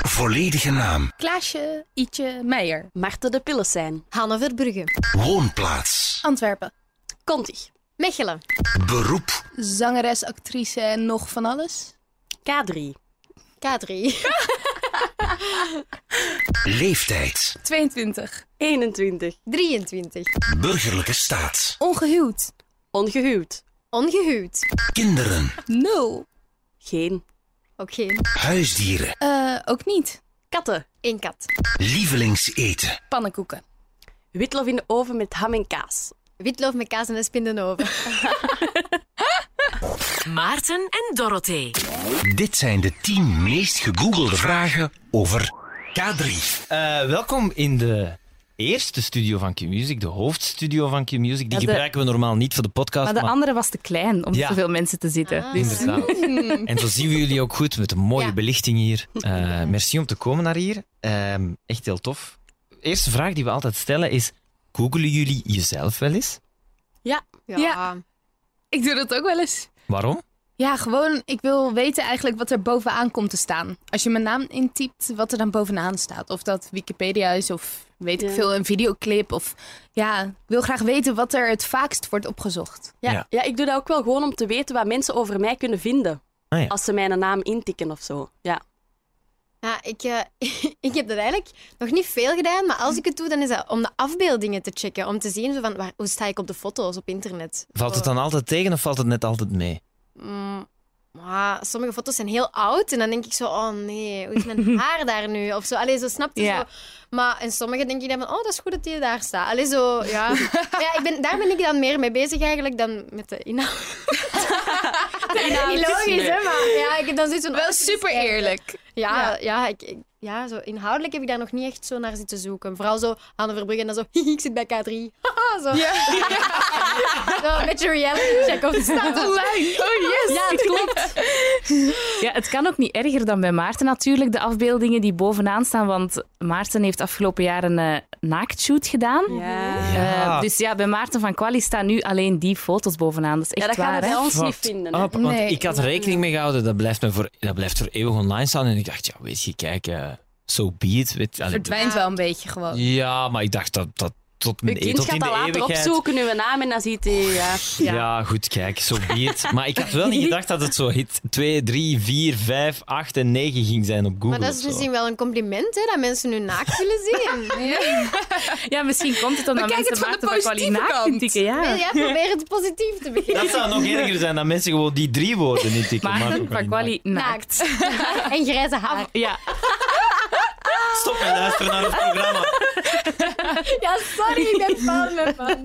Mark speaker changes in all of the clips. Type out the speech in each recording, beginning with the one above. Speaker 1: volledige naam,
Speaker 2: Klaasje Ietje Meijer.
Speaker 3: Marten de Pillesijn.
Speaker 4: Hanne Verbrugge.
Speaker 1: woonplaats,
Speaker 2: Antwerpen.
Speaker 4: Kontig. Mechelen.
Speaker 1: beroep,
Speaker 2: Zangeres, actrice en nog van alles.
Speaker 3: K3.
Speaker 4: K3.
Speaker 1: leeftijd,
Speaker 2: 22.
Speaker 3: 21.
Speaker 4: 23.
Speaker 1: burgerlijke staat,
Speaker 2: Ongehuwd.
Speaker 3: Ongehuwd.
Speaker 4: Ongehuwd.
Speaker 1: kinderen,
Speaker 2: 0.
Speaker 3: Geen.
Speaker 4: Oké.
Speaker 1: huisdieren,
Speaker 2: Eh, ook niet.
Speaker 3: Katten.
Speaker 4: Eén kat.
Speaker 1: lievelingseten,
Speaker 2: Pannenkoeken.
Speaker 3: Witlof in de oven met ham en kaas.
Speaker 4: Witloof met kaas en een spin de oven.
Speaker 5: Maarten en Dorothee.
Speaker 1: Dit zijn de 10 meest gegoogelde vragen over K3.
Speaker 6: Eh, welkom in de eerste studio van Q-Music, de hoofdstudio van Q-Music. Die
Speaker 7: Ja, de-
Speaker 6: gebruiken we normaal niet voor de podcast,
Speaker 7: Maar
Speaker 6: maar,
Speaker 7: de andere was te klein om
Speaker 6: Ja.
Speaker 7: zoveel mensen te zitten.
Speaker 4: Ah.
Speaker 7: Dus
Speaker 6: inderdaad. En zo zien we jullie ook goed met een mooie
Speaker 4: Ja.
Speaker 6: belichting hier. Eh, merci om te komen naar hier. Ehm, echt heel tof. Eerste vraag die we altijd stellen is, googelen jullie jezelf wel eens?
Speaker 4: Ja.
Speaker 2: Ja. Ik doe dat ook wel eens.
Speaker 6: Waarom?
Speaker 2: Ja, gewoon, ik wil weten eigenlijk wat er bovenaan komt te staan. Als je mijn naam intypt, wat er dan bovenaan staat. Of dat Wikipedia is, of weet ik
Speaker 3: Ja.
Speaker 2: veel, een videoclip. Of ja, ik wil graag weten wat er het vaakst wordt opgezocht.
Speaker 3: Ja,
Speaker 6: Ja.
Speaker 3: ja. ik doe dat ook wel gewoon om te weten wat mensen over mij kunnen vinden.
Speaker 6: Ah, ja.
Speaker 3: Als ze mijn naam intikken of zo. Ja.
Speaker 4: Ja, ik, eh, ik heb dat eigenlijk nog niet veel gedaan, maar als ik het doe, dan is dat om de afbeeldingen te checken. Om te zien zo van, waar, hoe sta ik op de foto's op internet.
Speaker 6: Valt het dan altijd tegen of valt het net altijd mee?
Speaker 4: Mm, maar sommige foto's zijn heel oud en dan denk ik zo, oh nee, hoe is mijn haar daar nu? Of zo, allee, zo snap je
Speaker 7: Ja.
Speaker 4: zo. Maar en sommige denk ik dan van, oh, dat is goed dat die daar staat. Allee, zo, ja. Maar ja ik ben, daar ben ik dan meer mee bezig eigenlijk dan met de inhoud. de inhoud. Niet logisch, hè, maar ja, ik heb dan zoiets van... oh,
Speaker 2: Wel
Speaker 4: dat is
Speaker 2: super
Speaker 4: echt-
Speaker 2: eerlijk.
Speaker 4: Ja, ja. ik, ik- ja zo, inhoudelijk heb ik daar nog niet echt zo naar zitten zoeken. Vooral zo Hanne Verbrugge en dan zo, hihi, ik zit bij K3. Haha, zo. zo, een beetje reality check of staat.
Speaker 2: Oh yes!
Speaker 4: Ja, het klopt.
Speaker 7: ja, het kan ook niet erger dan bij Maarten natuurlijk, de afbeeldingen die bovenaan staan. Want Maarten heeft afgelopen jaar een eh, naaktshoot gedaan.
Speaker 3: Ja.
Speaker 6: Ja.
Speaker 7: Eh, dus ja, bij Maarten van Quali staan nu alleen die foto's bovenaan. Dat is echt
Speaker 3: dat gaan we
Speaker 7: waar, hè?
Speaker 3: bij ons niet
Speaker 6: Wat
Speaker 3: vinden. hè.
Speaker 6: op, want
Speaker 2: Nee.
Speaker 6: ik had er rekening mee gehouden, dat blijft, me voor, dat blijft voor eeuwig online staan. En ik dacht, ja, weet je, kijk, eh so be it. Weet, allee,
Speaker 2: Verdwijnt wel een beetje gewoon.
Speaker 6: Ja, maar ik dacht dat dat tot,
Speaker 3: Uw
Speaker 6: mijn,
Speaker 3: kind
Speaker 6: tot
Speaker 3: gaat
Speaker 6: in
Speaker 3: dat
Speaker 6: de
Speaker 3: later
Speaker 6: eeuwigheid.
Speaker 3: opzoeken, uw naam, en dan ziet hij... Ja.
Speaker 6: Ja. goed, kijk, zo so be it. Maar ik had wel niet gedacht dat het zo hit 2, 3, 4, 5, 8 en 9 ging zijn op Google.
Speaker 4: Maar dat
Speaker 6: of
Speaker 4: is dus
Speaker 6: zo.
Speaker 4: misschien wel een compliment, hè, dat mensen hun naakt willen zien.
Speaker 7: Ja, misschien komt het omdat
Speaker 2: Bekijk
Speaker 7: mensen
Speaker 2: het van de
Speaker 7: Maarten van Quali
Speaker 2: positieve
Speaker 7: naakt
Speaker 2: kant.
Speaker 7: intikken, Ja.
Speaker 4: Nee, jij probeert het positief te
Speaker 6: Dat
Speaker 4: beginnen.
Speaker 6: zou nog erger zijn dan mensen gewoon die drie woorden niet tikken.
Speaker 7: Maarten van Quali naakt.
Speaker 4: Naakt. en grijze haar.
Speaker 7: Ja,
Speaker 6: Stop en luister naar het programma.
Speaker 4: Ja, sorry, ik ben fan, ben fan.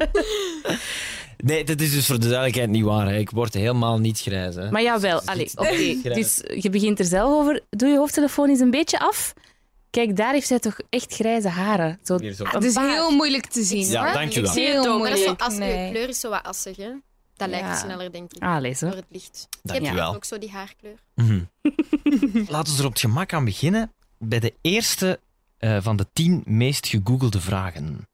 Speaker 6: Nee, dat is dus voor de duidelijkheid niet waar. Hè. Ik word helemaal niet grijs. Hè.
Speaker 7: maar jawel.
Speaker 6: Dus
Speaker 7: Allee,
Speaker 6: dit-
Speaker 7: oké. Dus je begint er zelf over. Doe je hoofdtelefoon eens een beetje af. Kijk, daar heeft zij toch echt grijze haren. Zo
Speaker 6: Weer zo.
Speaker 7: een
Speaker 2: Het is
Speaker 7: paar.
Speaker 2: heel moeilijk te zien.
Speaker 6: Ja,
Speaker 2: hoor.
Speaker 6: dankjewel.
Speaker 2: Heel
Speaker 3: zie het ook
Speaker 4: Maar dat is zo
Speaker 2: moeilijk.
Speaker 4: assig.
Speaker 2: Nee.
Speaker 4: Je kleur is zo wat assig, hè. Dat lijkt
Speaker 2: Ja.
Speaker 4: sneller, denk ik,
Speaker 7: Ah, lees
Speaker 4: door
Speaker 7: hoor.
Speaker 4: het licht. Je
Speaker 6: Dankjewel.
Speaker 4: hebt ook zo die haarkleur.
Speaker 6: Mhm. Laten we er op het gemak aan beginnen bij de eerste eh, van de tien meest gegoogelde vragen.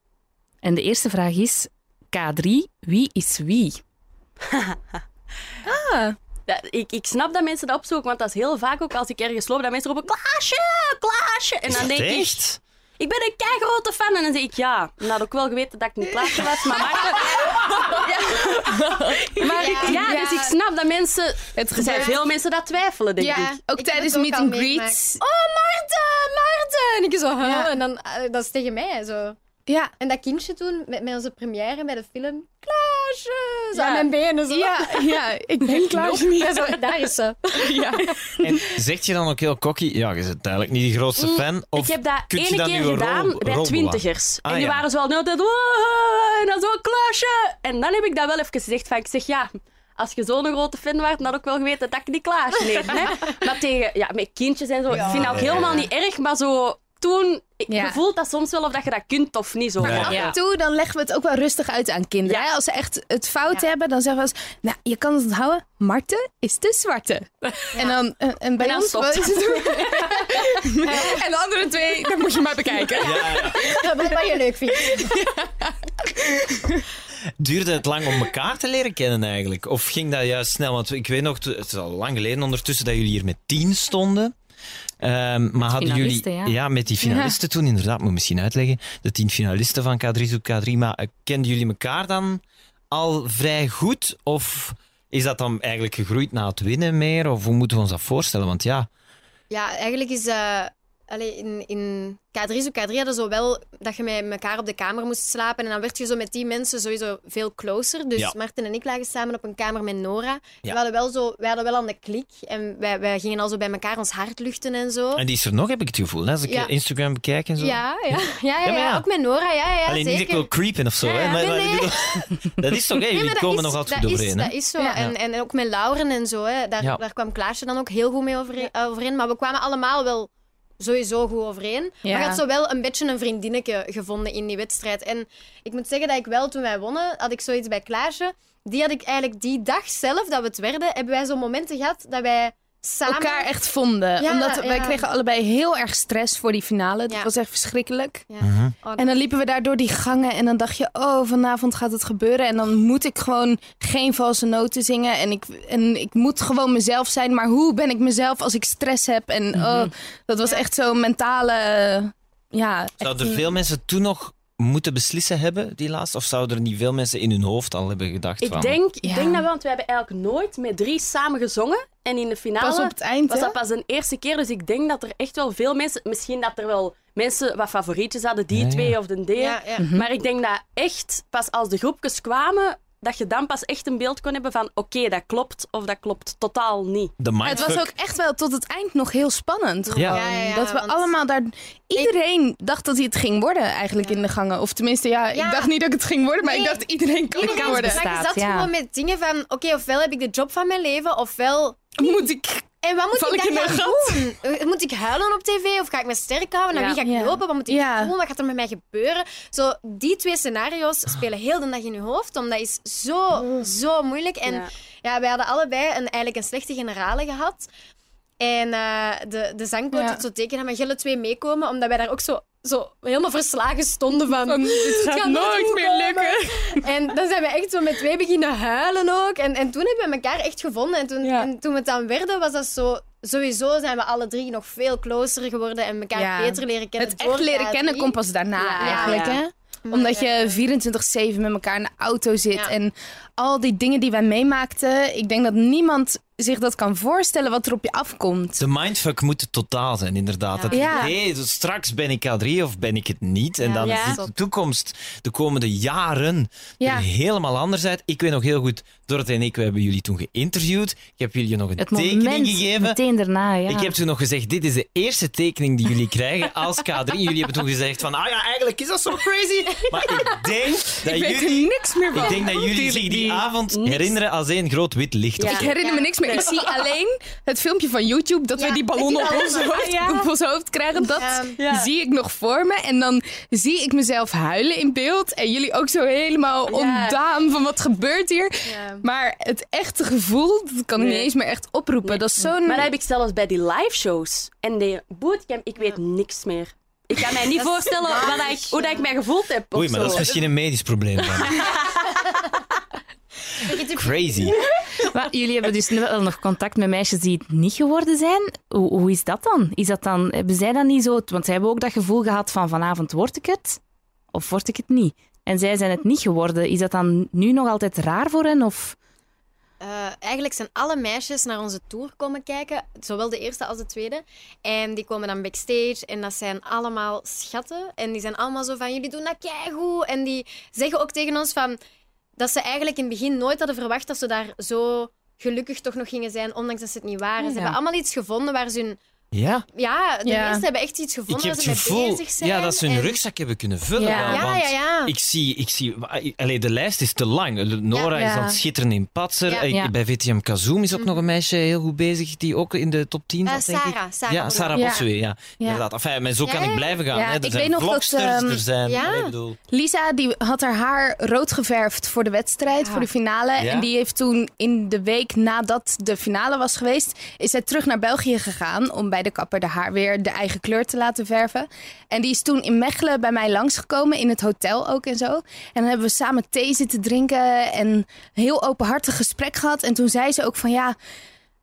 Speaker 7: En de eerste vraag is: K3, wie is wie?
Speaker 3: Dat- ik, ik snap dat mensen dat opzoeken, want dat is heel vaak ook als ik ergens loop, dat mensen roepen, Klaasje, Klaasje. En
Speaker 6: Is
Speaker 3: dan
Speaker 6: dat
Speaker 3: denk ik,
Speaker 6: echt?
Speaker 3: ik ben een keigrote fan. En dan zeg ik, ja, en had ook wel geweten dat ik niet Klaasje was, maar Maarten... Ja. Maar ik- ja,
Speaker 2: Ja.
Speaker 3: dus ik snap dat mensen...
Speaker 2: Het
Speaker 3: Er zijn
Speaker 2: gebeurt.
Speaker 3: veel mensen dat twijfelen, denk
Speaker 2: Ja,
Speaker 3: ik.
Speaker 2: ook
Speaker 4: Ik heb
Speaker 2: tijdens
Speaker 4: het ook
Speaker 2: meet
Speaker 4: al
Speaker 2: and
Speaker 4: meegemaakt.
Speaker 2: greets.
Speaker 4: Oh, Maarten, Maarten! En ik zo, huh? En dan, eh, dat is tegen mij, zo.
Speaker 2: Ja,
Speaker 4: En dat kindje toen, met, met onze première bij de film, Klaasje! Zo
Speaker 2: Ja.
Speaker 4: aan mijn benen, zo.
Speaker 2: ja, ja, ik ben klaar.
Speaker 4: En zo, daar is ze.
Speaker 6: En zeg je dan ook heel kokkie, ja, je bent eigenlijk niet de grootste
Speaker 3: Mm,
Speaker 6: fan? Of
Speaker 3: ik heb dat
Speaker 6: kun je
Speaker 3: ene
Speaker 6: dat
Speaker 3: keer
Speaker 6: nu een
Speaker 3: gedaan
Speaker 6: rol-
Speaker 3: bij
Speaker 6: rol
Speaker 3: twintigers.
Speaker 6: Ah,
Speaker 3: en die
Speaker 6: ja.
Speaker 3: waren zo al de hele tijd... "Wow," En dan zo, Klaasje! En dan heb ik dat wel even gezegd. Van, ik zeg, ja, als je zo'n grote fan was, dan had ook wel geweten dat ik die Klaasje heet. Hè? Maar tegen ja, met kindjes en zo, ik vind dat ook
Speaker 6: Ja.
Speaker 3: helemaal niet erg. Maar zo toen... Ik
Speaker 2: Ja.
Speaker 3: je voelt dat soms wel of dat je dat kunt of niet. Zo.
Speaker 6: Nee.
Speaker 3: Ja.
Speaker 2: Af en toe dan leggen we het ook wel rustig uit aan kinderen. hè. Als ze echt het fout
Speaker 4: Ja.
Speaker 2: hebben, dan zeggen we eens... Nou, je kan het onthouden, Marten is de zwarte. En, dan, en, en bij
Speaker 3: En dan
Speaker 2: ons
Speaker 3: stopt
Speaker 2: is het... en de andere twee, dat moet je maar bekijken.
Speaker 6: Ja, ja.
Speaker 4: Ja, Wat wat je leuk vindt.
Speaker 6: Duurde het lang om elkaar te leren kennen eigenlijk? Of ging dat juist snel? Want ik weet nog, het is al lang geleden ondertussen dat jullie hier met tien stonden. Ehm, maar hadden jullie
Speaker 7: finalisten, ja.
Speaker 6: met die finalisten toen inderdaad, moet ik misschien uitleggen, de tien finalisten van K3 zoekt K3, maar eh, kenden jullie elkaar dan al vrij goed? Of is dat dan eigenlijk gegroeid na het winnen meer? Of hoe moeten we ons dat voorstellen? Want ja,
Speaker 4: Ja, eigenlijk is... eh allee, in, in K3 zo K3 hadden zo wel dat je met elkaar op de kamer moest slapen. En dan werd je zo met die mensen sowieso veel closer. Dus
Speaker 6: Ja.
Speaker 4: Martin en ik lagen samen op een kamer met Nora. We hadden wel zo, wij hadden wel aan de klik. En wij, wij gingen al zo bij elkaar ons hart luchten en zo.
Speaker 6: en die is er nog, heb ik het gevoel. Hè? Als ik eh,
Speaker 4: Ja.
Speaker 6: Instagram bekijk en zo.
Speaker 4: Ja, ja. Ja, ja, ja,
Speaker 6: maar ja.
Speaker 4: ook met Nora, ja, ja,
Speaker 6: Alleen
Speaker 4: zeker.
Speaker 6: niet ik wil creepen of zo.
Speaker 4: Ja,
Speaker 6: hè?
Speaker 4: ja.
Speaker 6: Maar,
Speaker 4: Nee,
Speaker 6: maar ik
Speaker 4: nee.
Speaker 6: bedoel, dat is toch, hè?
Speaker 4: Nee,
Speaker 6: jullie
Speaker 4: maar dat
Speaker 6: komen
Speaker 4: is-
Speaker 6: nog altijd
Speaker 4: dat
Speaker 6: goed
Speaker 4: is-
Speaker 6: overeen. hè?
Speaker 4: Dat is zo. En, en ook met Lauren en zo, hè. Daar,
Speaker 6: Ja.
Speaker 4: daar kwam Klaasje dan ook heel goed mee overeen, overeen. Maar we kwamen allemaal wel sowieso goed overeen. Maar je had zo wel een beetje een vriendinnetje gevonden in die wedstrijd. En ik moet zeggen dat ik wel, toen wij wonnen, had ik zoiets bij Klaasje. Die had ik eigenlijk die dag zelf dat we het werden, hebben wij zo'n momenten gehad dat wij samen...
Speaker 2: elkaar echt vonden.
Speaker 4: Ja,
Speaker 2: Omdat wij
Speaker 4: ja.
Speaker 2: kregen allebei heel erg stress voor die finale. Dat
Speaker 4: Ja.
Speaker 2: was echt verschrikkelijk.
Speaker 4: Ja.
Speaker 6: Mhm.
Speaker 2: En dan liepen we daar door die gangen en dan dacht je, oh, vanavond gaat het gebeuren. En dan moet ik gewoon geen valse noten zingen. En ik, en ik moet gewoon mezelf zijn. Maar hoe ben ik mezelf als ik stress heb? En
Speaker 4: Mhm.
Speaker 2: oh, dat was
Speaker 4: Ja.
Speaker 2: echt zo'n mentale... eh, Ja,
Speaker 6: Zouden
Speaker 2: echt- eh,
Speaker 6: veel mensen toen nog moeten beslissen hebben, die laatste? Of zouden er niet veel mensen in hun hoofd al hebben gedacht van...
Speaker 3: Ik denk, ik
Speaker 2: Ja.
Speaker 3: denk dat wel, want we hebben eigenlijk nooit met drie samen gezongen. En in de finale
Speaker 2: Pas op het eind,
Speaker 3: was
Speaker 2: hè?
Speaker 3: dat pas een eerste keer. Dus ik denk dat er echt wel veel mensen... Misschien dat er wel mensen wat favorietjes hadden, die
Speaker 6: Ja, ja.
Speaker 3: twee of de D. Mhm.
Speaker 4: Ja, ja.
Speaker 3: Maar ik denk dat echt pas als de groepjes kwamen, dat je dan pas echt een beeld kon hebben van oké, dat klopt of dat klopt totaal niet.
Speaker 6: De
Speaker 2: Maar het was ook echt wel tot het eind nog heel spannend.
Speaker 6: Ja.
Speaker 4: Ja, ja, ja,
Speaker 2: dat we
Speaker 4: want-
Speaker 2: allemaal daar... Iedereen dacht dat hij het ging worden eigenlijk in de gangen. Of tenminste, ja,
Speaker 4: Ja.
Speaker 2: ik dacht niet dat ik het ging worden. Maar
Speaker 4: Nee.
Speaker 2: ik dacht iedereen kan het
Speaker 4: Iedereen
Speaker 2: worden.
Speaker 7: bestaat.
Speaker 4: Maar je zat
Speaker 7: ja.
Speaker 4: gewoon met dingen van... Oké, ofwel heb ik de job van mijn leven, ofwel...
Speaker 2: Moet ik...
Speaker 4: En wat moet
Speaker 2: Val
Speaker 4: ik
Speaker 2: ik in
Speaker 4: dan
Speaker 2: een
Speaker 4: gaan doen? Eh, Moet ik huilen op tv of ga ik me sterk houden? Naar
Speaker 7: Ja.
Speaker 4: wie ga ik
Speaker 2: Ja.
Speaker 4: lopen? Wat moet ik
Speaker 2: Ja.
Speaker 4: doen? Wat gaat er met mij gebeuren? Zo, die twee scenario's spelen heel de dag in je hoofd, omdat dat is zo, zo moeilijk. En ja.
Speaker 3: Ja.
Speaker 4: wij hadden allebei een, eigenlijk een slechte generale gehad. En eh, de, de zangcoach
Speaker 2: Ja.
Speaker 4: had zo teken aan, maar jullie twee meekomen, omdat wij daar ook zo, zo helemaal verslagen stonden van...
Speaker 2: Het
Speaker 4: gaat nooit goed komen. En dan zijn we echt zo met twee beginnen huilen ook. En, en toen hebben we elkaar echt gevonden. En toen,
Speaker 2: Ja.
Speaker 4: en toen we het dan werden, was dat zo... Sowieso zijn we alle drie nog veel closer geworden en elkaar
Speaker 2: Ja.
Speaker 4: beter leren kennen.
Speaker 2: Het
Speaker 4: door
Speaker 2: echt leren
Speaker 4: K3.
Speaker 2: kennen komt pas daarna
Speaker 3: Ja,
Speaker 2: eigenlijk,
Speaker 3: ja. Mm.
Speaker 2: hè?
Speaker 4: Maar,
Speaker 2: Omdat
Speaker 4: eh,
Speaker 2: je 24-7 met elkaar in de auto zit.
Speaker 4: Ja.
Speaker 2: En al die dingen die wij meemaakten. Ik denk dat niemand zich dat kan voorstellen wat er op je afkomt.
Speaker 6: De mindfuck moet totaal zijn, inderdaad. Het
Speaker 2: Ja.
Speaker 6: idee, dus straks ben ik K3 of ben ik het niet. En
Speaker 4: Ja.
Speaker 6: dan
Speaker 3: Ja.
Speaker 6: ziet de toekomst de komende jaren
Speaker 2: Ja.
Speaker 6: er helemaal anders uit. Ik weet nog heel goed, Dorothy en ik, we hebben jullie toen geïnterviewd. Ik heb jullie nog een
Speaker 7: Het
Speaker 6: tekening
Speaker 7: moment
Speaker 6: gegeven.
Speaker 7: meteen daarna, ja.
Speaker 6: Ik heb toen nog gezegd, dit is de eerste tekening die jullie krijgen als K3. Jullie hebben toen gezegd van, ah ja, eigenlijk is dat zo crazy. Maar ik denk dat
Speaker 2: Ik weet
Speaker 6: jullie...
Speaker 2: er niks meer van.
Speaker 6: Ik denk dat jullie zich die avond herinneren als één groot wit licht.
Speaker 3: Ja.
Speaker 6: of
Speaker 2: Ik
Speaker 6: zo.
Speaker 2: herinner me niks meer. Ik zie alleen het filmpje van YouTube dat wij die ballonnen op ons, hoofd, op ons hoofd krijgen. Dat
Speaker 3: Ah, Ja.
Speaker 2: zie ik nog voor me. En dan zie ik mezelf huilen in beeld. En jullie ook zo helemaal ontdaan van wat gebeurt hier.
Speaker 4: Ja.
Speaker 2: Maar het echte gevoel, dat kan ik
Speaker 3: Nee.
Speaker 2: niet eens meer echt oproepen. Dat is zo'n...
Speaker 3: Maar dat heb ik zelfs bij die live shows en de bootcamp, ik weet niks meer. Ik kan mij niet
Speaker 4: Dat is
Speaker 3: voorstellen wat
Speaker 4: waar.
Speaker 3: ik, hoe dat ik mij gevoeld heb. of
Speaker 6: Oei, maar dat is dus-
Speaker 3: zo.
Speaker 6: misschien een medisch probleem. dan. Crazy.
Speaker 7: Maar jullie hebben dus wel nog contact met meisjes die het niet geworden zijn. Hoe, hoe is dat dan? Is dat dan? Hebben zij dat niet zo? Want zij hebben ook dat gevoel gehad van vanavond word ik het of word ik het niet. En zij zijn het niet geworden. Is dat dan nu nog altijd raar voor hen? Of...
Speaker 4: Eh, eigenlijk zijn alle meisjes naar onze tour komen kijken, zowel de eerste als de tweede. En die komen dan backstage en dat zijn allemaal schatten. En die zijn allemaal zo van, jullie doen dat keigoed. En die zeggen ook tegen ons van, dat ze eigenlijk in het begin nooit hadden verwacht dat ze daar zo gelukkig toch nog gingen zijn, ondanks dat ze het niet waren.
Speaker 7: Ja.
Speaker 4: Ze hebben allemaal iets gevonden waar ze hun...
Speaker 6: Ja,
Speaker 4: Ja, de
Speaker 2: Ja.
Speaker 4: meesten hebben echt iets
Speaker 6: ik
Speaker 4: gevonden
Speaker 6: heb
Speaker 4: waar
Speaker 6: het
Speaker 4: ze mee
Speaker 6: gevoel
Speaker 4: bezig zijn.
Speaker 6: ja, dat ze hun
Speaker 4: en-
Speaker 6: rugzak hebben kunnen vullen.
Speaker 2: Ja.
Speaker 6: wel,
Speaker 4: Ja,
Speaker 6: want
Speaker 4: ja, ja.
Speaker 6: Ik zie, ik zie allee, de lijst is te lang. Nora
Speaker 2: Ja.
Speaker 6: is aan het schitteren in Patser.
Speaker 4: Ja. Mm.
Speaker 6: Ik-
Speaker 7: Ja.
Speaker 6: Bij VTM Kazoom is ook nog een meisje heel goed bezig die ook in de top 10
Speaker 4: Eh,
Speaker 6: zat, denk ik.
Speaker 4: Sarah, Sarah
Speaker 6: ja,
Speaker 4: Bonnel.
Speaker 6: Sarah
Speaker 2: Ja.
Speaker 6: Bossuet, ja. Inderdaad. Enfin, maar zo kan
Speaker 4: Ja,
Speaker 6: ik blijven gaan.
Speaker 2: ja.
Speaker 6: Hè. Er
Speaker 2: Ik
Speaker 6: zijn
Speaker 2: weet nog dat,
Speaker 6: vlogsters,
Speaker 2: ehm,
Speaker 6: er zijn...
Speaker 4: ja.
Speaker 6: allee, ik bedoel,
Speaker 2: Lisa die had haar haar rood geverfd voor de wedstrijd,
Speaker 7: Ja.
Speaker 2: voor de finale.
Speaker 6: Ja.
Speaker 2: En die heeft toen in de week nadat de finale was geweest, is zij terug naar België gegaan om bij de kapper de haar weer de eigen kleur te laten verven. En die is toen in Mechelen bij mij langsgekomen, in het hotel ook en zo. En dan hebben we samen thee zitten drinken en een heel openhartig gesprek gehad. En toen zei ze ook van ja,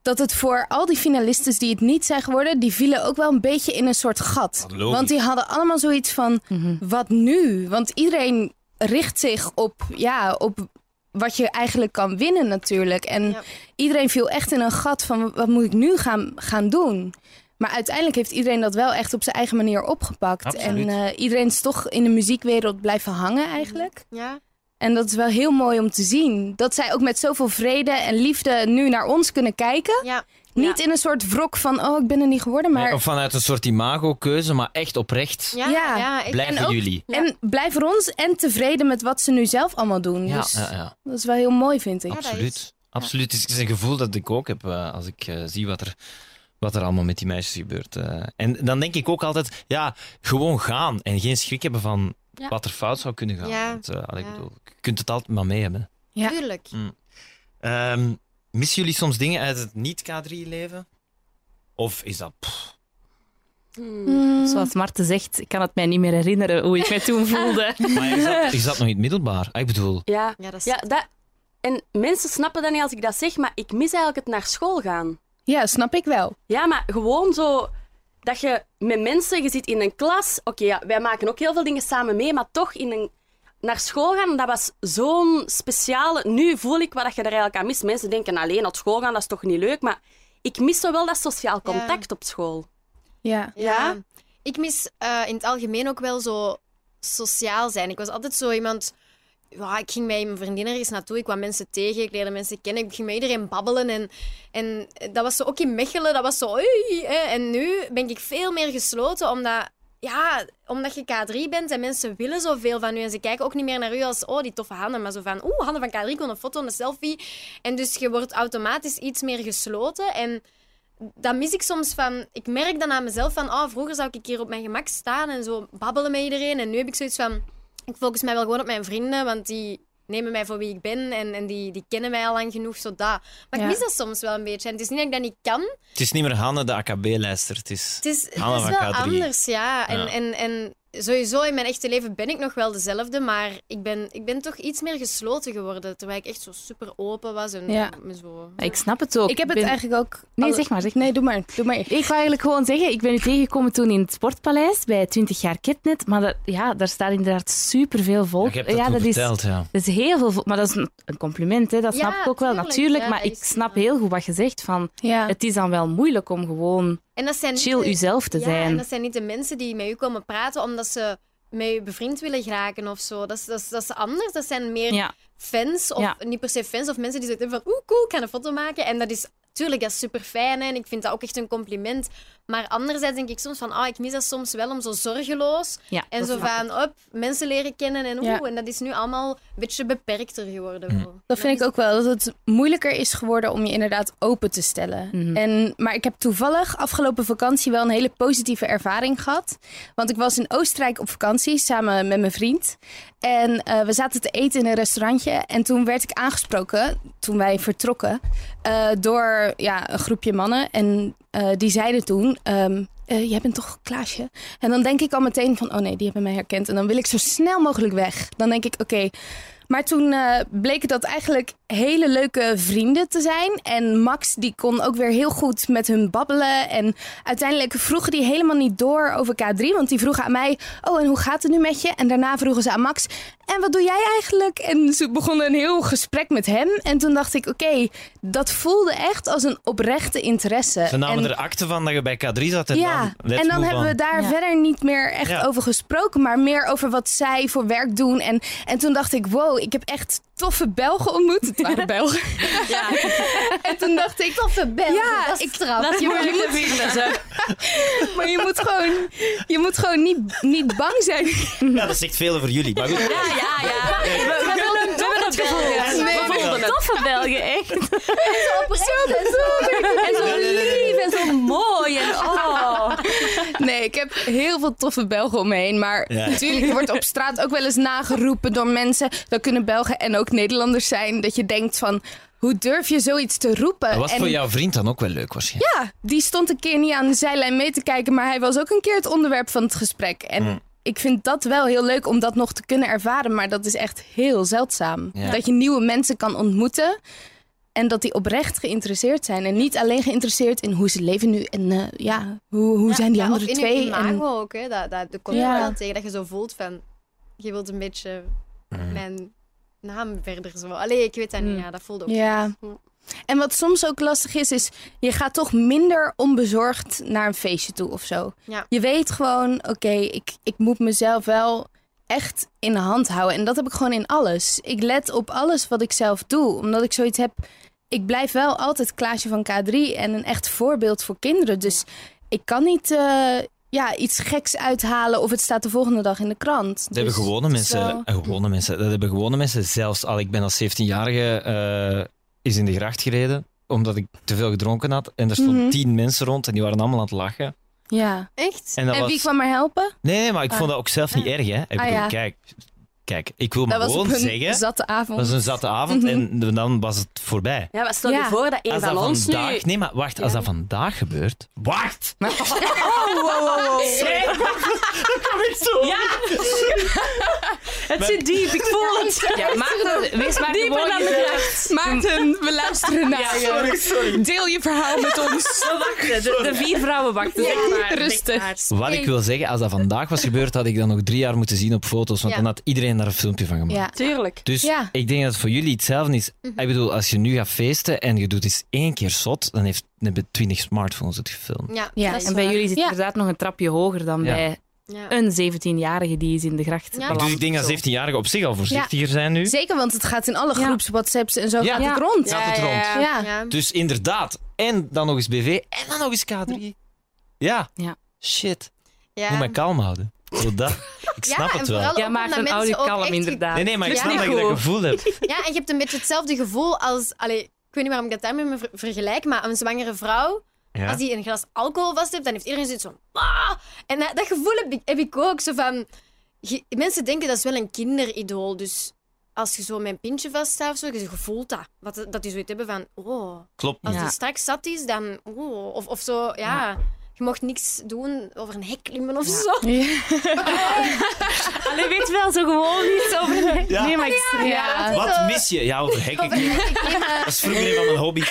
Speaker 2: dat het voor al die finalisten die het niet zijn geworden, die vielen ook wel een beetje in een soort gat.
Speaker 6: Dat logisch.
Speaker 2: Want die hadden allemaal zoiets van, wat nu? Want iedereen richt zich op, ja, op wat je eigenlijk kan winnen natuurlijk. En
Speaker 4: Ja.
Speaker 2: iedereen viel echt in een gat van, wat moet ik nu gaan, gaan doen? Maar uiteindelijk heeft iedereen dat wel echt op zijn eigen manier opgepakt.
Speaker 6: Absoluut.
Speaker 2: En eh, iedereen is toch in de muziekwereld blijven hangen eigenlijk.
Speaker 4: Ja.
Speaker 2: En dat is wel heel mooi om te zien. Dat zij ook met zoveel vrede en liefde nu naar ons kunnen kijken.
Speaker 4: ja.
Speaker 2: Niet in een soort wrok van, oh, ik ben er niet geworden. Maar...
Speaker 6: Nee, of vanuit een soort imago-keuze, maar echt oprecht.
Speaker 4: Ja,
Speaker 2: Ja.
Speaker 4: ja, ik-
Speaker 6: Blijven
Speaker 2: en ook-
Speaker 6: jullie.
Speaker 2: En blij voor ons en tevreden met wat ze nu zelf allemaal doen.
Speaker 6: Ja,
Speaker 2: Dus
Speaker 6: ja, ja.
Speaker 2: dat is wel heel mooi, vind ik.
Speaker 4: Ja, dat
Speaker 6: absoluut.
Speaker 4: is-
Speaker 6: Absoluut. Het is een gevoel dat ik ook heb eh, als ik eh, zie wat er, wat er allemaal met die meisjes gebeurt. eh. en dan denk ik ook altijd, ja, gewoon gaan en geen schrik hebben van
Speaker 3: Ja.
Speaker 6: wat er fout zou kunnen gaan.
Speaker 4: Ja.
Speaker 6: Want, eh, allee, ik
Speaker 4: Ja.
Speaker 6: bedoel, je kunt het altijd maar mee hebben.
Speaker 2: Ja.
Speaker 4: tuurlijk.
Speaker 6: Ehm, missen jullie soms dingen uit het niet-K3-leven? Of is dat... pff,
Speaker 2: Mm.
Speaker 7: Zoals Marten zegt, ik kan het mij niet meer herinneren hoe ik mij toen voelde.
Speaker 6: Maar is dat, is dat nog in het middelbaar? Ah, Ik bedoel...
Speaker 3: Ja.
Speaker 4: Ja, dat is...
Speaker 3: ja dat... En mensen snappen dat niet als ik dat zeg, maar ik mis eigenlijk het naar school gaan.
Speaker 2: Ja, snap ik wel.
Speaker 3: Ja, maar gewoon zo dat je met mensen, je zit in een klas. Oké, ja, wij maken ook heel veel dingen samen mee, maar toch in een, naar school gaan, dat was zo'n speciale. Nu voel ik wat dat je er eigenlijk aan mist. Mensen denken alleen naar school gaan, dat is toch niet leuk. Maar ik mis zo wel dat sociaal
Speaker 4: Ja.
Speaker 3: contact op school.
Speaker 2: Ja.
Speaker 3: Ja.
Speaker 4: Ik mis eh, in het algemeen ook wel zo sociaal zijn. Ik was altijd zo iemand... Ja, ik ging bij mijn vriendinnen ergens naartoe. Ik kwam mensen tegen, ik leerde mensen kennen. Ik ging met iedereen babbelen. En, en dat was zo ook in Mechelen. Dat was zo... "Oei, eh." En nu ben ik veel meer gesloten, omdat... Ja, omdat je K3 bent en mensen willen zoveel van u. En ze kijken ook niet meer naar u als, oh, die toffe handen. Maar zo van, oeh, handen van K3, ik wil een foto en een selfie. En dus je wordt automatisch iets meer gesloten. En dat mis ik soms van. Ik merk dan aan mezelf van, oh, vroeger zou ik hier op mijn gemak staan en zo babbelen met iedereen. En nu heb ik zoiets van, ik focus mij wel gewoon op mijn vrienden, want die nemen mij voor wie ik ben en, en die, die kennen mij al lang genoeg, zodat.
Speaker 2: Ja.
Speaker 4: Maar ik mis dat soms wel een beetje. En het is niet dat ik dat niet kan,
Speaker 6: Het is niet meer Hanne, de AKB-lijster. Het is...
Speaker 4: het is, het
Speaker 6: Hanna
Speaker 4: is
Speaker 6: van
Speaker 4: wel
Speaker 6: K3.
Speaker 4: anders, ja. En,
Speaker 6: Ja.
Speaker 4: En, en sowieso in mijn echte leven ben ik nog wel dezelfde, maar ik ben, ik ben toch iets meer gesloten geworden, terwijl ik echt zo super open was en
Speaker 2: Ja.
Speaker 4: me zo...
Speaker 7: Ik snap het ook.
Speaker 2: Ik heb het
Speaker 7: ben-
Speaker 2: eigenlijk ook...
Speaker 7: Nee,
Speaker 2: alle-
Speaker 7: zeg maar, zeg maar.
Speaker 2: Nee, doe maar. Doe maar.
Speaker 7: Ik wou eigenlijk gewoon zeggen, ik ben u tegengekomen toen in het Sportpaleis bij 20 jaar Kitnet. Maar dat- ja, daar staat inderdaad superveel
Speaker 6: Ja,
Speaker 7: volk.
Speaker 6: ik heb dat
Speaker 7: ja,
Speaker 6: toen
Speaker 7: dat is,
Speaker 6: verteld, ja.
Speaker 7: dat is heel veel volk. Maar dat is een, een compliment, hè. dat
Speaker 4: Ja,
Speaker 7: snap ik ook wel
Speaker 4: tuurlijk,
Speaker 7: natuurlijk.
Speaker 4: ja,
Speaker 7: maar
Speaker 4: dat
Speaker 7: ik
Speaker 4: is-
Speaker 7: snap
Speaker 4: ja.
Speaker 7: heel goed wat je zegt. Van,
Speaker 2: Ja.
Speaker 7: Het is dan wel moeilijk om gewoon
Speaker 4: En dat zijn niet
Speaker 7: chill
Speaker 4: de-
Speaker 7: uzelf te
Speaker 4: ja,
Speaker 7: zijn.
Speaker 4: en dat zijn niet de mensen die met u komen praten omdat ze met je bevriend willen geraken of zo. Dat is, dat is, dat is anders. Dat zijn meer
Speaker 7: Ja.
Speaker 4: fans, of
Speaker 7: Ja.
Speaker 4: niet per se fans, of mensen die zeggen van oeh, cool, ik ga een foto maken. En dat is, tuurlijk, dat is super fijn en ik vind dat ook echt een compliment. Maar anderzijds denk ik soms van, ah, ik mis dat soms wel om zo zorgeloos
Speaker 7: Ja,
Speaker 4: en
Speaker 7: dat
Speaker 4: zo
Speaker 7: snap ik.
Speaker 4: van, op, mensen leren kennen en oeh.
Speaker 2: Ja.
Speaker 4: En dat is nu allemaal een beetje beperkter geworden. wel.
Speaker 2: Dat vind ik ook wel, dat het moeilijker is geworden om je inderdaad open te stellen. en, maar ik heb toevallig afgelopen vakantie wel een hele positieve ervaring gehad. Want ik was in Oostenrijk op vakantie samen met mijn vriend. En eh, we zaten te eten in een restaurantje. En toen werd ik aangesproken, toen wij vertrokken, eh, door ja, een groepje mannen. En eh, die zeiden toen... ehm, eh, jij bent toch Klaasje? En dan denk ik al meteen van, oh nee, die hebben mij herkend. En dan wil ik zo snel mogelijk weg. Dan denk ik, oké, maar toen eh bleken dat eigenlijk hele leuke vrienden te zijn. En Max die kon ook weer heel goed met hun babbelen. En uiteindelijk vroegen die helemaal niet door over K3. Want die vroegen aan mij, oh en hoe gaat het nu met je? En daarna vroegen ze aan Max, en wat doe jij eigenlijk? En ze begonnen een heel gesprek met hem. En toen dacht ik, oké, dat voelde echt als een oprechte interesse.
Speaker 6: Ze namen
Speaker 2: Eh, En-
Speaker 6: er akte van dat je bij K3 zat en
Speaker 2: ja,
Speaker 6: dan... let's
Speaker 2: en dan
Speaker 6: move
Speaker 2: hebben
Speaker 6: on.
Speaker 2: we daar
Speaker 7: Ja.
Speaker 2: verder niet meer echt
Speaker 6: Ja.
Speaker 2: over gesproken, maar meer over wat zij voor werk doen. En, en toen dacht ik, wow, ik heb echt toffe Belgen ontmoet. Het waren Belgen.
Speaker 3: Ja,
Speaker 2: En toen dacht ik,
Speaker 4: Toffe bel,
Speaker 2: Ja,
Speaker 4: dat is
Speaker 2: ik-
Speaker 4: straf.
Speaker 3: dat is moeilijk te vinden. Zo.
Speaker 2: maar je moet gewoon, je moet gewoon niet, niet bang zijn.
Speaker 6: Ja, dat zegt veel over jullie. Maar goed,
Speaker 3: Ja, Ah, ja, ja. We, we, willen- we hebben het gevoel.
Speaker 2: Nee,
Speaker 3: We voelden het.
Speaker 7: Toffe Belgen, echt.
Speaker 3: En zo lief en zo mooi. En, oh.
Speaker 2: Nee, ik heb heel veel toffe Belgen om me heen. Maar
Speaker 6: Ja.
Speaker 2: natuurlijk, je wordt op straat ook wel eens nageroepen door mensen. Dat kunnen Belgen en ook Nederlanders zijn. Dat je denkt van, hoe durf je zoiets te roepen?
Speaker 6: dat was
Speaker 2: En-
Speaker 6: voor jouw vriend dan ook wel leuk waarschijnlijk.
Speaker 2: Ja, die stond een keer niet aan de zijlijn mee te kijken, maar hij was ook een keer het onderwerp van het gesprek. En ik vind dat wel heel leuk om dat nog te kunnen ervaren, maar dat is echt heel zeldzaam.
Speaker 6: Ja.
Speaker 2: Dat je nieuwe mensen kan ontmoeten En dat die oprecht geïnteresseerd zijn. En niet alleen geïnteresseerd in hoe ze leven nu en eh, ja, hoe, hoe zijn die
Speaker 4: ja,
Speaker 2: andere
Speaker 4: of in
Speaker 2: twee.
Speaker 4: je imago
Speaker 2: en,
Speaker 4: ook, hè. Dat, dat, dat komt
Speaker 2: Ja.
Speaker 4: er wel tegen, dat je zo voelt van... Je wilt een beetje
Speaker 6: Mm.
Speaker 4: mijn naam verder zo. Allee, ik weet dat niet, ja, dat voelde ook.
Speaker 2: ja. En wat soms ook lastig is, is je gaat toch minder onbezorgd naar een feestje toe of zo.
Speaker 4: Ja.
Speaker 2: Je weet gewoon, oké, ik, ik moet mezelf wel echt in de hand houden. En dat heb ik gewoon in alles. Ik let op alles wat ik zelf doe, omdat ik zoiets heb. Ik blijf wel altijd Klaasje van K3 en een echt voorbeeld voor kinderen. Dus ik kan niet eh, ja, iets geks uithalen of het staat de volgende dag in de krant. Dus
Speaker 6: Dat hebben gewone mensen, eh, gewone mensen. Dat hebben gewone mensen zelfs al. Ik ben als 17-jarige eh, eens in de gracht gereden omdat ik te veel gedronken had. En er stonden
Speaker 2: Mhm.
Speaker 6: tien mensen rond en die waren allemaal aan het lachen.
Speaker 2: Ja.
Speaker 4: Echt?
Speaker 6: dat
Speaker 2: En
Speaker 6: was-
Speaker 2: wie kwam maar helpen?
Speaker 6: Nee, nee, maar ik
Speaker 2: Ah.
Speaker 6: vond dat ook zelf niet erg. Hè. Ik bedoel,
Speaker 2: ja.
Speaker 6: kijk, kijk, ik wil maar
Speaker 2: Dat was op
Speaker 6: gewoon
Speaker 2: een Mhm.
Speaker 6: zeggen...
Speaker 2: zatte avond.
Speaker 6: Dat was een zatte avond en dan was het voorbij.
Speaker 3: Ja, maar stel
Speaker 2: Ja.
Speaker 3: je voor dat een
Speaker 6: Als
Speaker 3: van
Speaker 6: dat
Speaker 3: ons nu...
Speaker 6: vandaag... Nee, maar wacht. Als dat vandaag gebeurt... Wacht!
Speaker 3: Ja! het zit diep, ik voel het.
Speaker 7: Ja, maak het, wees maar
Speaker 3: Dieper dan
Speaker 7: gewoon...
Speaker 3: de gracht.
Speaker 7: Maarten, we luisteren naar je. Sorry, sorry. Deel je verhaal met ons. We wachten. De, de vier vrouwen wachten. zeg maar.
Speaker 2: Rustig.
Speaker 6: Wat ik wil zeggen, als dat vandaag was gebeurd, had ik dat nog drie jaar moeten zien op foto's. Want
Speaker 4: Ja.
Speaker 6: dan had iedereen daar een filmpje van gemaakt.
Speaker 2: Ja.
Speaker 3: Tuurlijk.
Speaker 6: Dus
Speaker 2: Ja.
Speaker 6: ik denk dat het voor jullie hetzelfde is.
Speaker 4: Mhm.
Speaker 6: Ik bedoel, als je nu gaat feesten en je doet iets één keer zot, dan heeft dan hebben twintig smartphones het gefilmd.
Speaker 4: Ja,
Speaker 2: Ja,
Speaker 4: dat is
Speaker 7: En Eh, bij
Speaker 4: waar.
Speaker 7: jullie zit
Speaker 2: Ja.
Speaker 7: inderdaad nog een trapje hoger dan
Speaker 6: Ja.
Speaker 7: bij
Speaker 4: Ja.
Speaker 7: een 17-jarige die is in de gracht
Speaker 4: Ja.
Speaker 7: beland.
Speaker 6: Dus ik denk dat
Speaker 7: Zo.
Speaker 6: 17-jarigen op zich al voorzichtiger zijn nu.
Speaker 2: Zeker, want het gaat in alle
Speaker 7: Ja.
Speaker 2: groeps, WhatsApps en zo
Speaker 6: Ja.
Speaker 2: gaat het
Speaker 7: Ja.
Speaker 2: rond.
Speaker 6: Gaat het
Speaker 2: Ja,
Speaker 6: rond.
Speaker 2: ja,
Speaker 4: Ja.
Speaker 2: ja.
Speaker 4: Ja.
Speaker 6: Dus inderdaad. En dan nog eens BV en dan nog eens K3. Ja.
Speaker 7: Ja.
Speaker 6: Shit.
Speaker 4: Ja.
Speaker 6: Moet mij kalm houden. Zo dat. oh Ik
Speaker 4: Ja,
Speaker 6: snap
Speaker 4: en
Speaker 6: het wel.
Speaker 4: vooral
Speaker 7: Ja,
Speaker 4: ook
Speaker 7: maakt
Speaker 4: omdat
Speaker 7: een
Speaker 4: mensen
Speaker 7: oude
Speaker 4: ook
Speaker 7: kalm
Speaker 4: echt-
Speaker 7: inderdaad.
Speaker 6: Nee, nee, maar ik
Speaker 4: Ja.
Speaker 6: snap
Speaker 4: Niet
Speaker 6: dat je dat
Speaker 7: goed.
Speaker 6: gevoel hebt.
Speaker 4: Ja, en je hebt een beetje hetzelfde gevoel als... Allee, ik weet niet waarom ik dat daarmee ver- vergelijk, maar een zwangere vrouw,
Speaker 6: Ja.
Speaker 4: als die een glas alcohol vast heeft, dan heeft iedereen zoiets van... "Ah!" En dat, dat gevoel heb ik, heb ik ook. Zo van, je- mensen denken dat is wel een kinderidool, dus... Als je zo mijn pintje vasthoudt, of zo, je voelt dat. Wat, dat die zoiets hebben van, oh,
Speaker 6: Klopt.
Speaker 4: als
Speaker 7: Ja.
Speaker 4: die straks zat is, dan... Oh, of, of zo, ja. Je mocht niks doen over een hek klimmen of zo.
Speaker 7: Allee, weet wel, zo gewoon iets over mij.
Speaker 6: Ja.
Speaker 7: Nee, maar ik... Ja.
Speaker 6: Wat mis je? Ja, over hekken. Dat is vroeger een van mijn hobby.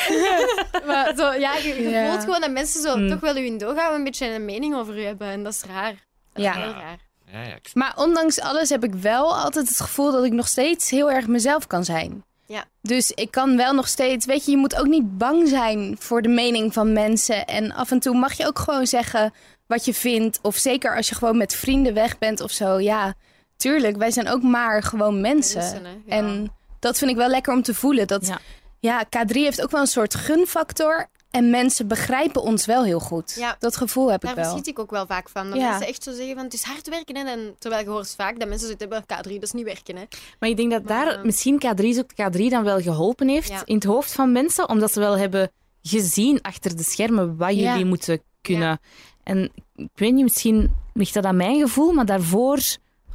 Speaker 4: Maar zo, ja, je, je
Speaker 2: Ja.
Speaker 4: voelt gewoon dat mensen zo
Speaker 7: Hmm.
Speaker 4: toch wel hun doorgaan een beetje een mening over u hebben. En dat is raar. Dat
Speaker 2: Ja.
Speaker 4: is heel raar.
Speaker 6: Ja, ja, ik snap
Speaker 2: Maar ondanks alles heb ik wel altijd het gevoel dat ik nog steeds heel erg mezelf kan zijn.
Speaker 4: Ja.
Speaker 2: Dus ik kan wel nog steeds, weet je, je moet ook niet bang zijn voor de mening van mensen. En af en toe mag je ook gewoon zeggen wat je vindt. Of zeker als je gewoon met vrienden weg bent of zo. Ja, tuurlijk, wij zijn ook maar gewoon mensen.
Speaker 4: Mensen, hè, ja.
Speaker 2: En dat vind ik wel lekker om te voelen. Dat, ja.
Speaker 7: Ja.
Speaker 2: K3 heeft ook wel een soort gunfactor. En mensen begrijpen ons wel heel goed.
Speaker 4: Ja.
Speaker 2: Dat gevoel heb
Speaker 4: Daar
Speaker 2: ik wel.
Speaker 4: verschiet ik ook wel vaak van. Dat
Speaker 2: Ja.
Speaker 4: mensen echt zo zeggen van het is hard werken. Hè. En terwijl je hoort vaak dat mensen zoiets hebben, K3, dat is niet werken. Hè.
Speaker 7: Maar ik denk dat daar
Speaker 4: Maar-
Speaker 7: misschien K3 zoekt K3 dan wel geholpen heeft
Speaker 4: Ja.
Speaker 7: in het hoofd van mensen, omdat ze wel hebben gezien achter de schermen wat
Speaker 2: Ja.
Speaker 7: jullie moeten kunnen. En ik weet niet, misschien ligt dat aan mijn gevoel, maar daarvoor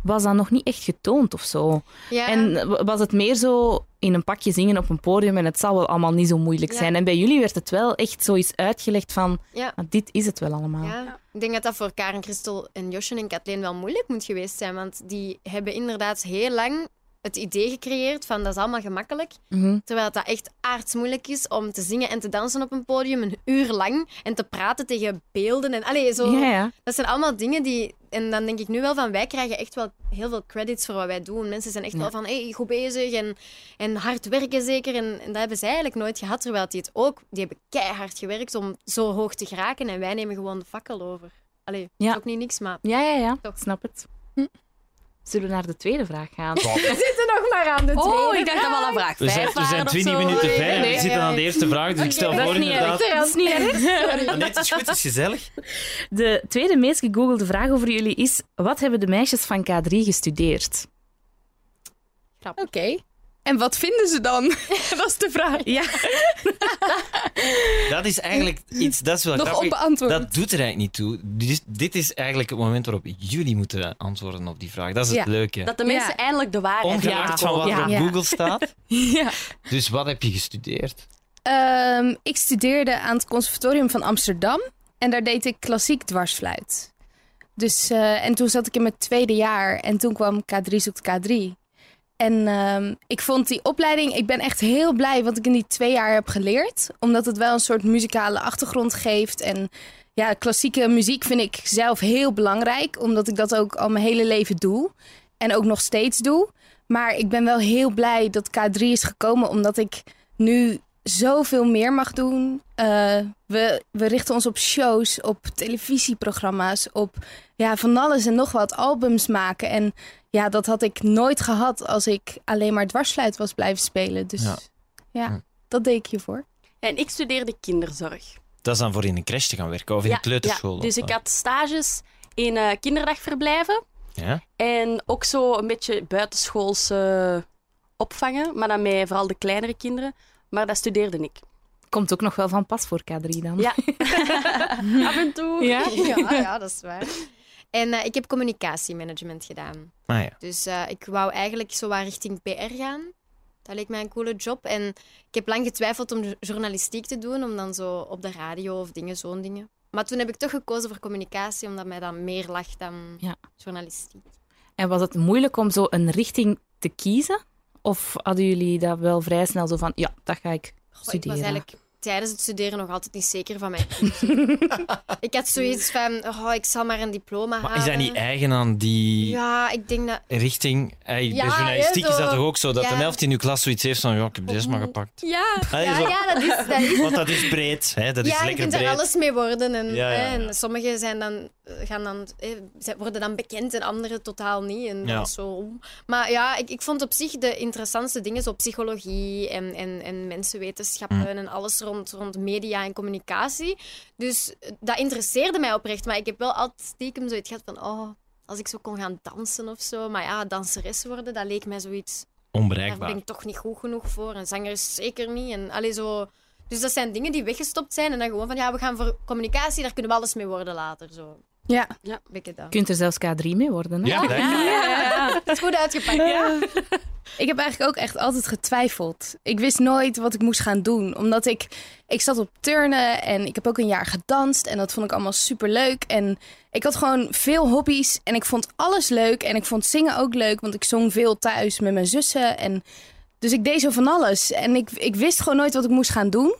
Speaker 7: was dat nog niet echt getoond of zo.
Speaker 4: Ja.
Speaker 7: En eh, w- was het meer zo in een pakje zingen op een podium en het zal wel allemaal niet zo moeilijk
Speaker 4: Ja.
Speaker 7: zijn. En bij jullie werd het wel echt zoiets uitgelegd van,
Speaker 4: Ja.
Speaker 7: "Maar dit is het wel allemaal.
Speaker 4: Ja. Ik denk dat dat voor Karen, Christel en Josje en Kathleen wel moeilijk moet geweest zijn. Want die hebben inderdaad heel lang het idee gecreëerd van dat is allemaal gemakkelijk.
Speaker 7: Mhm.
Speaker 4: Terwijl dat echt aardsmoeilijk is om te zingen en te dansen op een podium een uur lang. En te praten tegen beelden. En, allee, zo,
Speaker 7: Ja, ja.
Speaker 4: Dat zijn allemaal dingen die... En dan denk ik nu wel van, wij krijgen echt wel heel veel credits voor wat wij doen. Mensen zijn echt wel van, hey, goed bezig en, en hard werken zeker. En, en dat hebben zij eigenlijk nooit gehad. Terwijl die het ook... Die hebben keihard gewerkt om zo hoog te geraken. En wij nemen gewoon de fakkel over. Allee,
Speaker 7: Ja.
Speaker 4: is ook niet niks, maar...
Speaker 7: Ja, ja, ja.
Speaker 4: Toch.
Speaker 7: Snap het.
Speaker 4: Hm.
Speaker 7: Zullen we naar de tweede vraag gaan?
Speaker 4: zitten nog maar aan de
Speaker 3: Oh, ik dacht dat we al aan vraag
Speaker 6: We
Speaker 3: vijf
Speaker 6: zijn, we
Speaker 3: waren
Speaker 6: zijn
Speaker 3: of
Speaker 6: 20
Speaker 3: zo.
Speaker 6: minuten
Speaker 4: Nee,
Speaker 6: verder.
Speaker 4: nee,
Speaker 6: we zitten
Speaker 4: nee.
Speaker 6: aan de eerste vraag, dus ik stel
Speaker 4: Oké,
Speaker 6: voor
Speaker 7: dat is niet
Speaker 6: inderdaad.
Speaker 7: Dat is niet erg.
Speaker 6: Ah, nee, het is goed, het is gezellig.
Speaker 7: De tweede meest gegoogelde vraag over jullie is: wat hebben de meisjes van K3 gestudeerd?
Speaker 2: Oké. En wat vinden ze dan? dat is de vraag.
Speaker 7: Ja,
Speaker 6: Dat is eigenlijk iets, dat is wel
Speaker 2: Nog
Speaker 6: grappig.
Speaker 2: onbeantwoord.
Speaker 6: Nou, Dat doet er eigenlijk niet toe. Dus dit is eigenlijk het moment waarop jullie moeten antwoorden op die vraag. Dat is het
Speaker 2: Ja.
Speaker 6: leuke.
Speaker 3: Dat de mensen
Speaker 2: Ja.
Speaker 3: eindelijk de waarheid
Speaker 6: Ongeacht
Speaker 3: ja.
Speaker 6: van wat er op
Speaker 2: Ja.
Speaker 6: Google staat.
Speaker 7: ja.
Speaker 6: Dus wat heb je gestudeerd?
Speaker 2: Ehm, ik studeerde aan het Conservatorium van Amsterdam. En daar deed ik klassiek dwarsfluit. Dus, eh, en toen zat ik in mijn tweede jaar. En toen kwam K3 zoekt K3. En ehm, ik vond die opleiding, ik ben echt heel blij wat ik in die twee jaar heb geleerd. Omdat het wel een soort muzikale achtergrond geeft. En ja, klassieke muziek vind ik zelf heel belangrijk. Omdat ik dat ook al mijn hele leven doe. En ook nog steeds doe. Maar ik ben wel heel blij dat K3 is gekomen. Omdat ik nu zoveel meer mag doen. Eh, we, we richten ons op shows, op televisieprogramma's, op ja, van alles en nog wat. Albums maken en ja, dat had ik nooit gehad als ik alleen maar dwarsfluit was blijven spelen. Dus
Speaker 6: Ja.
Speaker 2: ja,
Speaker 6: Ja.
Speaker 2: dat deed ik hiervoor.
Speaker 3: En ik studeerde kinderzorg.
Speaker 6: Dat is dan voor in een crash te gaan werken of in
Speaker 3: Ja,
Speaker 6: een kleuterschool.
Speaker 3: ja. Dus ik
Speaker 6: of wat.
Speaker 3: had stages in eh, kinderdagverblijven
Speaker 6: Ja?
Speaker 3: en ook zo een beetje buitenschoolse opvangen, maar dan met vooral de kleinere kinderen. Maar dat studeerde ik.
Speaker 7: Komt ook nog wel van pas voor K3 dan.
Speaker 3: Ja. Af en toe.
Speaker 7: Ja?
Speaker 4: Ja, ja, dat is waar. En eh, ik heb communicatiemanagement gedaan.
Speaker 6: Ah, ja.
Speaker 4: Dus eh, ik wou eigenlijk zowaar richting PR gaan. Dat leek mij een coole job. En ik heb lang getwijfeld om jo- journalistiek te doen, om dan zo op de radio of dingen, zo'n dingen. Maar toen heb ik toch gekozen voor communicatie, omdat mij dat meer lag dan
Speaker 7: Ja.
Speaker 4: journalistiek.
Speaker 7: En was het moeilijk om zo een richting te kiezen? Of hadden jullie dat wel vrij snel zo van, ja, dat ga ik
Speaker 4: Goh, ik was
Speaker 7: studeren?
Speaker 4: eigenlijk tijdens het studeren nog altijd niet zeker van mij. ik had zoiets van, oh, ik zal maar een diploma
Speaker 6: Maar
Speaker 4: halen.
Speaker 6: is dat niet eigen aan die
Speaker 4: Ja, ik denk dat...
Speaker 6: richting? Hey,
Speaker 4: Ja,
Speaker 6: bij journalistiek
Speaker 4: hè,
Speaker 6: is dat
Speaker 4: zo.
Speaker 6: toch ook zo? Dat
Speaker 4: Ja. Mm.
Speaker 6: de helft in uw klas zoiets heeft van, ja, ik heb deze maar gepakt.
Speaker 4: Ja,
Speaker 6: Allee,
Speaker 4: ja,
Speaker 6: zo.
Speaker 4: ja dat is... Dat is.
Speaker 6: Want dat is breed, hè? dat is
Speaker 4: ja, je
Speaker 6: lekker
Speaker 4: kunt
Speaker 6: breed.
Speaker 4: er alles mee worden. En,
Speaker 6: Ja, ja,
Speaker 4: hè, en
Speaker 6: ja.
Speaker 4: sommigen zijn dan, eh, gaan dan, eh, zijn- worden dan bekend en anderen totaal niet. En
Speaker 6: Ja.
Speaker 4: dat is zo. om. Maar ja, ik, ik vond op zich de interessantste dingen zo psychologie en, en, en mensenwetenschappen
Speaker 6: Mm.
Speaker 4: en alles rond, rond media en communicatie. Dus eh, dat interesseerde mij oprecht. Maar ik heb wel altijd stiekem zoiets gehad van... Oh, als ik zo kon gaan dansen of zo. Maar ja, danseres worden, dat leek mij zoiets daar
Speaker 6: Onbereikbaar.
Speaker 4: ben ik toch niet goed genoeg voor. En zanger is zeker niet. En, allee, zo. Dus dat zijn dingen die weggestopt zijn. En dan gewoon van, ja, we gaan voor communicatie, daar kunnen we alles mee worden later. Zo.
Speaker 2: Ja,
Speaker 4: Ben ik het dan.
Speaker 7: Je kunt er zelfs K3 mee worden. Hè?
Speaker 6: Ja, dat-
Speaker 4: Dat is goed uitgepakt.
Speaker 2: ik heb eigenlijk ook echt altijd getwijfeld. Ik wist nooit wat ik moest gaan doen, omdat ik ik zat op turnen en ik heb ook een jaar gedanst en dat vond ik allemaal super leuk en ik had gewoon veel hobby's en ik vond alles leuk en ik vond zingen ook leuk, want ik zong veel thuis met mijn zussen en dus ik deed zo van alles en ik, ik wist gewoon nooit wat ik moest gaan doen.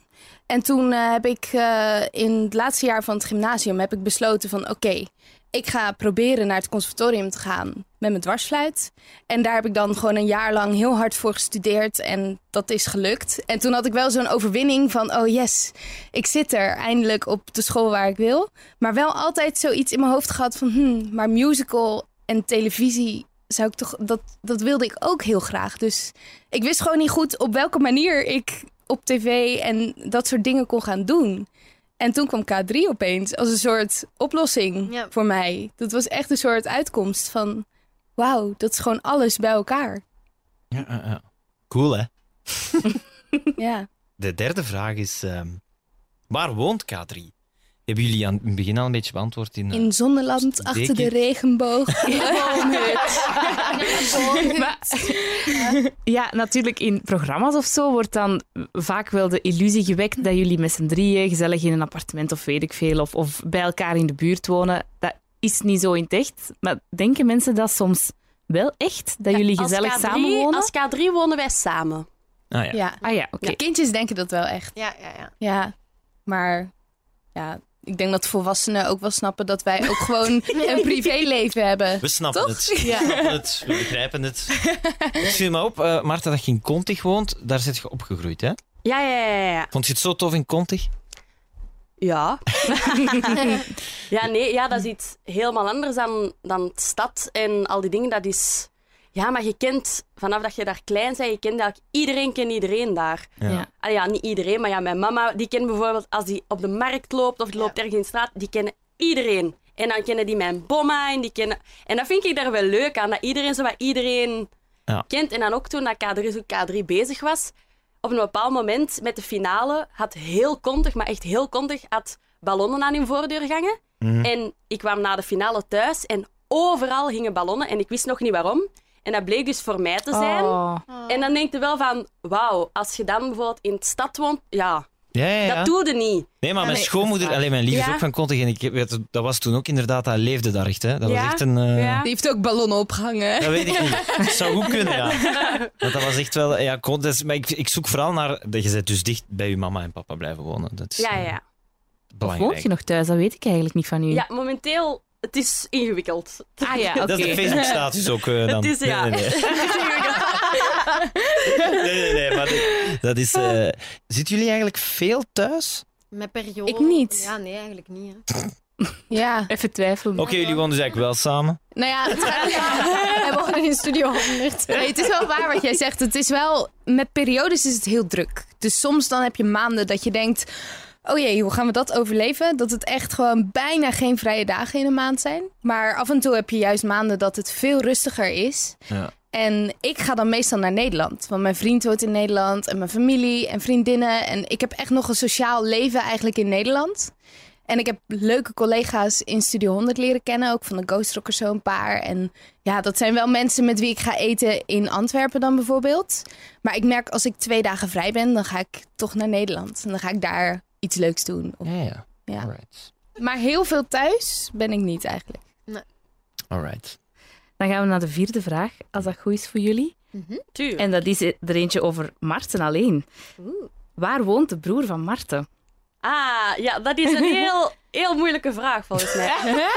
Speaker 2: En toen eh, heb ik eh, in het laatste jaar van het gymnasium heb ik besloten van oké, ik ga proberen naar het conservatorium te gaan met mijn dwarsfluit. En daar heb ik dan gewoon een jaar lang heel hard voor gestudeerd en dat is gelukt. En toen had ik wel zo'n overwinning van oh yes, ik zit er eindelijk op de school waar ik wil. Maar wel altijd zoiets in mijn hoofd gehad van hmm, maar musical en televisie zou ik toch dat dat wilde ik ook heel graag. Dus ik wist gewoon niet goed op welke manier ik op tv en dat soort dingen kon gaan doen. En toen kwam K3 opeens als een soort oplossing
Speaker 4: Ja.
Speaker 2: voor mij. Dat was echt een soort uitkomst van... Wauw, dat is gewoon alles bij elkaar.
Speaker 6: Ja, ja, ja. Cool, hè?
Speaker 2: ja.
Speaker 6: De derde vraag is: ehm, waar woont K3? Hebben jullie aan in het begin al een beetje beantwoord in. eh,
Speaker 2: In Zonneland,
Speaker 6: Dikke.
Speaker 2: achter de regenboog.
Speaker 7: Ja, natuurlijk in programma's of zo wordt dan vaak wel de illusie gewekt dat jullie met z'n drieën gezellig in een appartement of weet ik veel, of, of bij elkaar in de buurt wonen. Dat is niet zo in het echt. Maar denken mensen dat soms wel echt? Dat jullie
Speaker 3: Als
Speaker 7: gezellig
Speaker 3: K3
Speaker 7: samen wonen?
Speaker 3: Als K3 wonen wij samen.
Speaker 6: Ah, ja.
Speaker 2: ja.
Speaker 7: Ah ja, oké.
Speaker 2: Ja, kindjes denken dat wel echt.
Speaker 4: Ja, ja, ja.
Speaker 2: Ja. Maar ja, ik denk dat volwassenen ook wel snappen... dat wij ook gewoon een privéleven hebben.
Speaker 6: We snappen
Speaker 2: Toch?
Speaker 6: het.
Speaker 2: Ja.
Speaker 6: We snappen het. We begrijpen het. Ik viel me op, eh Marta, dat je in Kontig woont. Daar zit je opgegroeid, hè?
Speaker 3: Ja, ja, ja. Ja,
Speaker 6: Vond je het zo tof in Kontig?
Speaker 3: ja. ja nee, ja, dat is iets helemaal anders dan, dan de stad en al die dingen. Dat is... Ja, maar je kent, vanaf dat je daar klein bent, je kent eigenlijk iedereen kent iedereen daar.
Speaker 7: Ja.
Speaker 3: Ah ja, niet iedereen, maar ja, mijn mama, die kent bijvoorbeeld als die op de markt loopt of die loopt ergens in de straat, die kennen iedereen. En dan kennen die mijn bomma en die kennen... En dat vind ik daar wel leuk aan, dat iedereen zo wat iedereen
Speaker 6: Ja.
Speaker 3: kent. En dan ook toen dat K3, zo K3 bezig was, op een bepaald moment met de finale had heel kontig, maar echt heel kontig, had ballonnen aan hun voordeur gangen. En ik kwam na de finale thuis en overal hingen ballonnen en ik wist nog niet waarom. En dat bleek dus voor mij te zijn.
Speaker 7: Oh.
Speaker 3: En dan denk je wel van, wauw, als je dan bijvoorbeeld in de stad woont, ja,
Speaker 6: Ja, ja, ja.
Speaker 3: Dat doe je niet.
Speaker 6: Nee, maar
Speaker 2: Ja,
Speaker 6: mijn
Speaker 2: nee, dat is
Speaker 6: schoonmoeder,
Speaker 2: waar.
Speaker 6: alleen mijn lieve is
Speaker 3: Ja.
Speaker 6: ook van Kontig. En ik weet, dat was toen ook inderdaad, dat leefde daar echt. Hè. Dat
Speaker 3: Ja,
Speaker 6: was echt een. eh,
Speaker 3: ja.
Speaker 2: Die heeft ook ballonnen opgehangen. hè?
Speaker 6: Dat weet ik niet. Het zou goed kunnen, ja. Want dat was echt wel. Ja, kon, dat is- maar ik, ik zoek vooral naar. Dat je bent dus dicht bij je mama en papa blijven wonen. Dat is
Speaker 3: Ja,
Speaker 6: eh,
Speaker 3: ja.
Speaker 7: Of
Speaker 6: belangrijk.
Speaker 7: woont je nog thuis? Dat weet ik eigenlijk niet van u.
Speaker 3: ja, momenteel, het is ingewikkeld.
Speaker 7: Ah ja, oké.
Speaker 6: Dat is de Facebook-status ook eh, dan.
Speaker 3: Het is, ja.
Speaker 6: nee, nee, nee. nee, nee, nee, maar dit- dat is... eh, zitten jullie eigenlijk veel thuis?
Speaker 4: Met periode.
Speaker 2: Ik niet.
Speaker 4: Ja, nee, eigenlijk niet. Hè.
Speaker 2: Ja.
Speaker 7: Even twijfelen.
Speaker 6: Oké, jullie wonen dus eigenlijk wel samen.
Speaker 2: Nou ja, het gaat-
Speaker 4: Hij woont in Studio 100.
Speaker 2: Nee, het is wel waar wat jij zegt. Het is wel, met periodes is het heel druk. Dus soms dan heb je maanden dat je denkt... Oh jee, hoe gaan we dat overleven? Dat het echt gewoon bijna geen vrije dagen in een maand zijn. Maar af en toe heb je juist maanden dat het veel rustiger is.
Speaker 6: Ja.
Speaker 2: En ik ga dan meestal naar Nederland. Want mijn vriend woont in Nederland en mijn familie en vriendinnen. En ik heb echt nog een sociaal leven eigenlijk in Nederland. En ik heb leuke collega's in Studio 100 leren kennen. Ook van de Ghost Rockers zo een paar. En ja, dat zijn wel mensen met wie ik ga eten in Antwerpen dan bijvoorbeeld. Maar ik merk als ik twee dagen vrij ben, dan ga ik toch naar Nederland. En dan ga ik daar iets leuks doen. Of-
Speaker 6: Ja, ja.
Speaker 2: Ja.
Speaker 6: Alright.
Speaker 2: Maar heel veel thuis ben ik niet eigenlijk.
Speaker 6: Alright.
Speaker 7: Dan gaan we naar de vierde vraag, als dat goed is voor jullie.
Speaker 3: Tuur.
Speaker 7: En dat is er eentje over Marten alleen. Waar woont de broer van Marten?
Speaker 3: Ah, ja, dat is een heel, heel moeilijke vraag volgens mij.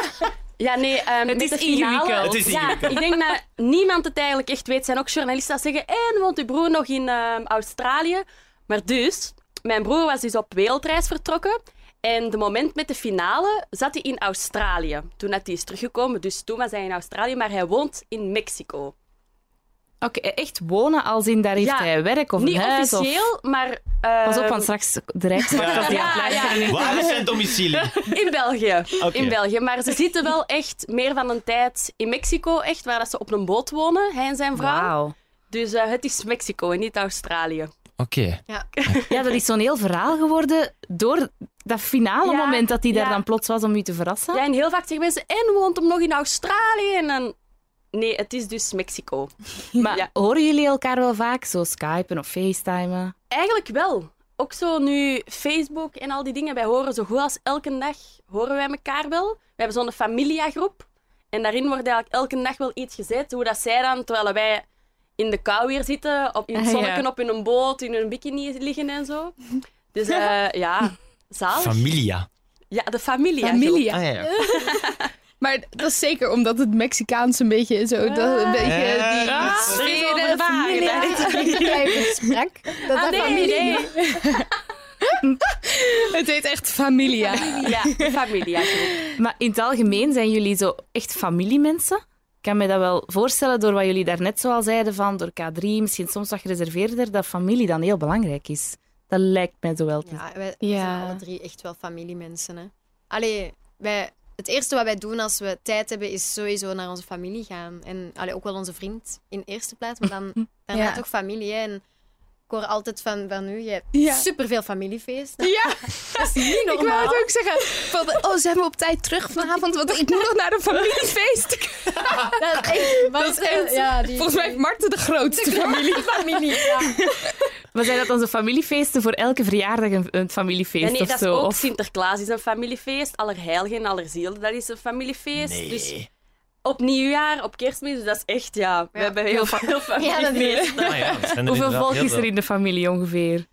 Speaker 3: Ja, nee, ehm met
Speaker 7: is
Speaker 3: de finale...
Speaker 7: ingewikkeld.
Speaker 6: Het is
Speaker 3: ja, ik denk dat niemand het eigenlijk echt weet. Er zijn ook journalisten die zeggen, en woont uw broer nog in ehm, Australië? Maar dus, mijn broer was dus op wereldreis vertrokken. En de moment met de finale zat hij in Australië. Toen dat hij is teruggekomen, dus toen was hij in Australië. Maar hij woont in Mexico.
Speaker 7: Oké, echt wonen als in daar heeft
Speaker 3: Ja,
Speaker 7: hij werk of
Speaker 3: Niet
Speaker 7: een huis of-
Speaker 3: officieel, maar... ehm,
Speaker 7: Pas op, want straks de rijksmacht als die aan
Speaker 3: Ja,
Speaker 7: het luisteren
Speaker 3: ja.
Speaker 7: is.
Speaker 6: Waar is zijn domicilie?
Speaker 3: In België.
Speaker 6: Oké.
Speaker 3: In België. Maar ze zitten wel echt meer van een tijd in Mexico, echt, waar dat ze op een boot wonen, hij en zijn vrouw.
Speaker 7: Wauw.
Speaker 3: Dus eh, het is Mexico en niet Australië.
Speaker 6: Oké.
Speaker 7: Ja, dat is zo'n heel verhaal geworden door dat finale
Speaker 3: Ja,
Speaker 7: moment dat hij daar
Speaker 3: ja.
Speaker 7: dan plots was om u te verrassen.
Speaker 3: Ja, en heel vaak zeggen mensen, en woont hem nog in Australië? En dan... Nee, het is dus Mexico.
Speaker 7: Maar
Speaker 3: Ja.
Speaker 7: horen jullie elkaar wel vaak zo skypen of facetimen?
Speaker 3: Eigenlijk wel. Ook zo nu Facebook en al die dingen. Wij horen zo goed als elke dag, horen wij elkaar wel. We hebben zo'n familiagroep. En daarin wordt eigenlijk elke dag wel iets gezet. Hoe dat zij dan, terwijl wij in de kou weer zitten, op, in het
Speaker 7: Ah, ja.
Speaker 3: zonnetje, op in een boot, in een bikini liggen en zo. Dus eh, ja, zalig.
Speaker 6: Familia.
Speaker 3: ja, de familie.
Speaker 2: Familia.
Speaker 6: Ah, ja, ja.
Speaker 2: Maar dat is zeker omdat het Mexicaans een beetje zo... Dat, een beetje
Speaker 6: Ja.
Speaker 2: die
Speaker 6: Ah,
Speaker 3: Er is
Speaker 2: sfeer,
Speaker 3: over nagedacht.
Speaker 2: familia.
Speaker 4: Ah, gesprek. Dat
Speaker 3: Ah,
Speaker 4: dat
Speaker 3: nee,
Speaker 4: familie
Speaker 3: nee.
Speaker 2: Het heet echt familia.
Speaker 3: Ja, de familiagroep.
Speaker 7: Maar in het algemeen zijn jullie zo echt familiemensen? Ik kan me dat wel voorstellen door wat jullie daarnet zo al zeiden van door K3, misschien soms wat gereserveerder, dat familie dan heel belangrijk is. Dat lijkt mij zo wel. te-
Speaker 4: Ja, wij
Speaker 2: Dus Ja.
Speaker 4: zijn alle drie echt wel familiemensen. Hè. Allee, wij, het eerste wat wij doen als we tijd hebben, is sowieso naar onze familie gaan. En allee, ook wel onze vriend in eerste plaats, maar dan daarna
Speaker 2: Ja.
Speaker 4: toch familie. Hè. En ik hoor altijd van, van u, je hebt
Speaker 2: Ja.
Speaker 4: superveel familiefeesten.
Speaker 2: Ja,
Speaker 4: Dat is niet
Speaker 2: ik wou
Speaker 4: normaal.
Speaker 2: het ook zeggen. Van, oh, zijn we op tijd terug vanavond? Want ik moet nog naar een familiefeest.
Speaker 4: Dat is echt...
Speaker 2: Dat is echt-
Speaker 4: ja, die,
Speaker 2: Volgens mij heeft Marten de grootste familie.
Speaker 4: familie, ja.
Speaker 7: Maar zijn dat dan zo familiefeesten voor elke verjaardag een, een familiefeest
Speaker 3: Ja, nee,
Speaker 7: of
Speaker 3: dat is
Speaker 7: zo?
Speaker 3: ook
Speaker 7: Of-
Speaker 3: Sinterklaas is een familiefeest. Allerheiligen en Allerzielen, dat is een familiefeest.
Speaker 6: Nee.
Speaker 3: Dus op nieuwjaar, op kerstmis. Dus dat is echt, ja. We
Speaker 4: Ja.
Speaker 3: hebben heel veel familie.
Speaker 4: Ja,
Speaker 3: Ja,
Speaker 4: dat is
Speaker 6: Ah, ja, dat zijn er
Speaker 7: Hoeveel
Speaker 6: inderdaad
Speaker 7: volk
Speaker 6: heel
Speaker 7: is er
Speaker 6: veel.
Speaker 7: in de familie ongeveer?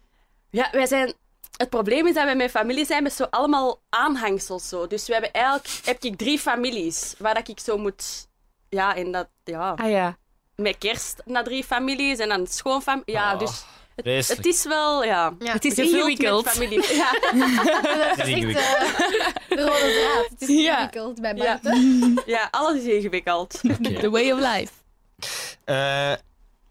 Speaker 3: wij zijn... Het probleem is dat wij met familie zijn met zo allemaal aanhangsels. Zo. Dus we hebben eigenlijk heb ik drie families waar dat ik zo moet... Ja, en dat... Ja,
Speaker 7: Ah ja.
Speaker 3: met kerst naar drie families en dan schoonfamilie. Ja,
Speaker 6: Ah,
Speaker 3: dus het,
Speaker 6: vreselijk.
Speaker 3: het is wel... Ja,
Speaker 4: Ja,
Speaker 7: Het is
Speaker 3: gevuld met
Speaker 7: ingewikkeld.
Speaker 3: familie. Ja,
Speaker 4: dat is echt eh, de rode draad. Het is
Speaker 2: Ja.
Speaker 4: ingewikkeld bij
Speaker 3: Ja.
Speaker 4: Maarten.
Speaker 3: ja, alles is ingewikkeld.
Speaker 6: Oké.
Speaker 2: The way of life.
Speaker 6: Eh,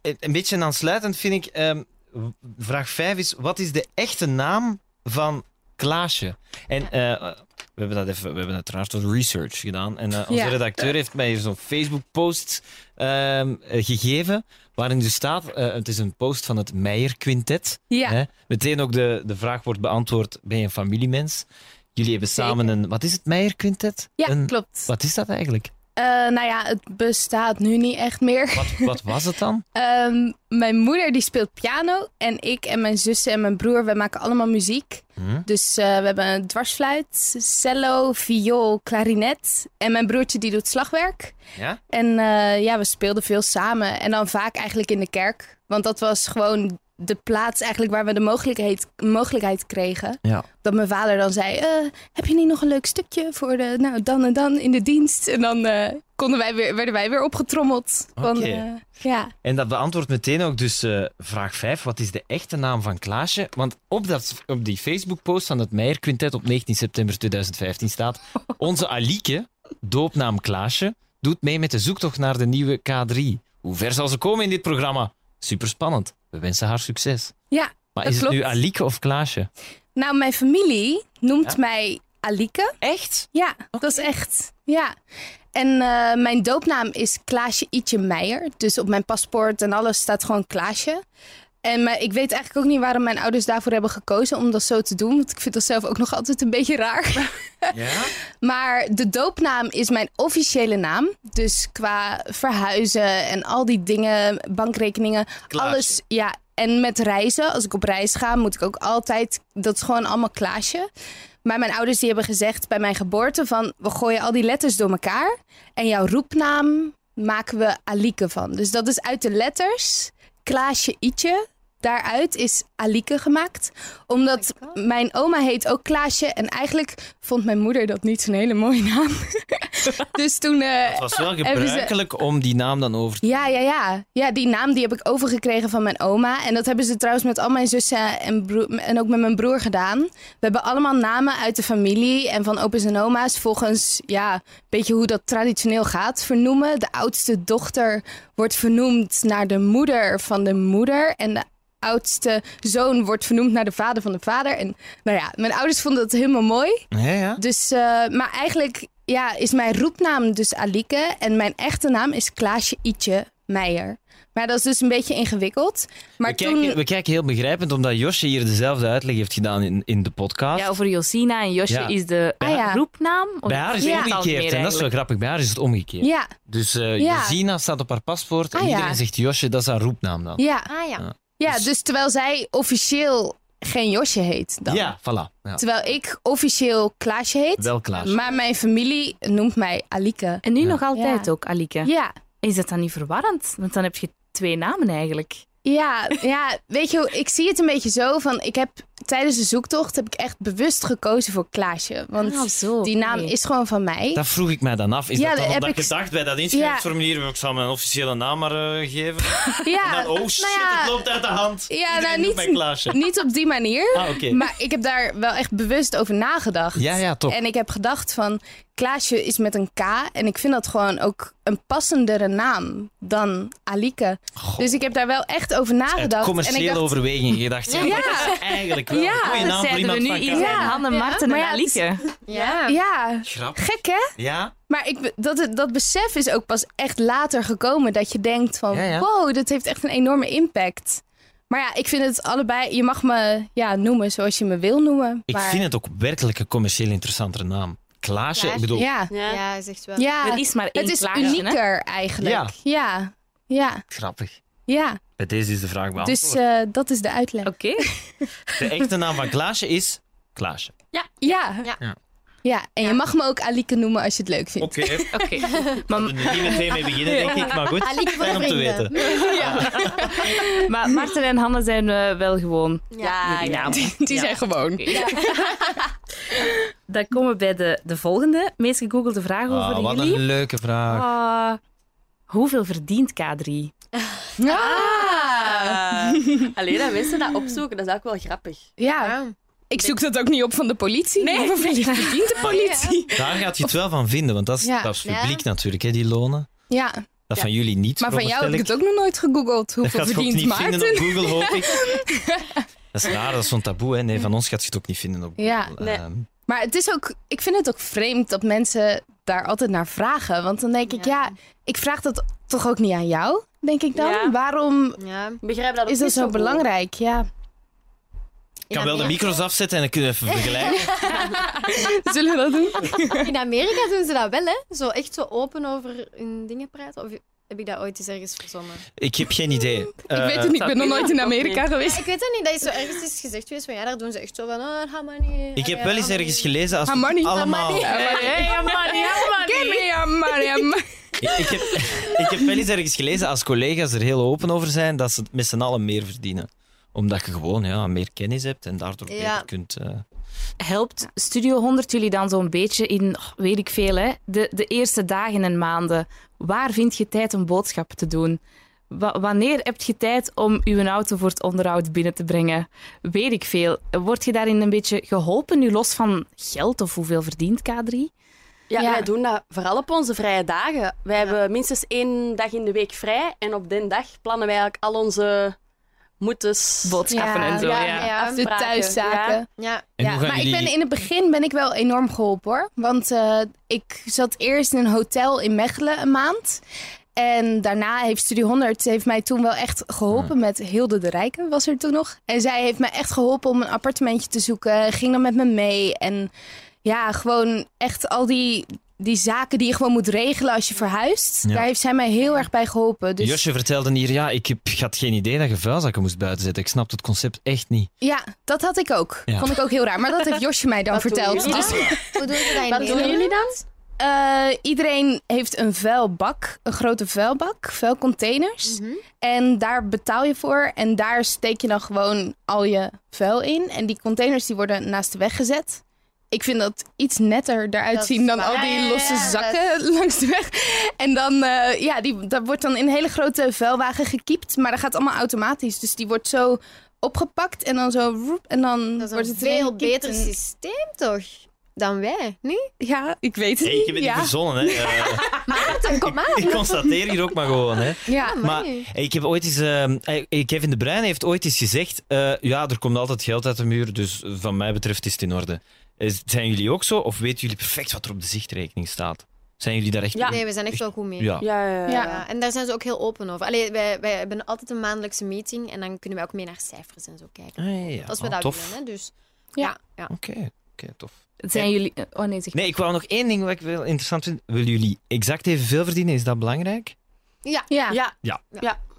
Speaker 6: een beetje aansluitend vind ik. ehm, w- vraag 5 is: wat is de echte naam van Klaasje? En eh, we hebben dat even, we hebben uiteraard wat research gedaan. En eh, onze
Speaker 2: Ja.
Speaker 6: redacteur heeft mij hier zo'n Facebook-post ehm, eh, gegeven. Waarin dus staat: eh, het is een post van het Meijer Quintet.
Speaker 2: Ja.
Speaker 6: Hè? Meteen ook de, de vraag wordt beantwoord: ben je een familiemens? Jullie hebben samen een. Wat is het Meijer Quintet?
Speaker 2: Ja,
Speaker 6: Een-
Speaker 2: klopt.
Speaker 6: wat is dat eigenlijk?
Speaker 2: Eh, nou ja, het bestaat nu niet echt meer.
Speaker 6: Wat, wat was het dan?
Speaker 2: Ehm, mijn moeder die speelt piano. En ik en mijn zussen en mijn broer, we maken allemaal muziek.
Speaker 6: Hm?
Speaker 2: Dus eh, we hebben een dwarsfluit, cello, viool, klarinet. En mijn broertje die doet slagwerk.
Speaker 6: Ja?
Speaker 2: En eh, ja, we speelden veel samen. En dan vaak eigenlijk in de kerk. Want dat was gewoon de plaats eigenlijk waar we de mogelijkheid, mogelijkheid kregen.
Speaker 6: Ja.
Speaker 2: Dat mijn vader dan zei, eh, heb je niet nog een leuk stukje voor de, nou, dan en dan in de dienst? En dan eh, konden wij weer, werden wij weer opgetrommeld. Van,
Speaker 6: Oké.
Speaker 2: eh, ja.
Speaker 6: En dat beantwoordt meteen ook dus eh, vraag 5. Wat is de echte naam van Klaasje? Want op, dat, op die Facebook-post van het Meijer Quintet op 19 september 2015 staat... Onze Alieke, doopnaam Klaasje, doet mee met de zoektocht naar de nieuwe K3. Hoe ver zal ze komen in dit programma? Superspannend. We wensen haar succes.
Speaker 2: Ja,
Speaker 6: Maar
Speaker 2: dat
Speaker 6: is het
Speaker 2: klopt.
Speaker 6: nu Alieke of Klaasje?
Speaker 2: Nou, mijn familie noemt
Speaker 6: Ja?
Speaker 2: mij Alike.
Speaker 6: Echt?
Speaker 2: Ja, dat is echt. Ja. En eh, mijn doopnaam is Klaasje Ietje Meijer. Dus op mijn paspoort en alles staat gewoon Klaasje. En maar ik weet eigenlijk ook niet waarom mijn ouders daarvoor hebben gekozen om dat zo te doen. Want ik vind dat zelf ook nog altijd een beetje raar.
Speaker 6: Ja?
Speaker 2: Maar de doopnaam is mijn officiële naam. Dus qua verhuizen en al die dingen, bankrekeningen,
Speaker 6: Klaasje.
Speaker 2: alles. Ja, en met reizen, als ik op reis ga, moet ik ook altijd. Dat is gewoon allemaal Klaasje. Maar mijn ouders die hebben gezegd bij mijn geboorte van we gooien al die letters door elkaar en jouw roepnaam maken we Alike van. Dus dat is uit de letters Klaasje Ietje. Daaruit is Alike gemaakt. Omdat
Speaker 4: Oh my
Speaker 2: mijn oma heet ook Klaasje. En eigenlijk vond mijn moeder dat niet zo'n hele mooie naam. dus toen eh,
Speaker 6: Het was wel
Speaker 2: ze-
Speaker 6: gebruikelijk om die naam dan over te...
Speaker 2: ja, ja, ja. Ja, die naam die heb ik overgekregen van mijn oma. En dat hebben ze trouwens met al mijn zussen en, broer- en ook met mijn broer gedaan. We hebben allemaal namen uit de familie en van opa's en oma's. Volgens, ja, een beetje hoe dat traditioneel gaat, vernoemen. De oudste dochter wordt vernoemd naar de moeder van de moeder. En de oudste zoon wordt vernoemd naar de vader van de vader. En nou ja, mijn ouders vonden dat helemaal mooi.
Speaker 6: Ja, ja.
Speaker 2: Dus, eh, maar eigenlijk ja, is mijn roepnaam dus Alike. En mijn echte naam is Klaasje Ietje Meijer. Maar dat is dus een beetje ingewikkeld. Maar
Speaker 6: we,
Speaker 2: toen...
Speaker 6: kijken, we kijken heel begrijpend, omdat Josje hier dezelfde uitleg heeft gedaan in, in de podcast.
Speaker 7: Ja, over Josina en Josje
Speaker 6: Ja.
Speaker 7: is de
Speaker 2: Ah, ja.
Speaker 7: roepnaam. Of
Speaker 6: Bij haar is het
Speaker 2: Ja.
Speaker 6: omgekeerd. En dat is wel grappig. Bij haar is het omgekeerd.
Speaker 2: Ja,
Speaker 6: Dus eh
Speaker 2: Ja.
Speaker 6: Josina staat op haar paspoort. en
Speaker 2: Ah, ja.
Speaker 6: iedereen zegt Josje, dat is haar roepnaam dan.
Speaker 2: ja,
Speaker 4: Ah ja.
Speaker 2: ja, dus terwijl zij officieel geen Josje heet dan.
Speaker 6: Ja, voilà. Ja.
Speaker 2: Terwijl ik officieel Klaasje heet.
Speaker 6: Wel klaar.
Speaker 2: Maar mijn familie noemt mij Alike.
Speaker 7: En nu
Speaker 6: Ja.
Speaker 7: nog altijd
Speaker 2: Ja.
Speaker 7: ook, Alike.
Speaker 2: Ja,
Speaker 7: Is dat dan niet verwarrend? Want dan heb je twee namen eigenlijk.
Speaker 2: Ja, ja, weet je, hoe- ik zie het een beetje zo van, ik heb tijdens de zoektocht heb ik echt bewust gekozen voor Klaasje, want
Speaker 7: Ah, zo,
Speaker 2: die naam
Speaker 7: oké.
Speaker 2: is gewoon van mij.
Speaker 6: Dat vroeg ik mij dan af. Is
Speaker 2: Ja,
Speaker 6: dat
Speaker 2: dat
Speaker 6: dan
Speaker 2: heb
Speaker 6: omdat ik...
Speaker 2: ik-
Speaker 6: gedacht bij dat inschrijvingsformulier? Ik zal mijn officiële naam maar eh, geven.
Speaker 2: ja,
Speaker 6: En dan, oh shit,
Speaker 2: nou ja,
Speaker 6: het loopt uit de hand.
Speaker 2: ja,
Speaker 6: Iedereen
Speaker 2: nou,
Speaker 6: doet
Speaker 2: niet-
Speaker 6: mij Klaasje.
Speaker 2: niet op die manier,
Speaker 6: Ah, oké.
Speaker 2: maar ik heb daar wel echt bewust over nagedacht.
Speaker 6: Ja, ja, top.
Speaker 2: En ik heb gedacht van, Klaasje is met een K en ik vind dat gewoon ook een passendere naam dan Alike.
Speaker 6: Goh.
Speaker 2: Dus ik heb daar wel echt over
Speaker 6: Uit
Speaker 2: nagedacht. Ah, en ik
Speaker 6: commerciële
Speaker 2: dacht,
Speaker 6: overwegingen gedacht. Ja,
Speaker 2: Ja.
Speaker 6: dat is eigenlijk wel
Speaker 2: Ja,
Speaker 6: een goede naam voor
Speaker 7: Zeiden we
Speaker 6: iemand
Speaker 7: nu
Speaker 6: van
Speaker 7: iedereen,
Speaker 6: Karel.
Speaker 2: Ja.
Speaker 7: Hanne,
Speaker 2: Ja.
Speaker 7: Maarten
Speaker 2: Maar
Speaker 7: en
Speaker 2: ja, het is-
Speaker 7: Alike.
Speaker 4: Ja.
Speaker 2: ja,
Speaker 6: Grappig.
Speaker 2: gek hè?
Speaker 6: Ja?
Speaker 2: Maar ik, be- dat, dat besef is ook pas echt later gekomen. Dat je denkt van,
Speaker 6: Ja, ja.
Speaker 2: wow, dit heeft echt een enorme impact. Maar ja, ik vind het allebei... Je mag me ja, noemen zoals je me wil noemen.
Speaker 6: Ik
Speaker 2: maar,
Speaker 6: vind het ook werkelijk een commercieel interessantere naam. Klaasje, ik bedoel,
Speaker 2: Ja,
Speaker 3: Ja.
Speaker 4: Ja, hij zegt wel.
Speaker 2: ja.
Speaker 7: Er is maar één
Speaker 2: het is
Speaker 7: Klaasje, hè?
Speaker 2: unieker eigenlijk. Ja, ja, ja.
Speaker 6: grappig. Bij deze is de vraag beantwoord.
Speaker 2: Dus eh, dat is de uitleg.
Speaker 7: Oké.
Speaker 6: De echte naam van Klaasje is Klaasje.
Speaker 2: Ja.
Speaker 4: Ja.
Speaker 6: Ja.
Speaker 2: Ja, en je mag me ook Alike noemen als je het leuk vindt.
Speaker 6: Oké. We
Speaker 7: Oké. Maar,
Speaker 6: moeten er niet meteen mee beginnen, denk ik. Maar
Speaker 2: Ah,
Speaker 6: goed,
Speaker 4: Alike voor
Speaker 6: fijn om te
Speaker 4: vrienden.
Speaker 6: weten.
Speaker 7: maar Maarten en Hanne zijn eh, wel gewoon
Speaker 3: Ja,
Speaker 7: jullie
Speaker 3: ja.
Speaker 7: namen.
Speaker 2: Ah, Die zijn gewoon.
Speaker 7: Dan komen we bij de, de volgende meest gegoogelde vraag over
Speaker 6: Ah, wat
Speaker 7: jullie.
Speaker 6: een leuke vraag.
Speaker 7: Ah, hoeveel verdient K3?
Speaker 2: Ah.
Speaker 3: Eh, Allee, dat mensen dat opzoeken, dat is ook wel grappig.
Speaker 2: Ja, ik zoek dat ook niet op van de politie. Nee, hoeveel verdient de politie?
Speaker 6: Daar gaat je het wel van vinden, want dat is,
Speaker 2: Ja.
Speaker 6: dat is publiek natuurlijk, hè, die lonen.
Speaker 2: Ja,
Speaker 6: Dat van jullie niet,
Speaker 2: Maar van jou heb ik het
Speaker 6: veronderstel
Speaker 2: ook nog nooit gegoogeld. Hoeveel
Speaker 6: Dat gaat je ook
Speaker 2: verdient
Speaker 6: niet vinden op
Speaker 2: Maarten?
Speaker 6: Google, hoop ik. Dat is raar, dat is zo'n taboe. Hè. Nee, van ons gaat je het ook niet vinden op Google.
Speaker 2: Ja,
Speaker 3: nee.
Speaker 6: Ehm,
Speaker 2: maar het is ook, ik vind het ook vreemd dat mensen daar altijd naar vragen. Want dan denk ik, ja, ik vraag dat toch ook niet aan jou, denk ik dan?
Speaker 3: Ja.
Speaker 2: Waarom
Speaker 4: Ja.
Speaker 3: Ik Begrijp dat ook
Speaker 2: is dat
Speaker 3: niet
Speaker 2: zo
Speaker 3: goed.
Speaker 2: belangrijk? Ja.
Speaker 6: Ik kan wel de micro's afzetten en dan kunnen we even vergelijken.
Speaker 2: Zullen we dat doen?
Speaker 4: In Amerika doen ze dat wel, hè? Zo echt zo open over hun dingen praten. Of heb ik dat ooit eens ergens verzonnen?
Speaker 6: Ik heb geen idee.
Speaker 2: ik weet het niet, ik ben nog nooit in Amerika geweest.
Speaker 4: Ik weet dat niet, dat is zo ergens is gezegd geweest van ja, daar doen ze echt zo van, oh, money.
Speaker 6: Eh, Ik heb wel eens ergens gelezen als we
Speaker 2: Hamani.
Speaker 6: allemaal...
Speaker 2: Give me your money, your money.
Speaker 6: Ik, ik heb, ik heb wel eens ergens gelezen als collega's er heel open over zijn, dat ze het met z'n allen meer verdienen. Omdat je gewoon ja, meer kennis hebt en daardoor
Speaker 4: Ja.
Speaker 6: beter kunt... eh,
Speaker 7: Helpt Studio 100 jullie dan zo'n beetje in, oh, weet ik veel, hè, de, de eerste dagen en maanden? Waar vind je tijd om boodschap te doen? Wa- wanneer heb je tijd om uw auto voor het onderhoud binnen te brengen? Weet ik veel. Word je daarin een beetje geholpen, nu los van geld of hoeveel verdient K3?
Speaker 3: Ja,
Speaker 2: Ja.
Speaker 3: wij doen dat vooral op onze vrije dagen. Wij hebben minstens één dag in de week vrij. En op die dag plannen wij eigenlijk al onze moetes.
Speaker 7: Boodschappen
Speaker 2: Ja,
Speaker 7: en zo, ja.
Speaker 4: ja, ja.
Speaker 2: De
Speaker 3: Afspraken,
Speaker 2: thuiszaken.
Speaker 4: Ja,
Speaker 6: En
Speaker 2: Ja,
Speaker 6: hoe gaan
Speaker 2: maar
Speaker 6: jullie...
Speaker 2: ik ben, in het begin ben ik wel enorm geholpen hoor. Want eh, ik zat eerst in een hotel in Mechelen een maand. En daarna heeft Studio 100 ze heeft mij toen wel echt geholpen met Hilde de Rijken was er toen nog. En zij heeft mij echt geholpen om een appartementje te zoeken. Ging dan met me mee. En ja, gewoon echt al die, die zaken die je gewoon moet regelen als je verhuist.
Speaker 6: Ja.
Speaker 2: Daar heeft zij mij heel erg bij geholpen. Dus
Speaker 6: Josje vertelde hier, ja, ik, heb, ik had geen idee dat je vuilzakken moest buitenzetten. Ik snap het concept echt niet.
Speaker 2: ja, dat had ik ook.
Speaker 6: Ja.
Speaker 2: Vond ik ook heel raar. Maar dat heeft Josje mij dan
Speaker 3: Wat doen
Speaker 2: verteld.
Speaker 3: jullie?
Speaker 2: Dus
Speaker 4: hoe doen ze dat in
Speaker 3: Wat doen
Speaker 4: Nederland?
Speaker 3: jullie dan?
Speaker 2: Eh, iedereen heeft een vuilbak, een grote vuilbak, vuilcontainers.
Speaker 4: Mhm.
Speaker 2: En daar betaal je voor. En daar steek je dan gewoon al je vuil in. En die containers die worden naast de weg gezet. Ik vind dat iets netter eruit
Speaker 4: Dat
Speaker 2: zien dan
Speaker 4: is
Speaker 2: al
Speaker 4: waar. Ja,
Speaker 2: die
Speaker 4: ja,
Speaker 2: losse
Speaker 4: ja,
Speaker 2: zakken langs de weg. En dan eh, ja, die, dat wordt dan in een hele grote vuilwagen gekiept. Maar dat gaat allemaal automatisch. Dus die wordt zo opgepakt en dan zo... roep, En dan
Speaker 4: Dat
Speaker 2: wordt
Speaker 4: is een
Speaker 2: het erin
Speaker 4: veel
Speaker 2: gekiept
Speaker 4: beter
Speaker 2: en-
Speaker 4: systeem toch? Dan wij, niet?
Speaker 2: Ja, ik weet het
Speaker 6: Hey, ik heb
Speaker 2: niet.
Speaker 6: het
Speaker 2: Ja.
Speaker 6: niet verzonnen, hè. Eh,
Speaker 4: Dan kom aan.
Speaker 6: ik constateer hier ook maar gewoon, hè.
Speaker 2: Ja.
Speaker 6: Maar ik heb ooit eens, ehm, eh, Kevin De Bruyne heeft ooit eens gezegd: eh, ja, er komt altijd geld uit de muur, dus van mij betreft is het in orde. Is- Zijn jullie ook zo, of weten jullie perfect wat er op de zichtrekening staat? Zijn jullie daar echt
Speaker 3: Ja.
Speaker 6: in?
Speaker 4: Nee, we zijn echt wel goed mee.
Speaker 6: Ja.
Speaker 3: Ja, ja, ja.
Speaker 2: Ja.
Speaker 4: Ja, en daar zijn ze ook heel open over. Allee, wij, wij hebben altijd een maandelijkse meeting en dan kunnen wij ook mee naar cijfers en zo kijken.
Speaker 6: Ah, ja, ja.
Speaker 4: Als we
Speaker 6: Ah,
Speaker 4: dat
Speaker 6: tof.
Speaker 4: willen, hè. Dus
Speaker 2: Ja.
Speaker 4: ja. ja.
Speaker 6: Oké, oké, tof.
Speaker 7: Zijn jullie... Oh nee, zeg
Speaker 6: Nee, ik wou nog één ding wat ik wel interessant vind. Willen jullie exact evenveel verdienen? Is dat belangrijk?
Speaker 2: ja.
Speaker 3: Ja.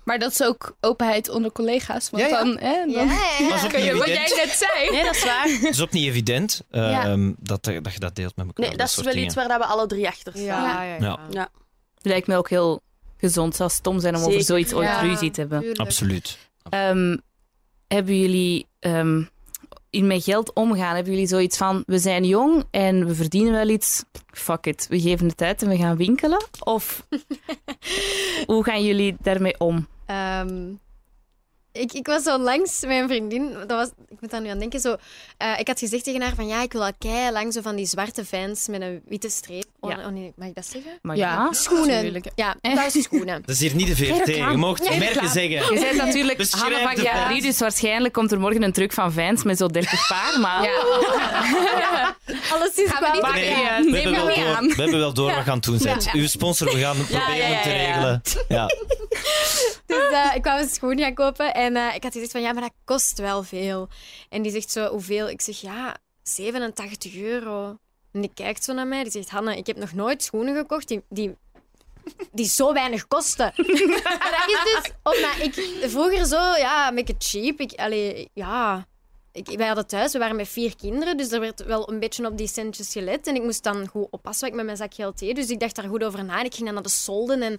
Speaker 2: Maar dat is ook openheid onder collega's. Want
Speaker 6: Ja, ja.
Speaker 2: dan, hè, dan
Speaker 4: Ja, ja.
Speaker 6: Dat is ook
Speaker 2: kun
Speaker 6: niet
Speaker 2: je wat jij
Speaker 6: evident.
Speaker 2: net zei.
Speaker 3: Nee, dat is waar.
Speaker 6: Dat is ook niet evident eh,
Speaker 2: Ja.
Speaker 6: ehm, dat, dat je dat deelt met elkaar.
Speaker 3: Nee, dat is
Speaker 6: soort
Speaker 3: wel
Speaker 6: dingen.
Speaker 3: iets waar dat we alle drie achter staan.
Speaker 4: Ja, ja,
Speaker 6: Ja.
Speaker 3: Ja.
Speaker 7: lijkt me ook heel gezond. zou stom zijn om
Speaker 3: Zeker.
Speaker 7: over zoiets ooit
Speaker 2: Ja.
Speaker 7: ruzie te hebben.
Speaker 4: tuurlijk.
Speaker 6: Absoluut.
Speaker 7: Ehm, hebben jullie ehm, in met geld omgaan? Hebben jullie zoiets van, we zijn jong en we verdienen wel iets. Fuck it, we geven het uit en we gaan winkelen? Of hoe gaan jullie daarmee om?
Speaker 4: Ehm, ik, ik was zo langs mijn vriendin, dat was, ik moet daar nu aan denken, zo, eh, ik had gezegd tegen haar van ja, ik wil al kei lang zo van die zwarte fans met een witte streep. Oh,
Speaker 7: Ja.
Speaker 4: oh nee, mag ik dat zeggen?
Speaker 7: Maar
Speaker 2: Ja.
Speaker 7: ja,
Speaker 4: Schoenen. Ja, thuisschoenen.
Speaker 6: Dat is hier niet de VRT. Je mocht merken zeggen.
Speaker 7: je bent natuurlijk
Speaker 6: Beschrijf
Speaker 7: Hanna van
Speaker 6: de
Speaker 7: Galerie, dus waarschijnlijk komt er morgen een truck van Vans met zo'n 30 paar. Maar
Speaker 4: Alles is
Speaker 2: Gaan we niet
Speaker 4: wel-
Speaker 2: Nee,
Speaker 6: we,
Speaker 2: eh,
Speaker 6: hebben
Speaker 2: neem me
Speaker 6: wel
Speaker 2: niet
Speaker 6: door,
Speaker 2: aan.
Speaker 6: we hebben wel door wat we aan het doen zijn. Uw sponsor, we gaan proberen
Speaker 3: ja, ja,
Speaker 6: te
Speaker 3: ja, ja.
Speaker 6: regelen. Ja.
Speaker 4: Dus eh, ik kwam een schoen gaan kopen en eh, ik had gezegd van ja, maar dat kost wel veel. En die zegt zo, hoeveel? Ik zeg ja, 87 euro. En die kijkt zo naar mij, die zegt, Hanna, ik heb nog nooit schoenen gekocht die, die, die zo weinig kosten. maar dat is dus omdat ik vroeger zo, ja, make it cheap. Ik, allee, ja, ik, wij hadden thuis, we waren met vier kinderen, dus er werd wel een beetje op die centjes gelet. En ik moest dan goed oppassen wat ik met mijn zakgeld deed. Dus ik dacht daar goed over na en ik ging dan naar de solden en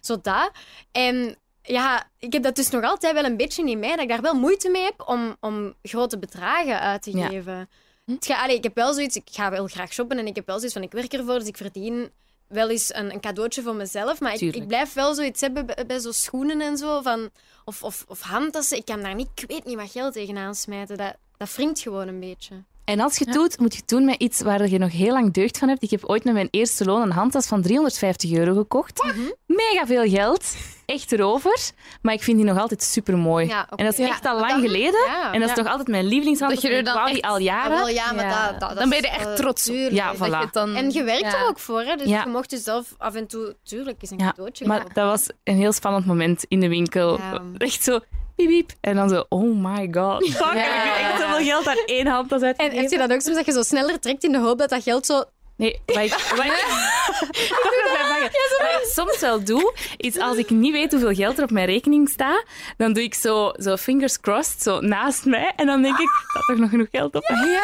Speaker 4: zo dat. En ja, ik heb dat dus nog altijd wel een beetje in mij, dat ik daar wel moeite mee heb om, om grote bedragen uit te
Speaker 7: Ja. Hm?
Speaker 4: geven. Het ga- allee, ik heb wel zoiets, ik ga wel graag shoppen en ik heb wel zoiets van, ik werk ervoor, dus ik verdien wel eens een, een cadeautje voor mezelf. Maar ik,
Speaker 7: Tuurlijk.
Speaker 4: ik blijf wel zoiets hebben bij, bij zo'n schoenen en zo, van, of, of, of handtassen. Ik kan daar niet, ik weet niet wat geld tegenaan smijten. Dat, dat wringt gewoon een beetje.
Speaker 7: En als je het doet, moet je het doen met iets waar je nog heel lang deugd van hebt. Ik heb ooit met mijn eerste loon een handtas van 350 euro gekocht.
Speaker 4: Mhm.
Speaker 7: Mega veel geld. Echt erover. Maar ik vind die nog altijd super mooi.
Speaker 4: Ja, oké.
Speaker 7: En dat is
Speaker 4: Ja.
Speaker 7: echt al lang
Speaker 4: Dan-
Speaker 7: geleden.
Speaker 4: Ja.
Speaker 7: En dat is nog altijd mijn lievelingshandtas.
Speaker 2: Dat je er
Speaker 7: Ik
Speaker 2: dan
Speaker 7: wou die
Speaker 2: echt-
Speaker 7: al
Speaker 4: Ah,
Speaker 7: jaren.
Speaker 4: wel, ja, maar
Speaker 7: Ja.
Speaker 4: dat, dat, dat
Speaker 2: Dan ben je
Speaker 4: is,
Speaker 2: er echt
Speaker 4: eh,
Speaker 2: trots op.
Speaker 4: tuurlijk.
Speaker 7: Ja,
Speaker 2: Dat je
Speaker 7: voilà.
Speaker 2: het dan-
Speaker 4: En je werkt
Speaker 2: Ja.
Speaker 4: er ook voor, hè? dus
Speaker 7: Ja.
Speaker 4: je mocht jezelf af en toe, tuurlijk, eens een
Speaker 7: Ja,
Speaker 4: cadeautje
Speaker 7: Maar
Speaker 4: kopen.
Speaker 7: dat was een heel spannend moment in de winkel.
Speaker 4: Ja.
Speaker 7: Echt zo... wiep, wiep. En dan zo, oh my god. Fuck,
Speaker 2: Ja.
Speaker 7: heb ik nu echt zoveel geld aan één hand dat uit.
Speaker 4: En heb je dat ook soms dat je zo sneller trekt in de hoop dat dat geld zo...
Speaker 7: Nee, wat ik, wat ik- Toch nog bij vangen. Wat ik soms wel doe, is als ik niet weet hoeveel geld er op mijn rekening staat, dan doe ik zo, zo fingers crossed, zo naast mij. En dan denk ik, staat toch nog genoeg geld op?
Speaker 4: Ja,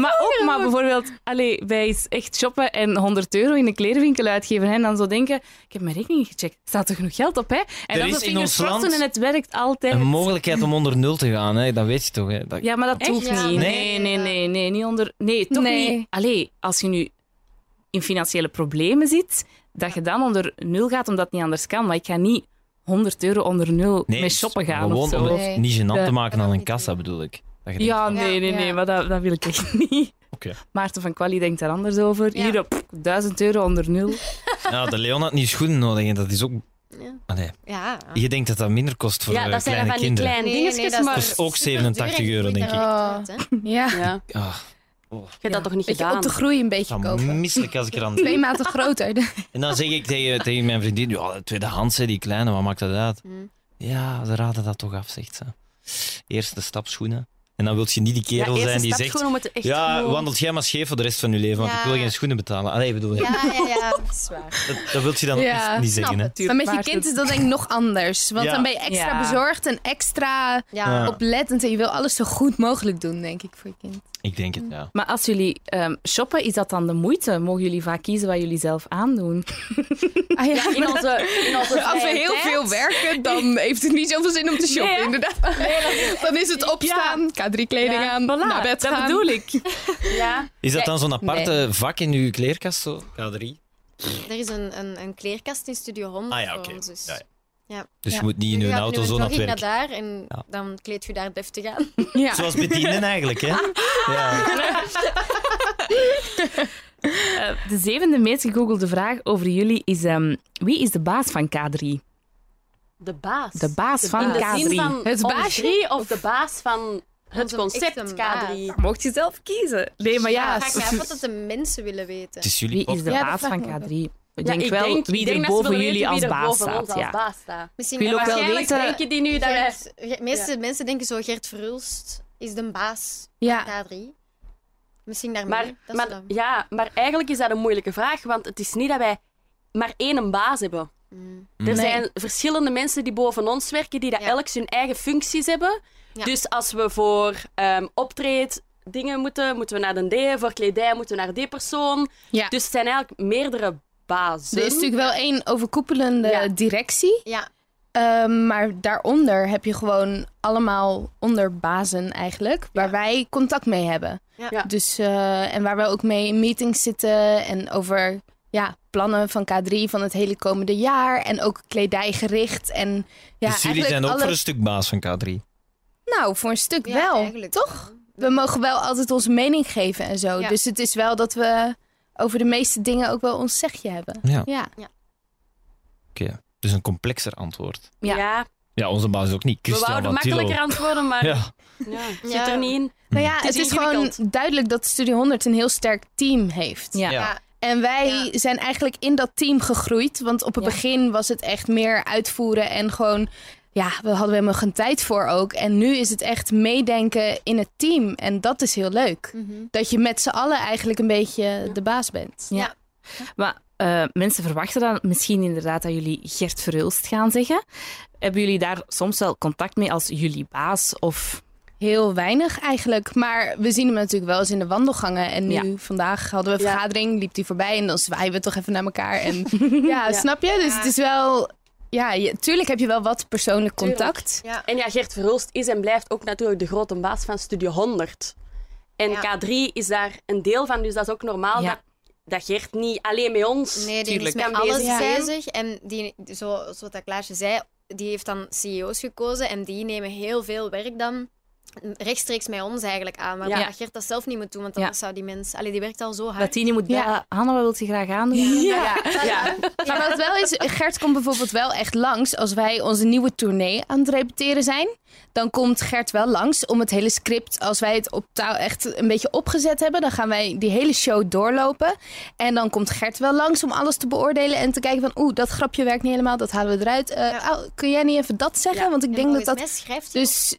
Speaker 7: maar ook, maar bijvoorbeeld, allee, wij is echt shoppen en 100 euro in een klerenwinkel uitgeven. hè, En dan zo denken, ik heb mijn rekening gecheckt. Staat er genoeg geld op, hè? En
Speaker 6: Er
Speaker 7: dan
Speaker 6: is
Speaker 7: zo
Speaker 6: in
Speaker 7: fingers
Speaker 6: ons
Speaker 7: crossed
Speaker 6: land
Speaker 7: doen en het werkt altijd.
Speaker 6: Een mogelijkheid om onder nul te gaan, hè? dat weet je toch? Hè? Dat-
Speaker 7: Ja, maar dat
Speaker 4: Echt?
Speaker 7: hoeft
Speaker 4: Ja,
Speaker 7: niet.
Speaker 6: nee.
Speaker 7: Nee, nee, nee, nee, niet onder. Nee, toch
Speaker 2: Nee.
Speaker 7: niet. Allee, als je nu in financiële problemen zit, dat je dan onder nul gaat omdat het niet anders kan. Maar ik ga niet 100 euro onder nul
Speaker 6: Nee,
Speaker 7: mee shoppen gaan
Speaker 6: Gewoon
Speaker 7: of zo.
Speaker 6: om het
Speaker 2: Nee.
Speaker 6: niet gênant te
Speaker 7: Ja.
Speaker 6: maken
Speaker 4: Dat
Speaker 6: aan
Speaker 4: mag
Speaker 6: een
Speaker 4: niet
Speaker 6: kassa,
Speaker 4: doen.
Speaker 6: bedoel ik. Dat je denkt
Speaker 7: Ja,
Speaker 6: van,
Speaker 7: nee, nee, nee,
Speaker 4: ja.
Speaker 7: maar dat, dat wil ik echt niet.
Speaker 6: Oké.
Speaker 7: Maarten van Quali denkt daar anders over.
Speaker 4: Ja.
Speaker 7: Hier op 1000 euro onder nul.
Speaker 6: Nou, de Leon had niet schoenen nodig en dat is ook...
Speaker 4: Ja.
Speaker 6: Ah, nee.
Speaker 4: Ja.
Speaker 6: Je denkt dat dat minder kost voor
Speaker 3: Ja,
Speaker 6: eh,
Speaker 3: dat zijn dan
Speaker 6: kleine
Speaker 3: van die
Speaker 6: kinderen.
Speaker 3: kleine
Speaker 4: Nee,
Speaker 3: dingetjes,
Speaker 4: nee, dat is-
Speaker 3: maar...
Speaker 6: Dat is ook 87 euro, denk ik.
Speaker 2: daar-
Speaker 7: Oh.
Speaker 2: Ja,
Speaker 3: Ja.
Speaker 6: Ah,
Speaker 3: Je hebt dat toch niet
Speaker 2: dat je
Speaker 3: gedaan?
Speaker 2: op de groei een beetje
Speaker 6: ik
Speaker 2: kopen.
Speaker 6: ben misselijk als ik eraan denk.
Speaker 2: Twee maten groter.
Speaker 6: En dan zeg ik tegen, tegen mijn vriendin, ja, tweedehands, hè, die kleine, wat maakt dat uit?
Speaker 4: Mm.
Speaker 6: Ja, ze raden dat toch af, zegt ze. Eerste stapschoenen. En dan wil je niet die
Speaker 3: Ja,
Speaker 6: kerel
Speaker 3: eerste
Speaker 6: zijn die
Speaker 3: stap
Speaker 6: zegt...
Speaker 3: gewoon om het echt
Speaker 6: Ja,
Speaker 3: gewoon-
Speaker 6: wandelt jij maar scheef voor de rest van je leven, want
Speaker 4: Ja.
Speaker 6: ik wil geen schoenen betalen. Allee, ik bedoel,
Speaker 4: Ja, ja, ja, dat is waar.
Speaker 6: dat, dat wil je dan
Speaker 2: Ja,
Speaker 6: niet
Speaker 4: snap
Speaker 6: zeggen. Hè?
Speaker 4: het.
Speaker 2: Maar met je kind is dat denk ik nog anders. Want
Speaker 6: Ja.
Speaker 2: dan ben je extra
Speaker 7: Ja.
Speaker 2: bezorgd en extra
Speaker 4: Ja.
Speaker 6: Ja.
Speaker 2: oplettend. En je wil alles zo goed mogelijk doen, denk ik, voor je kind.
Speaker 6: Ik denk
Speaker 4: Mm.
Speaker 6: het, ja.
Speaker 7: Maar als jullie ehm, shoppen, is dat dan de moeite? Mogen jullie vaak kiezen wat jullie zelf aandoen?
Speaker 2: Ah, ja.
Speaker 3: In onze, in onze
Speaker 2: Als we
Speaker 3: vrije
Speaker 2: heel
Speaker 3: tijd.
Speaker 2: veel werken, dan heeft het niet zoveel zin om te shoppen,
Speaker 7: Nee, hè?
Speaker 2: inderdaad. Dan is het opstaan, K3-kleding aan,
Speaker 7: voilà,
Speaker 2: naar bed
Speaker 7: dat
Speaker 2: gaan.
Speaker 7: bedoel ik.
Speaker 3: Ja.
Speaker 6: Is dat dan zo'n aparte vak in uw kleerkast, zo? K3?
Speaker 4: Er is een, een, een kleerkast in Studio 100
Speaker 6: Ah ja, oké.
Speaker 4: voor ons. Dus
Speaker 6: Ja, ja.
Speaker 4: Ja.
Speaker 6: Dus
Speaker 2: Ja.
Speaker 6: je moet niet in
Speaker 4: je
Speaker 6: uw
Speaker 4: gaat
Speaker 6: auto
Speaker 4: nu
Speaker 6: zo naar
Speaker 4: een
Speaker 6: het
Speaker 4: jogging
Speaker 6: werk.
Speaker 4: naar daar en
Speaker 6: Ja.
Speaker 4: dan kleed je daar deftig aan.
Speaker 2: Ja.
Speaker 6: Zoals bedienen eigenlijk, hè? Ja.
Speaker 7: Eh, de zevende meest gegoogelde vraag over jullie is: ehm, wie is de baas van K3?
Speaker 3: De baas.
Speaker 7: De baas van
Speaker 3: In de
Speaker 7: K3.
Speaker 3: zin van
Speaker 2: Het
Speaker 3: het
Speaker 2: baasje?
Speaker 3: of de baas van het
Speaker 4: Onze
Speaker 3: concept
Speaker 4: echte
Speaker 3: K3.
Speaker 4: baas.
Speaker 7: Mocht je zelf kiezen. Nee, maar ja.
Speaker 4: Ga ik me af wat dat de mensen willen weten.
Speaker 6: Het is jullie Dus
Speaker 7: Wie is de
Speaker 6: podcast.
Speaker 2: Ja, dat
Speaker 7: baas
Speaker 2: vraag
Speaker 7: van
Speaker 2: ik me ook
Speaker 7: K3? Ik
Speaker 3: Ja,
Speaker 7: denk wel
Speaker 3: ik
Speaker 7: wie
Speaker 3: denk
Speaker 7: er
Speaker 3: dat ze
Speaker 7: boven
Speaker 3: willen
Speaker 7: jullie
Speaker 3: weten
Speaker 7: als
Speaker 3: wie er
Speaker 7: baas
Speaker 3: boven ons
Speaker 7: staat.
Speaker 3: als
Speaker 7: Ja.
Speaker 3: baas staat.
Speaker 4: Misschien
Speaker 7: Ik wil ook wel
Speaker 3: Waarschijnlijk
Speaker 7: weten-
Speaker 3: denken die nu dat wij...
Speaker 4: Gert- Ge- De meeste mensen denken zo, Gert Verhulst is de baas
Speaker 2: Ja.
Speaker 4: K3. Misschien daar
Speaker 3: Maar,
Speaker 4: meer. Dat is
Speaker 3: maar,
Speaker 4: dan.
Speaker 3: ja, maar eigenlijk is dat een moeilijke vraag, want het is niet dat wij maar één baas hebben.
Speaker 4: Mm.
Speaker 3: Er
Speaker 6: Nee.
Speaker 3: zijn verschillende mensen die boven ons werken, die dat
Speaker 4: Ja.
Speaker 3: elk hun eigen functies hebben.
Speaker 4: Ja.
Speaker 3: Dus als we voor ehm optreed dingen moeten, moeten we naar de D. Voor kledij moeten we naar die persoon.
Speaker 2: Ja.
Speaker 3: Dus het zijn eigenlijk meerdere bazen.
Speaker 2: Er is
Speaker 7: Dus-
Speaker 2: natuurlijk wel één overkoepelende
Speaker 3: Ja.
Speaker 2: directie.
Speaker 4: Ja,
Speaker 2: ehm, maar daaronder heb je gewoon allemaal onderbazen eigenlijk. Waar wij contact mee hebben.
Speaker 4: Ja.
Speaker 3: Ja.
Speaker 2: Dus, eh, en waar we ook mee in meetings zitten. En over ja, plannen van K3 van het hele komende jaar. En ook kledijgericht. En, ja,
Speaker 6: dus jullie
Speaker 2: eigenlijk
Speaker 6: zijn ook
Speaker 2: alle-
Speaker 6: voor een stuk baas van K3.
Speaker 2: Nou, voor een stuk
Speaker 4: ja,
Speaker 2: wel.
Speaker 4: eigenlijk
Speaker 2: Toch? we mogen wel altijd onze mening geven en zo.
Speaker 4: Ja.
Speaker 2: Dus het is wel dat we over de meeste dingen ook wel ons zegje hebben.
Speaker 6: Ja.
Speaker 2: Ja.
Speaker 6: Oké, dus een complexer antwoord.
Speaker 3: Ja,
Speaker 7: Ja.
Speaker 6: Ja, onze baas is ook niet.
Speaker 3: we
Speaker 6: Christian
Speaker 3: wouden
Speaker 6: van Tillo.
Speaker 3: makkelijker antwoorden, maar ja.
Speaker 6: Ja,
Speaker 3: zit
Speaker 4: Ja.
Speaker 3: er niet in.
Speaker 2: Nou ja, het
Speaker 3: Het
Speaker 2: is,
Speaker 3: is
Speaker 2: gewoon
Speaker 3: ingewikkeld.
Speaker 2: duidelijk dat Studio 100 een heel sterk team heeft.
Speaker 7: Ja.
Speaker 6: ja.
Speaker 4: Ja.
Speaker 2: En wij
Speaker 4: Ja.
Speaker 2: zijn eigenlijk in dat team gegroeid. Want op het
Speaker 7: Ja.
Speaker 2: begin was het echt meer uitvoeren en gewoon... Ja, we hadden helemaal geen tijd voor ook. En nu is het echt meedenken in het team. En dat is heel leuk.
Speaker 4: Mhm.
Speaker 2: Dat je met z'n allen eigenlijk een beetje de baas bent.
Speaker 7: Ja. Maar eh, mensen verwachten dan misschien inderdaad dat jullie Gert Verhulst gaan zeggen. Hebben jullie daar soms wel contact mee als jullie baas? Of
Speaker 2: Heel weinig eigenlijk. Maar we zien hem natuurlijk wel eens in de wandelgangen. En nu,
Speaker 7: Ja.
Speaker 2: vandaag hadden we een
Speaker 3: Ja.
Speaker 2: vergadering, liep hij voorbij en dan zwaaien we toch even naar elkaar. En ja,
Speaker 3: Ja.
Speaker 2: snap je? Dus het is wel. Ja, je- tuurlijk heb je wel wat persoonlijk
Speaker 3: Tuurlijk.
Speaker 2: contact.
Speaker 4: Ja.
Speaker 3: En ja, Gert Verhulst is en blijft ook natuurlijk de grote baas van Studio 100. En
Speaker 4: Ja.
Speaker 3: K3 is daar een deel van, dus dat is ook normaal
Speaker 7: Ja.
Speaker 3: dat, dat Gert niet alleen met ons...
Speaker 4: Nee, die
Speaker 6: Tuurlijk.
Speaker 4: is
Speaker 3: Kan
Speaker 4: met alles
Speaker 3: bezig zijn.
Speaker 4: bezig. En die, zo, zoals dat Klaasje zei, die heeft dan CEO's gekozen en die nemen heel veel werk dan rechtstreeks bij ons eigenlijk aan. Maar
Speaker 3: Ja.
Speaker 4: ja. Gert dat zelf niet moet doen, want
Speaker 7: Ja.
Speaker 4: anders zou die mens... Allee, die werkt al zo
Speaker 7: dat
Speaker 4: hard.
Speaker 7: die niet moet
Speaker 2: Ja.
Speaker 7: bellen. Hanna, wat wil je graag aandoen?
Speaker 3: Nou Ja. Ja.
Speaker 2: Maar wat wel is, Gert komt bijvoorbeeld wel echt langs als wij onze nieuwe tournee aan het repeteren zijn. Dan komt Gert wel langs om het hele script, als wij het op touw echt een beetje opgezet hebben, dan gaan wij die hele show doorlopen. En dan komt Gert wel langs om alles te beoordelen en te kijken van, oeh, dat grapje werkt niet helemaal, dat halen we eruit. Eh,
Speaker 4: Ja.
Speaker 2: au, kun jij niet even dat zeggen? Want ik denk dat dat...
Speaker 4: schrijft dus,
Speaker 2: Dus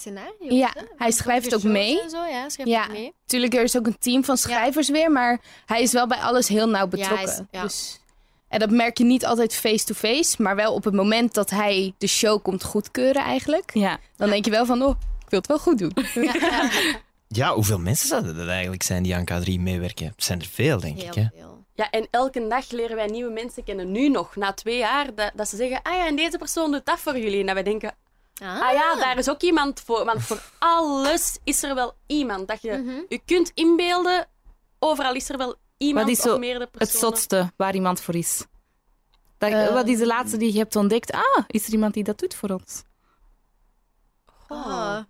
Speaker 4: scenario.
Speaker 2: Ja, hij schrijft ook mee.
Speaker 4: En zo, ja, schrijft
Speaker 2: Ja.
Speaker 4: ook mee.
Speaker 2: Natuurlijk, er is ook een team van schrijvers weer, maar hij is wel bij alles heel nauw betrokken.
Speaker 4: hij is- ja.
Speaker 2: dus, en dat merk je niet altijd face-to-face, maar wel op het moment dat hij de show komt goedkeuren eigenlijk.
Speaker 7: Ja.
Speaker 2: Dan denk je wel van, oh, ik wil het wel goed doen.
Speaker 4: Ja, ja.
Speaker 6: Ja, hoeveel mensen zouden er eigenlijk zijn die aan K3 meewerken? Het zijn er veel, denk ik. Hè?
Speaker 4: Heel veel.
Speaker 3: Ja, en elke dag leren wij nieuwe mensen kennen, nu nog, na twee jaar, dat, dat ze zeggen, ah ja, en deze persoon doet dat voor jullie. En dat wij denken, ah ja, daar is ook iemand voor. Want voor alles is er wel iemand. Dat je
Speaker 4: Mhm.
Speaker 3: je kunt inbeelden, overal is er wel iemand
Speaker 7: Wat is zo
Speaker 3: of meerdere
Speaker 7: Het
Speaker 3: personen.
Speaker 7: zotste waar iemand voor is. Dat,
Speaker 2: Eh.
Speaker 7: wat is de laatste die je hebt ontdekt? Ah, is er iemand die dat doet voor ons?
Speaker 4: Oh.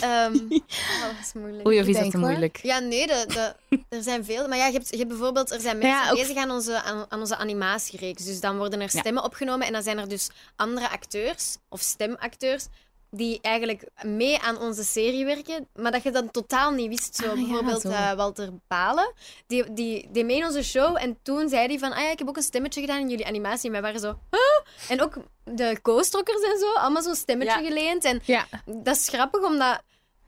Speaker 4: Ehm, oh, dat is moeilijk.
Speaker 7: Oei, of
Speaker 2: Ik
Speaker 7: is dat
Speaker 2: denk,
Speaker 7: te
Speaker 2: hoor.
Speaker 7: moeilijk?
Speaker 4: Ja, nee, de, de- er zijn veel. Maar ja, je hebt, je hebt bijvoorbeeld, er zijn
Speaker 2: Nou
Speaker 4: mensen
Speaker 2: ja, ook-
Speaker 4: bezig aan onze, aan, aan onze animatiereeks. Dus dan worden er
Speaker 7: Ja.
Speaker 4: stemmen opgenomen en dan zijn er dus andere acteurs of stemacteurs die eigenlijk mee aan onze serie werken, maar dat je dan totaal niet wist. Zo
Speaker 7: Ah, ja,
Speaker 4: bijvoorbeeld
Speaker 7: zo.
Speaker 4: eh, Walter Balen, die, die, die mee in onze show en toen zei hij van, ah ja, ik heb ook een stemmetje gedaan in jullie animatie. En wij waren zo, huh? En ook de co-strokkers en zo, allemaal zo'n stemmetje
Speaker 3: Ja.
Speaker 4: geleend. En
Speaker 2: Ja.
Speaker 4: dat is grappig, omdat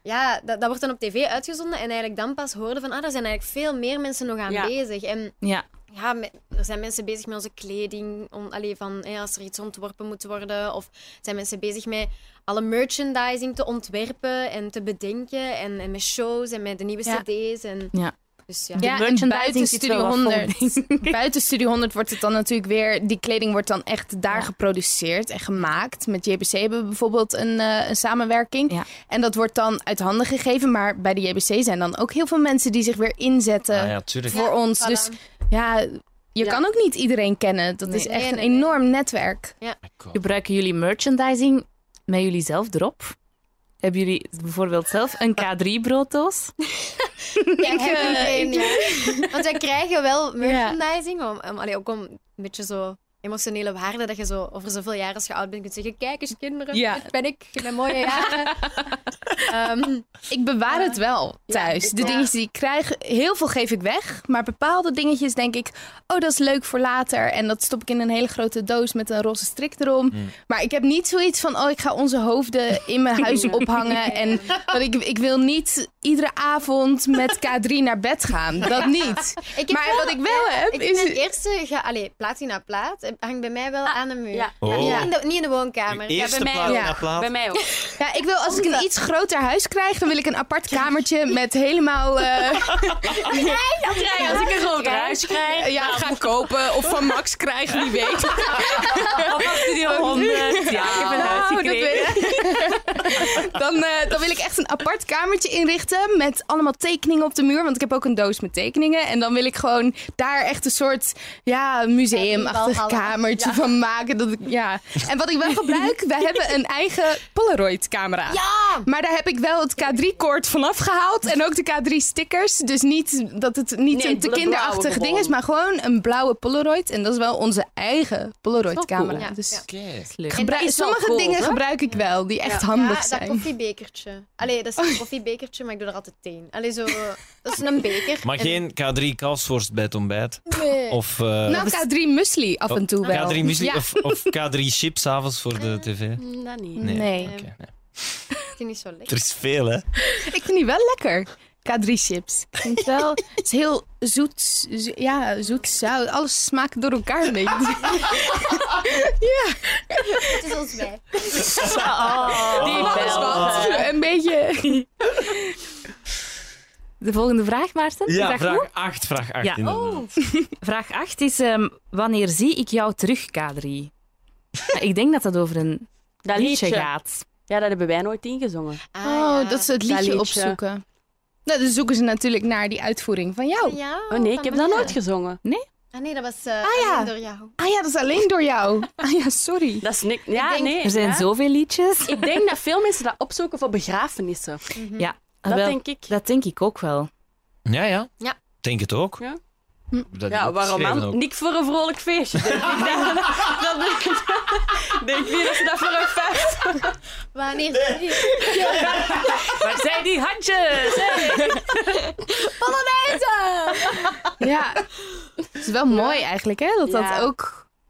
Speaker 4: ja, dat, dat wordt dan op tv uitgezonden en eigenlijk dan pas hoorden van, ah, er zijn eigenlijk veel meer mensen nog aan
Speaker 3: Ja.
Speaker 4: bezig. En
Speaker 7: Ja.
Speaker 4: ja, me- er zijn mensen bezig met onze kleding, om, allee, van eh, als er iets ontworpen moet worden. Of zijn mensen bezig met alle merchandising te ontwerpen en te bedenken. En, en met shows en met de nieuwe
Speaker 2: Ja.
Speaker 4: cd's. En,
Speaker 7: Ja.
Speaker 4: Dus ja.
Speaker 2: Ja, en
Speaker 7: merchandising
Speaker 2: buiten
Speaker 7: zit
Speaker 2: Studio
Speaker 7: wel wat vol,
Speaker 2: 100. Buiten Studio 100 wordt het dan natuurlijk weer... Die kleding wordt dan echt daar
Speaker 7: Ja.
Speaker 2: geproduceerd en gemaakt. Met JBC hebben we bijvoorbeeld een, eh, een samenwerking.
Speaker 7: Ja.
Speaker 2: En dat wordt dan uit handen gegeven. Maar bij de JBC zijn dan ook heel veel mensen die zich weer inzetten
Speaker 6: Ah, ja, tuurlijk.
Speaker 2: voor ons.
Speaker 4: voilà.
Speaker 2: Dus ja, je
Speaker 3: Ja.
Speaker 2: kan ook niet iedereen kennen. Dat is
Speaker 4: Nee,
Speaker 2: echt
Speaker 4: nee,
Speaker 2: een
Speaker 4: nee.
Speaker 2: enorm netwerk.
Speaker 7: Gebruiken jullie merchandising met jullie zelf erop? Hebben jullie bijvoorbeeld zelf een K3-brooddoos?
Speaker 4: Ja, hebben we een, ja. Want wij krijgen wel merchandising, om, om, allee, ook om een beetje zo emotionele waarde, dat je zo over zoveel jaar als je oud bent kunt zeggen, kijk eens kinderen,
Speaker 2: Ja.
Speaker 4: dit ben ik, ik ben mooie jaren. Ehm,
Speaker 2: Ik bewaar het wel thuis.
Speaker 3: ik
Speaker 2: de
Speaker 3: ook.
Speaker 2: dingetjes die ik krijg, heel veel geef ik weg. Maar bepaalde dingetjes denk ik, oh, dat is leuk voor later. En dat stop ik in een hele grote doos met een roze strik erom. Maar ik heb niet zoiets van, oh, ik ga onze hoofden in mijn huis ophangen. En want ik, ik wil niet iedere avond met K3 naar bed gaan. Dat niet.
Speaker 4: ik heb
Speaker 2: Maar wat ik wel heb,
Speaker 4: Ik
Speaker 2: is... Ah,
Speaker 4: is... mijn eerste, ge, allee, platina plaat, eh, hangt bij mij wel aan de muur.
Speaker 3: Ja,
Speaker 6: Oh.
Speaker 4: Niet, in de, niet in de woonkamer.
Speaker 6: Uw eerste
Speaker 3: bij mij
Speaker 6: plaat
Speaker 2: ook.
Speaker 6: na plaat.
Speaker 3: bij mij ook.
Speaker 2: Ja, ik wil als ik een iets groter huis krijg, dan wil ik een apart kamertje met helemaal. eh,
Speaker 3: Krijg, als ik een groot huis krijg,
Speaker 2: ja, nou, ga kopen of van Max krijgen, wie weet.
Speaker 3: of als Studio 100. Ja, ik heb een huis
Speaker 2: Oh, dat
Speaker 3: gekregen.
Speaker 2: weet ik. dan, eh, dan wil ik echt een apart kamertje inrichten met allemaal tekeningen op de muur. Want ik heb ook een doos met tekeningen. En dan wil ik gewoon daar echt een soort ja, museumachtig
Speaker 4: Balhalla.
Speaker 2: kamertje van maken. Dat ik, ja. En wat ik wel gebruik, we hebben een eigen Polaroid camera.
Speaker 4: Ja!
Speaker 2: Maar daar heb ik wel het K3-koord vanaf gehaald. En ook de K3-stickers. Dus niet dat het niet
Speaker 3: Nee,
Speaker 2: een te
Speaker 3: de blauwe
Speaker 2: kinderachtig
Speaker 3: gewoon.
Speaker 2: ding is, maar gewoon een blauwe Polaroid. En dat is wel onze eigen Polaroid-camera.
Speaker 7: cool.
Speaker 4: Ja,
Speaker 2: Dus
Speaker 4: ja.
Speaker 7: Dat is leuk.
Speaker 2: gebruik-
Speaker 3: dat is wel
Speaker 2: sommige
Speaker 3: cool,
Speaker 2: dingen
Speaker 3: hoor.
Speaker 2: gebruik ik wel, die echt
Speaker 3: Ja.
Speaker 2: handig
Speaker 4: Ja, dat
Speaker 2: zijn. Oh.
Speaker 4: koffiebekertje. Allee, dat is een koffiebekertje, maar ik doe er altijd één. Allee, zo, dat is een beker.
Speaker 6: Maar
Speaker 4: En-
Speaker 6: geen K3 kalfsworst bij het ontbijt.
Speaker 4: Nee.
Speaker 6: Of eh,
Speaker 2: nou, K3 muesli af en toe wel.
Speaker 6: K3 muziek.
Speaker 2: Ja.
Speaker 6: Of, of K3 chips avonds voor de tv.
Speaker 4: Mm,
Speaker 3: Hm, Dat niet.
Speaker 2: Nee.
Speaker 6: oké, nee.
Speaker 4: Ik vind het niet zo lekker.
Speaker 6: Er is veel, hè?
Speaker 2: Ik vind die wel lekker. K3-chips. Ik vind het wel... Het is heel zoet, zo- ja, zoet, zout. Alles smaakt door elkaar een beetje.
Speaker 4: Het is ons wij.
Speaker 7: Oh.
Speaker 3: Die
Speaker 2: Alles
Speaker 3: bel.
Speaker 2: wat. Een beetje...
Speaker 7: De volgende vraag, Maarten.
Speaker 6: Ja,
Speaker 7: vraag goed?
Speaker 6: vraag 8. Vraag 8.
Speaker 7: Ja.
Speaker 6: inderdaad.
Speaker 7: vraag 8 is: ehm, Wanneer zie ik jou terug, K3? Maar ik denk dat dat over een
Speaker 3: Dat
Speaker 7: liedje
Speaker 3: liedje.
Speaker 7: gaat.
Speaker 3: Ja, dat hebben wij nooit ingezongen.
Speaker 4: Ah, ja.
Speaker 2: Oh, dat ze het liedje,
Speaker 3: liedje.
Speaker 2: opzoeken. Nou, dan zoeken ze natuurlijk naar die uitvoering van jou.
Speaker 4: Ja,
Speaker 3: Oh nee, ik
Speaker 4: van
Speaker 3: heb dat
Speaker 4: mij.
Speaker 3: nooit gezongen.
Speaker 4: Ah nee, dat was eh
Speaker 2: Ah, ja.
Speaker 4: alleen door jou.
Speaker 2: Ah ja, dat is alleen door jou. Ah ja, sorry.
Speaker 3: Dat is niks. Ja,
Speaker 4: Ik denk-
Speaker 3: nee.
Speaker 7: Er zijn
Speaker 3: ja.
Speaker 7: zoveel liedjes.
Speaker 3: Ik denk dat veel mensen dat opzoeken voor begrafenissen. Dat
Speaker 7: Ah, Wel,
Speaker 3: denk ik.
Speaker 7: dat denk ik ook wel.
Speaker 6: Ja, ja.
Speaker 4: Ja.
Speaker 6: Denk het ook.
Speaker 3: Ja.
Speaker 6: Dat is
Speaker 3: Ja, waarom
Speaker 6: opgeschreven
Speaker 3: man?
Speaker 6: ook.
Speaker 3: Niet voor een vrolijk feestje. denk ik. Ik denk dat, dat, denk niet dat ze dat voor een feest.
Speaker 4: Wanneer...
Speaker 7: Waar zijn die handjes? Hey.
Speaker 2: Ja. Het is wel mooi eigenlijk, hè? Dat dat
Speaker 3: Ja.
Speaker 2: ook...
Speaker 6: Ja,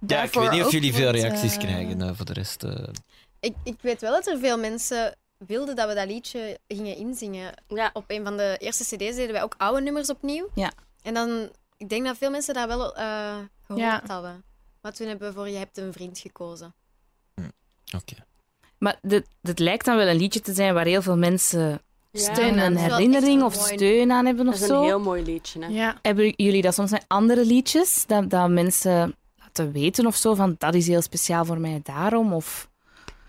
Speaker 6: ik weet
Speaker 2: daarvoor
Speaker 6: niet of
Speaker 2: ook
Speaker 6: jullie veel
Speaker 2: wordt,
Speaker 6: reacties
Speaker 2: eh,
Speaker 6: krijgen eh, voor de rest. eh.
Speaker 4: Ik, ik weet wel dat er veel mensen wilden dat we dat liedje gingen inzingen.
Speaker 3: Ja.
Speaker 4: Op een van de eerste cd's deden wij ook oude nummers opnieuw.
Speaker 7: Ja.
Speaker 4: En dan, ik denk dat veel mensen daar wel eh gehoord
Speaker 2: Ja.
Speaker 4: hadden. Maar toen hebben we voor Je hebt een vriend gekozen.
Speaker 6: Oké.
Speaker 7: Maar dit, dit lijkt dan wel een liedje te zijn waar heel veel mensen steun
Speaker 4: dat
Speaker 7: aan
Speaker 4: is wel echt
Speaker 7: herinnering
Speaker 4: een
Speaker 7: of
Speaker 4: mooi-
Speaker 7: steun aan hebben
Speaker 3: Dat
Speaker 7: of
Speaker 3: is een
Speaker 7: zo.
Speaker 3: heel mooi liedje. Hè?
Speaker 2: Ja.
Speaker 7: Hebben jullie dat soms met andere liedjes? Dat, dat mensen laten weten of zo van dat is heel speciaal voor mij daarom? Of...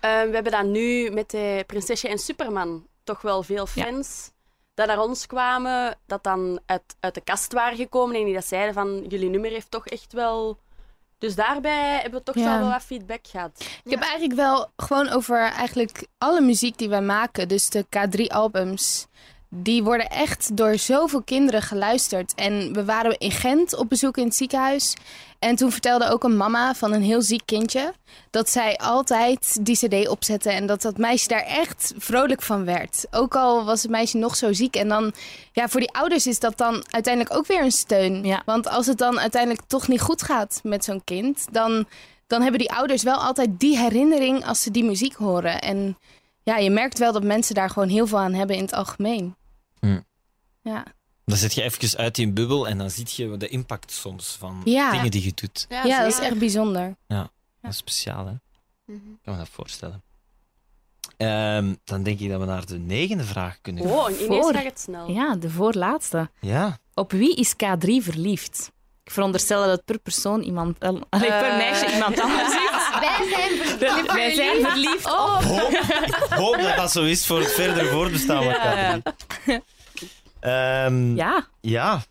Speaker 3: Eh, we hebben dat nu met de Prinsesje en Superman toch wel veel
Speaker 7: Ja.
Speaker 3: fans dat naar ons kwamen, dat dan uit, uit de kast waren gekomen en die dat zeiden van jullie nummer heeft toch echt wel... Dus daarbij hebben we toch
Speaker 7: Ja.
Speaker 3: wel wel wat feedback gehad.
Speaker 2: Ik heb eigenlijk wel gewoon over eigenlijk alle muziek die wij maken, dus de K3-albums, die worden echt door zoveel kinderen geluisterd. En we waren in Gent op bezoek in het ziekenhuis. En toen vertelde ook een mama van een heel ziek kindje dat zij altijd die CD opzette en dat dat meisje daar echt vrolijk van werd. Ook al was het meisje nog zo ziek. En dan, ja, voor die ouders is dat dan uiteindelijk ook weer een steun.
Speaker 7: Ja.
Speaker 2: Want als het dan uiteindelijk toch niet goed gaat met zo'n kind, dan dan hebben die ouders wel altijd die herinnering als ze die muziek horen. En ja, je merkt wel dat mensen daar gewoon heel veel aan hebben in het algemeen.
Speaker 6: Hm.
Speaker 2: Ja.
Speaker 6: Dan zit je even uit die bubbel en dan zie je de impact soms van
Speaker 2: Ja.
Speaker 6: dingen die je doet.
Speaker 2: Ja, dat is echt bijzonder.
Speaker 6: Dat is speciaal, hè?
Speaker 4: Mhm.
Speaker 6: Ik kan me dat voorstellen. Ehm, dan denk ik dat we naar de negende vraag kunnen gaan.
Speaker 3: Oh, en ineens
Speaker 7: Voor.
Speaker 3: gaat het snel.
Speaker 7: Ja, de voorlaatste.
Speaker 6: Ja.
Speaker 7: Op wie is K3 verliefd? Ik veronderstel dat het per persoon iemand... eh, allee, per
Speaker 3: Eh.
Speaker 7: meisje iemand anders is.
Speaker 4: Wij zijn verliefd.
Speaker 7: Wij zijn verliefd Oh. op...
Speaker 6: Hoop, ik hoop dat dat zo is voor het verder voorbestaan van
Speaker 7: Ja.
Speaker 6: K3. Ehm, ja.
Speaker 7: Ja,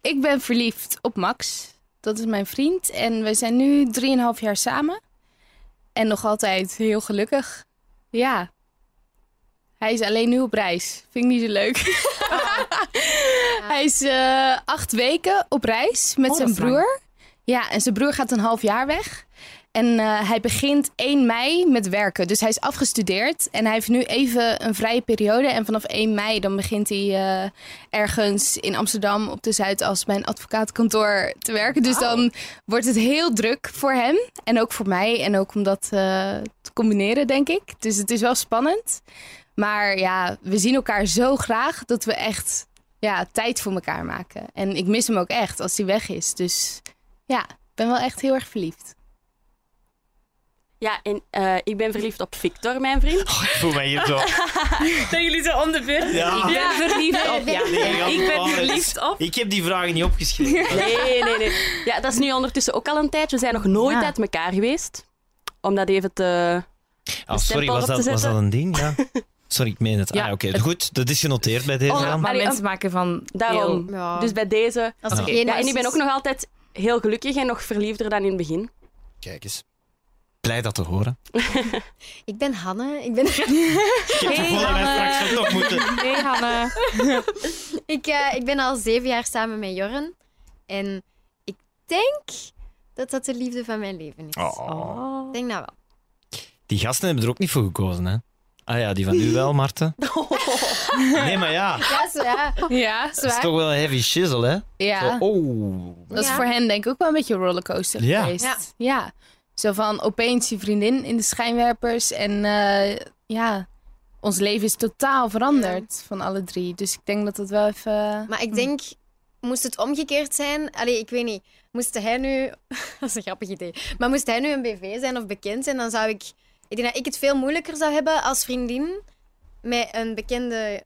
Speaker 2: Ik ben verliefd op Max. Dat is mijn vriend. En we zijn nu 3,5 jaar samen. En nog altijd heel gelukkig. Ja. Hij is alleen nu op reis. Vind ik niet zo leuk. Hij is eh, acht weken op reis met
Speaker 7: Oh, dat
Speaker 2: zijn
Speaker 7: is lang.
Speaker 2: broer. Ja, en zijn broer gaat een half jaar weg. En eh, hij begint 1 mei met werken. Dus hij is afgestudeerd en hij heeft nu even een vrije periode. En vanaf 1 mei dan begint hij eh, ergens in Amsterdam op de Zuidas bij een advocaatkantoor te werken. Dus dan wordt het heel druk voor hem en ook voor mij. En ook om dat eh, te combineren, denk ik. Dus het is wel spannend. Maar ja, we zien elkaar zo graag dat we echt ja, tijd voor elkaar maken. En ik mis hem ook echt als hij weg is. Dus ja, ik ben wel echt heel erg verliefd.
Speaker 3: Ja, en eh, ik ben verliefd op Victor, mijn vriend.
Speaker 6: Oh, ik voel mij hier zo.
Speaker 7: zijn jullie zo om de beurt?
Speaker 6: Ja.
Speaker 7: Ik ben verliefd
Speaker 3: Oh,
Speaker 7: op... Ja.
Speaker 6: Nee, ja,
Speaker 7: Ik ben
Speaker 6: Alex.
Speaker 7: verliefd op...
Speaker 6: Ik heb die vragen niet opgeschreven.
Speaker 3: Nee, nee, nee. Ja, dat is nu ondertussen ook al een tijd. We zijn nog nooit
Speaker 7: Ja.
Speaker 3: uit elkaar geweest. Om dat even te...
Speaker 6: Ah,
Speaker 3: De
Speaker 6: sorry,
Speaker 3: stempel
Speaker 6: was
Speaker 3: erop
Speaker 6: dat,
Speaker 3: te
Speaker 6: was dat
Speaker 3: zetten.
Speaker 6: een ding? Ja. Sorry, ik meen het.
Speaker 7: Ja,
Speaker 6: ah, oké. Goed, dat is genoteerd bij deze
Speaker 3: Oh,
Speaker 6: dan.
Speaker 7: Maar
Speaker 3: Allee,
Speaker 7: mensen maken van...
Speaker 3: Daarom.
Speaker 7: heel-
Speaker 4: Ja.
Speaker 3: Dus bij deze...
Speaker 4: Als er
Speaker 6: Ja.
Speaker 4: geen
Speaker 3: Ja, en ik ben
Speaker 4: narcist-
Speaker 3: ook nog altijd heel gelukkig en nog verliefder dan in het begin.
Speaker 6: Kijk eens. Blij dat te horen.
Speaker 4: Ik ben Hanne. Ik, ben...
Speaker 6: Ik heb het
Speaker 7: Hey,
Speaker 6: gevoel dat wij
Speaker 7: Hanne.
Speaker 6: straks ook nog moeten.
Speaker 7: Nee, Hanne.
Speaker 4: ik, eh, ik ben al zeven jaar samen met Jorren. En ik denk dat dat de liefde van mijn leven is.
Speaker 7: Oh.
Speaker 4: Ik denk dat wel.
Speaker 6: Die gasten hebben er ook niet voor gekozen, hè? Ah ja, die van u wel, Marten. Nee, maar ja.
Speaker 4: Ja, zo, ja.
Speaker 2: Ja,
Speaker 6: Dat is toch wel een heavy shizzle, hè?
Speaker 2: Ja,
Speaker 6: Zo, oh.
Speaker 2: dat is
Speaker 4: Ja.
Speaker 2: voor hen denk ik ook wel een beetje een rollercoaster
Speaker 6: Ja.
Speaker 2: geweest.
Speaker 4: Ja.
Speaker 2: ja. Zo van opeens je vriendin in de schijnwerpers en eh, ja, ons leven is totaal veranderd van alle drie. Dus ik denk dat dat wel even...
Speaker 4: Maar
Speaker 2: Hm.
Speaker 4: ik denk, moest het omgekeerd zijn? Allee, ik weet niet. Moest hij nu... dat is een grappig idee. Maar moest hij nu een BV zijn of bekend zijn, dan zou ik... Ik denk dat ik het veel moeilijker zou hebben als vriendin met een bekende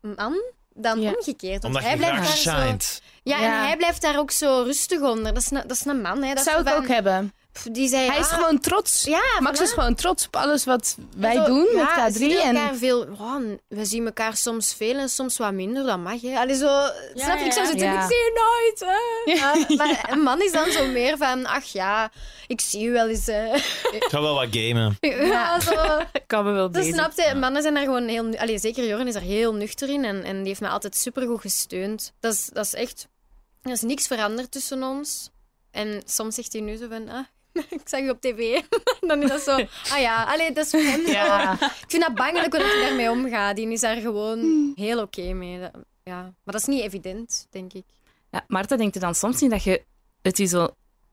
Speaker 4: man dan
Speaker 2: Ja.
Speaker 4: omgekeerd. Want
Speaker 6: Omdat
Speaker 4: hij
Speaker 6: je
Speaker 4: blijft
Speaker 6: graag
Speaker 4: daar zo...
Speaker 6: shined.
Speaker 4: Ja,
Speaker 2: Ja.
Speaker 4: en hij blijft daar ook zo rustig onder. Dat is, een- dat is een man, hè.
Speaker 2: dat
Speaker 4: Dat
Speaker 2: zou ik
Speaker 4: is van-
Speaker 2: ook hebben.
Speaker 4: Pff, Die zei,
Speaker 2: Hij is
Speaker 4: ah,
Speaker 2: gewoon trots.
Speaker 4: Ja,
Speaker 2: Max is
Speaker 4: voilà.
Speaker 2: gewoon trots op alles wat wij
Speaker 4: Zo,
Speaker 2: doen
Speaker 4: ja,
Speaker 2: met
Speaker 4: we
Speaker 2: K3.
Speaker 4: zien
Speaker 2: En
Speaker 4: elkaar veel, wow, we zien elkaar soms veel en soms wat minder, dat mag. Hè. Allee, zo, snap je? ik zou
Speaker 3: ja.
Speaker 4: zitten,
Speaker 7: Ja.
Speaker 4: ik zie je nooit. hè. Ja, maar een man is dan zo meer van, ach ja, ik zie je wel eens. hè.
Speaker 6: Ik ga wel wat gamen.
Speaker 4: Ja, zo.
Speaker 7: Ik kan me wel
Speaker 4: Dat
Speaker 7: bezig.
Speaker 4: snap je. Mannen zijn daar gewoon heel... nu- Allee, zeker Joren is er heel nuchter in en, en die heeft mij altijd supergoed gesteund. Dat is, dat is echt... Er is niks veranderd tussen ons. En soms zegt hij nu zo van, ah, ik zag je op tv. dan is dat zo, ah ja, allee, dat is voor hem.
Speaker 7: Ja.
Speaker 4: Ik vind dat bangelijk hoe dat hij daarmee omgaat. Die is daar gewoon heel oké mee. Dat- Ja. Maar dat is niet evident, denk ik.
Speaker 7: Ja, Marta, denkt er dan soms niet dat je het je zo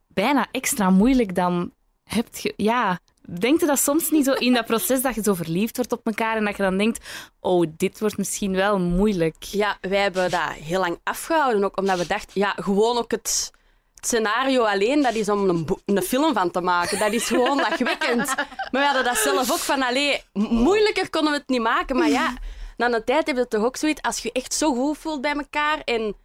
Speaker 7: bijna extra moeilijk dan hebt? Ge... Ja, denkt er dat soms niet zo in dat proces dat je zo verliefd wordt op elkaar en dat je dan denkt, oh, dit wordt misschien wel moeilijk.
Speaker 3: Ja, wij hebben dat heel lang afgehouden, ook omdat we dachten, ja, gewoon ook het scenario alleen, dat is om een, boek- een film van te maken. Dat is gewoon lachwekkend. Maar we hadden dat zelf ook van, allee, mo- moeilijker konden we het niet maken. Maar ja, na een tijd heb je toch ook zoiets, als je echt zo goed voelt bij elkaar en...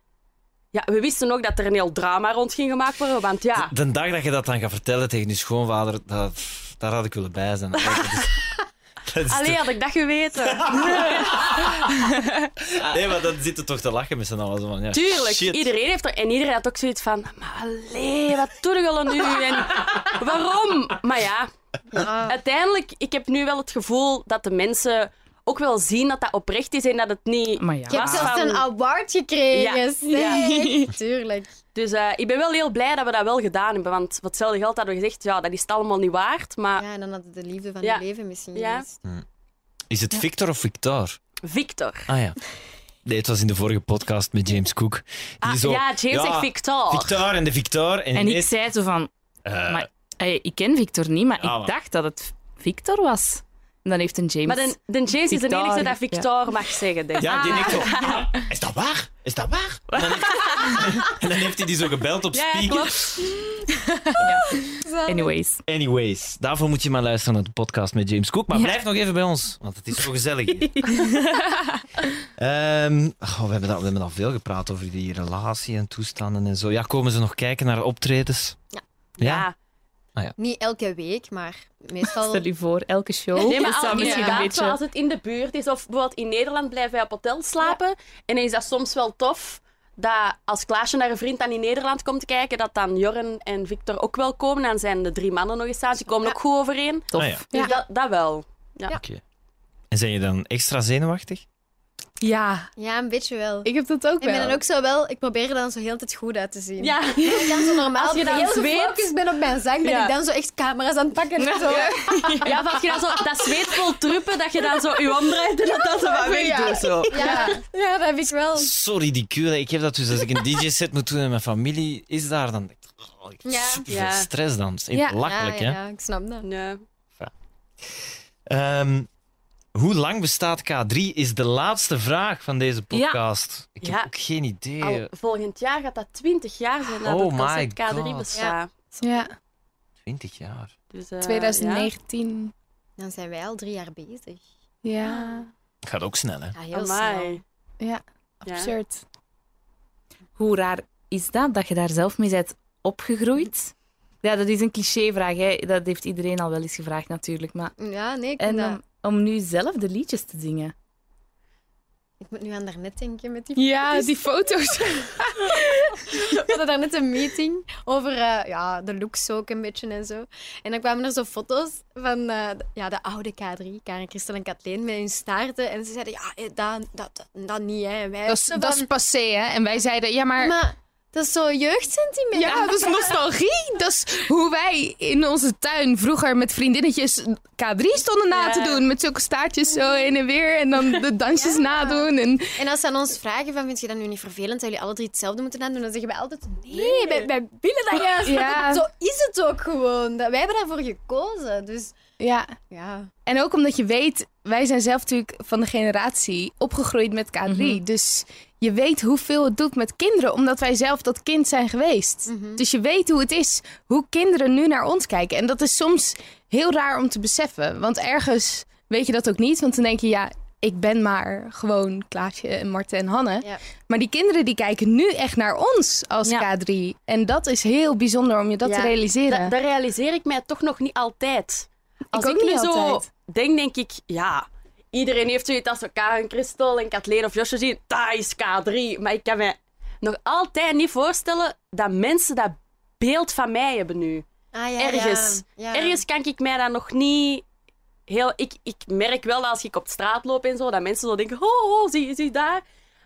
Speaker 3: Ja, we wisten ook dat er een heel drama rond ging gemaakt worden, want ja...
Speaker 6: De dag dat je dat dan gaat vertellen tegen je schoonvader, dat, daar had ik willen bij zijn. Dat is, dat is
Speaker 3: Allee, had ik dat geweten.
Speaker 6: toch- nee, maar dan zitten toch te lachen met z'n allen. zo Van, ja,
Speaker 3: Tuurlijk,
Speaker 6: shit.
Speaker 3: iedereen heeft er... En iedereen had ook zoiets van... Maar allee, wat doe je al nu? En waarom? Maar ja, uiteindelijk... Ik heb nu wel het gevoel dat de mensen ook wel zien dat dat oprecht is en dat het niet...
Speaker 7: Maar ja.
Speaker 4: Je hebt
Speaker 3: was
Speaker 4: zelfs
Speaker 3: van-
Speaker 4: een award gekregen.
Speaker 3: Ah. Ja.
Speaker 4: zeg. Tuurlijk.
Speaker 3: Dus eh, ik ben wel heel blij dat we dat wel gedaan hebben. Want wat hetzelfde geld hadden we gezegd... Ja, dat is het allemaal niet waard. Maar
Speaker 4: Ja, en dan had het de liefde van
Speaker 3: Ah. Ja.
Speaker 4: je leven misschien
Speaker 3: Ja.
Speaker 4: geweest.
Speaker 6: Is het Victor of Victor?
Speaker 3: Victor...
Speaker 6: Ah ja. Nee, het was in de vorige podcast met James Cook. Die
Speaker 3: Ah,
Speaker 6: zo,
Speaker 3: ja, James zegt Victor.
Speaker 6: Victor en de Victor. En,
Speaker 7: En ik
Speaker 6: ineens,
Speaker 7: zei zo van,
Speaker 6: eh,
Speaker 7: maar, eh, ik ken Victor niet, maar
Speaker 6: Ja,
Speaker 7: ik
Speaker 6: maar-
Speaker 7: dacht dat het Victor was. En dan heeft een James...
Speaker 3: Maar de, de James is de
Speaker 7: Victor,
Speaker 3: enige dat Victor mag zeggen, dus denk ik.
Speaker 6: Ja, die denkt zo... "Ah, Is dat waar? Is dat waar? En dan heeft, en dan heeft hij die zo gebeld op
Speaker 3: Ja, ja,
Speaker 6: speaker.
Speaker 3: klopt.
Speaker 7: Anyways.
Speaker 6: Anyways, daarvoor moet je maar luisteren naar de podcast met James Cook. Maar blijf nog even bij ons, want het is zo gezellig hier. Ehm, oh, we, hebben dat, we hebben al veel gepraat over die relatie en toestanden en zo. Ja, komen ze nog kijken naar optredens?
Speaker 4: Ja.
Speaker 6: Ja?
Speaker 4: Niet elke week, maar meestal.
Speaker 7: Stel je voor, elke show.
Speaker 3: Nee, maar
Speaker 7: is dat
Speaker 3: als,
Speaker 7: misschien
Speaker 3: inderdaad,
Speaker 7: een beetje...
Speaker 3: zoals het in de buurt is, of bijvoorbeeld in Nederland blijven wij op hotel slapen. En dan is dat soms wel tof dat als Klaasje naar een vriend dan in Nederland komt kijken, dat dan Jorren en Victor ook wel komen. Dan zijn de drie mannen nog eens samen. Die komen ook goed overeen.
Speaker 7: Tof.
Speaker 6: Ah, ja.
Speaker 3: Dus
Speaker 4: Ja.
Speaker 3: dat, dat wel.
Speaker 6: En zijn je dan extra zenuwachtig?
Speaker 2: Ja,
Speaker 4: Ja, een beetje wel.
Speaker 2: ik heb dat ook
Speaker 4: Ik
Speaker 2: wel.
Speaker 4: ben dan ook zo wel, ik probeer er dan zo heel de tijd goed uit te zien.
Speaker 3: Ja.
Speaker 4: Ik kan zo normaal,
Speaker 3: Als je dan
Speaker 4: heel
Speaker 3: zweet-
Speaker 4: gefocust ben op mijn zang, ben
Speaker 3: Ja.
Speaker 4: ik dan zo echt camera's aan het pakken. en Zo.
Speaker 3: Ja, van als je dan zo, dat zweet vol truppen, dat je dan zo je omdraait en dat dat zo wat weg doet. Zo.
Speaker 4: Ja. ja, dat heb ik wel.
Speaker 6: Zo ridicuul. hè. Ik heb dat dus als ik een DJ-set moet doen en mijn familie is daar, dan denk ik, oh, ik heb
Speaker 4: Ja.
Speaker 6: superveel
Speaker 3: Ja.
Speaker 6: stress dan. Het is
Speaker 2: Ja.
Speaker 6: belachelijk,
Speaker 4: ja,
Speaker 6: hè?
Speaker 4: ja, ik snap dat.
Speaker 3: Nee.
Speaker 6: Ehm, hoe lang bestaat K3 is de laatste vraag van deze podcast. Ik heb
Speaker 3: Ja.
Speaker 6: ook geen idee.
Speaker 3: Al volgend jaar gaat dat 20 jaar zijn dat
Speaker 6: Oh
Speaker 3: het
Speaker 6: my
Speaker 3: concept
Speaker 6: God.
Speaker 3: K3 bestaat.
Speaker 2: Ja,
Speaker 4: Eh,
Speaker 6: 20 jaar.
Speaker 3: Dus, eh,
Speaker 2: 2019.
Speaker 4: Dan zijn wij al drie jaar bezig.
Speaker 2: Ja,
Speaker 6: Gaat ook snel, hè?
Speaker 4: Ja,
Speaker 3: Ja.
Speaker 4: heel snel.
Speaker 3: Amai. Ja.
Speaker 2: absurd.
Speaker 7: Hoe raar is dat, dat je daar zelf mee bent opgegroeid? Ja, dat is een clichévraag. Hè. Dat heeft iedereen al wel eens gevraagd natuurlijk. Maar...
Speaker 4: Ja, nee, ik, vind
Speaker 7: En
Speaker 4: dat-
Speaker 7: om, om nu zelf de liedjes te zingen.
Speaker 4: ik moet nu aan daarnet denken met die
Speaker 2: Ja, die foto's.
Speaker 4: We hadden daar net een meeting over eh, ja, de looks ook een beetje en zo. En dan kwamen er zo foto's van eh, de- ja, de oude K3, Karen, Christel en Kathleen, met hun staarten. En ze zeiden, ja, eh, dat, dat, dat, dat niet, hè. En Wij
Speaker 2: Dat is,
Speaker 4: zo
Speaker 2: dat
Speaker 4: van,
Speaker 2: is passé, hè? En wij zeiden, ja, maar...
Speaker 4: Maar dat is zo jeugdsentiment.
Speaker 2: Ja, dat is nostalgie. Dat is hoe wij in onze tuin vroeger met vriendinnetjes K3 stonden na
Speaker 3: Ja.
Speaker 2: te doen. Met zulke staartjes zo heen en weer. En dan de dansjes nadoen. En
Speaker 4: En als ze aan ons vragen, van, vind je dat nu niet vervelend dat jullie alle drie hetzelfde moeten doen? Dan zeggen wij altijd, nee, wij, wij willen dat juist.
Speaker 2: Ja.
Speaker 4: Zo is het ook gewoon. Dat- Wij hebben daarvoor gekozen, dus
Speaker 2: ja,
Speaker 4: ja.
Speaker 2: En ook omdat je weet, wij zijn zelf natuurlijk van de generatie opgegroeid met K3. Dus je weet hoeveel het doet met kinderen, omdat wij zelf dat kind zijn geweest. Dus je weet hoe het is, hoe kinderen nu naar ons kijken. En dat is soms heel raar om te beseffen. Want ergens weet je dat ook niet, want dan denk je, ja, ik ben maar gewoon Klaasje en Marten en Hanne.
Speaker 4: Ja.
Speaker 2: Maar die kinderen die kijken nu echt naar ons als
Speaker 7: Ja.
Speaker 2: K3. En dat is heel bijzonder om je dat
Speaker 3: Ja,
Speaker 2: te realiseren.
Speaker 3: Dat, dat realiseer ik mij toch nog niet altijd. Als ik,
Speaker 2: ook
Speaker 3: nu
Speaker 2: niet
Speaker 3: zo
Speaker 2: altijd.
Speaker 3: denk, denk ik, ja, iedereen heeft zoiets als elkaar en Christel en Kathleen of Josje zien. Dat is K3. Maar ik kan me nog altijd niet voorstellen dat mensen dat beeld van mij hebben nu.
Speaker 4: Ah, ja,
Speaker 3: Ergens.
Speaker 4: ja, ja.
Speaker 3: Ergens kan ik mij dat nog niet heel... Ik, ik merk wel dat als ik op straat loop en zo, dat mensen zo denken, ho, ho, zie, zie daar.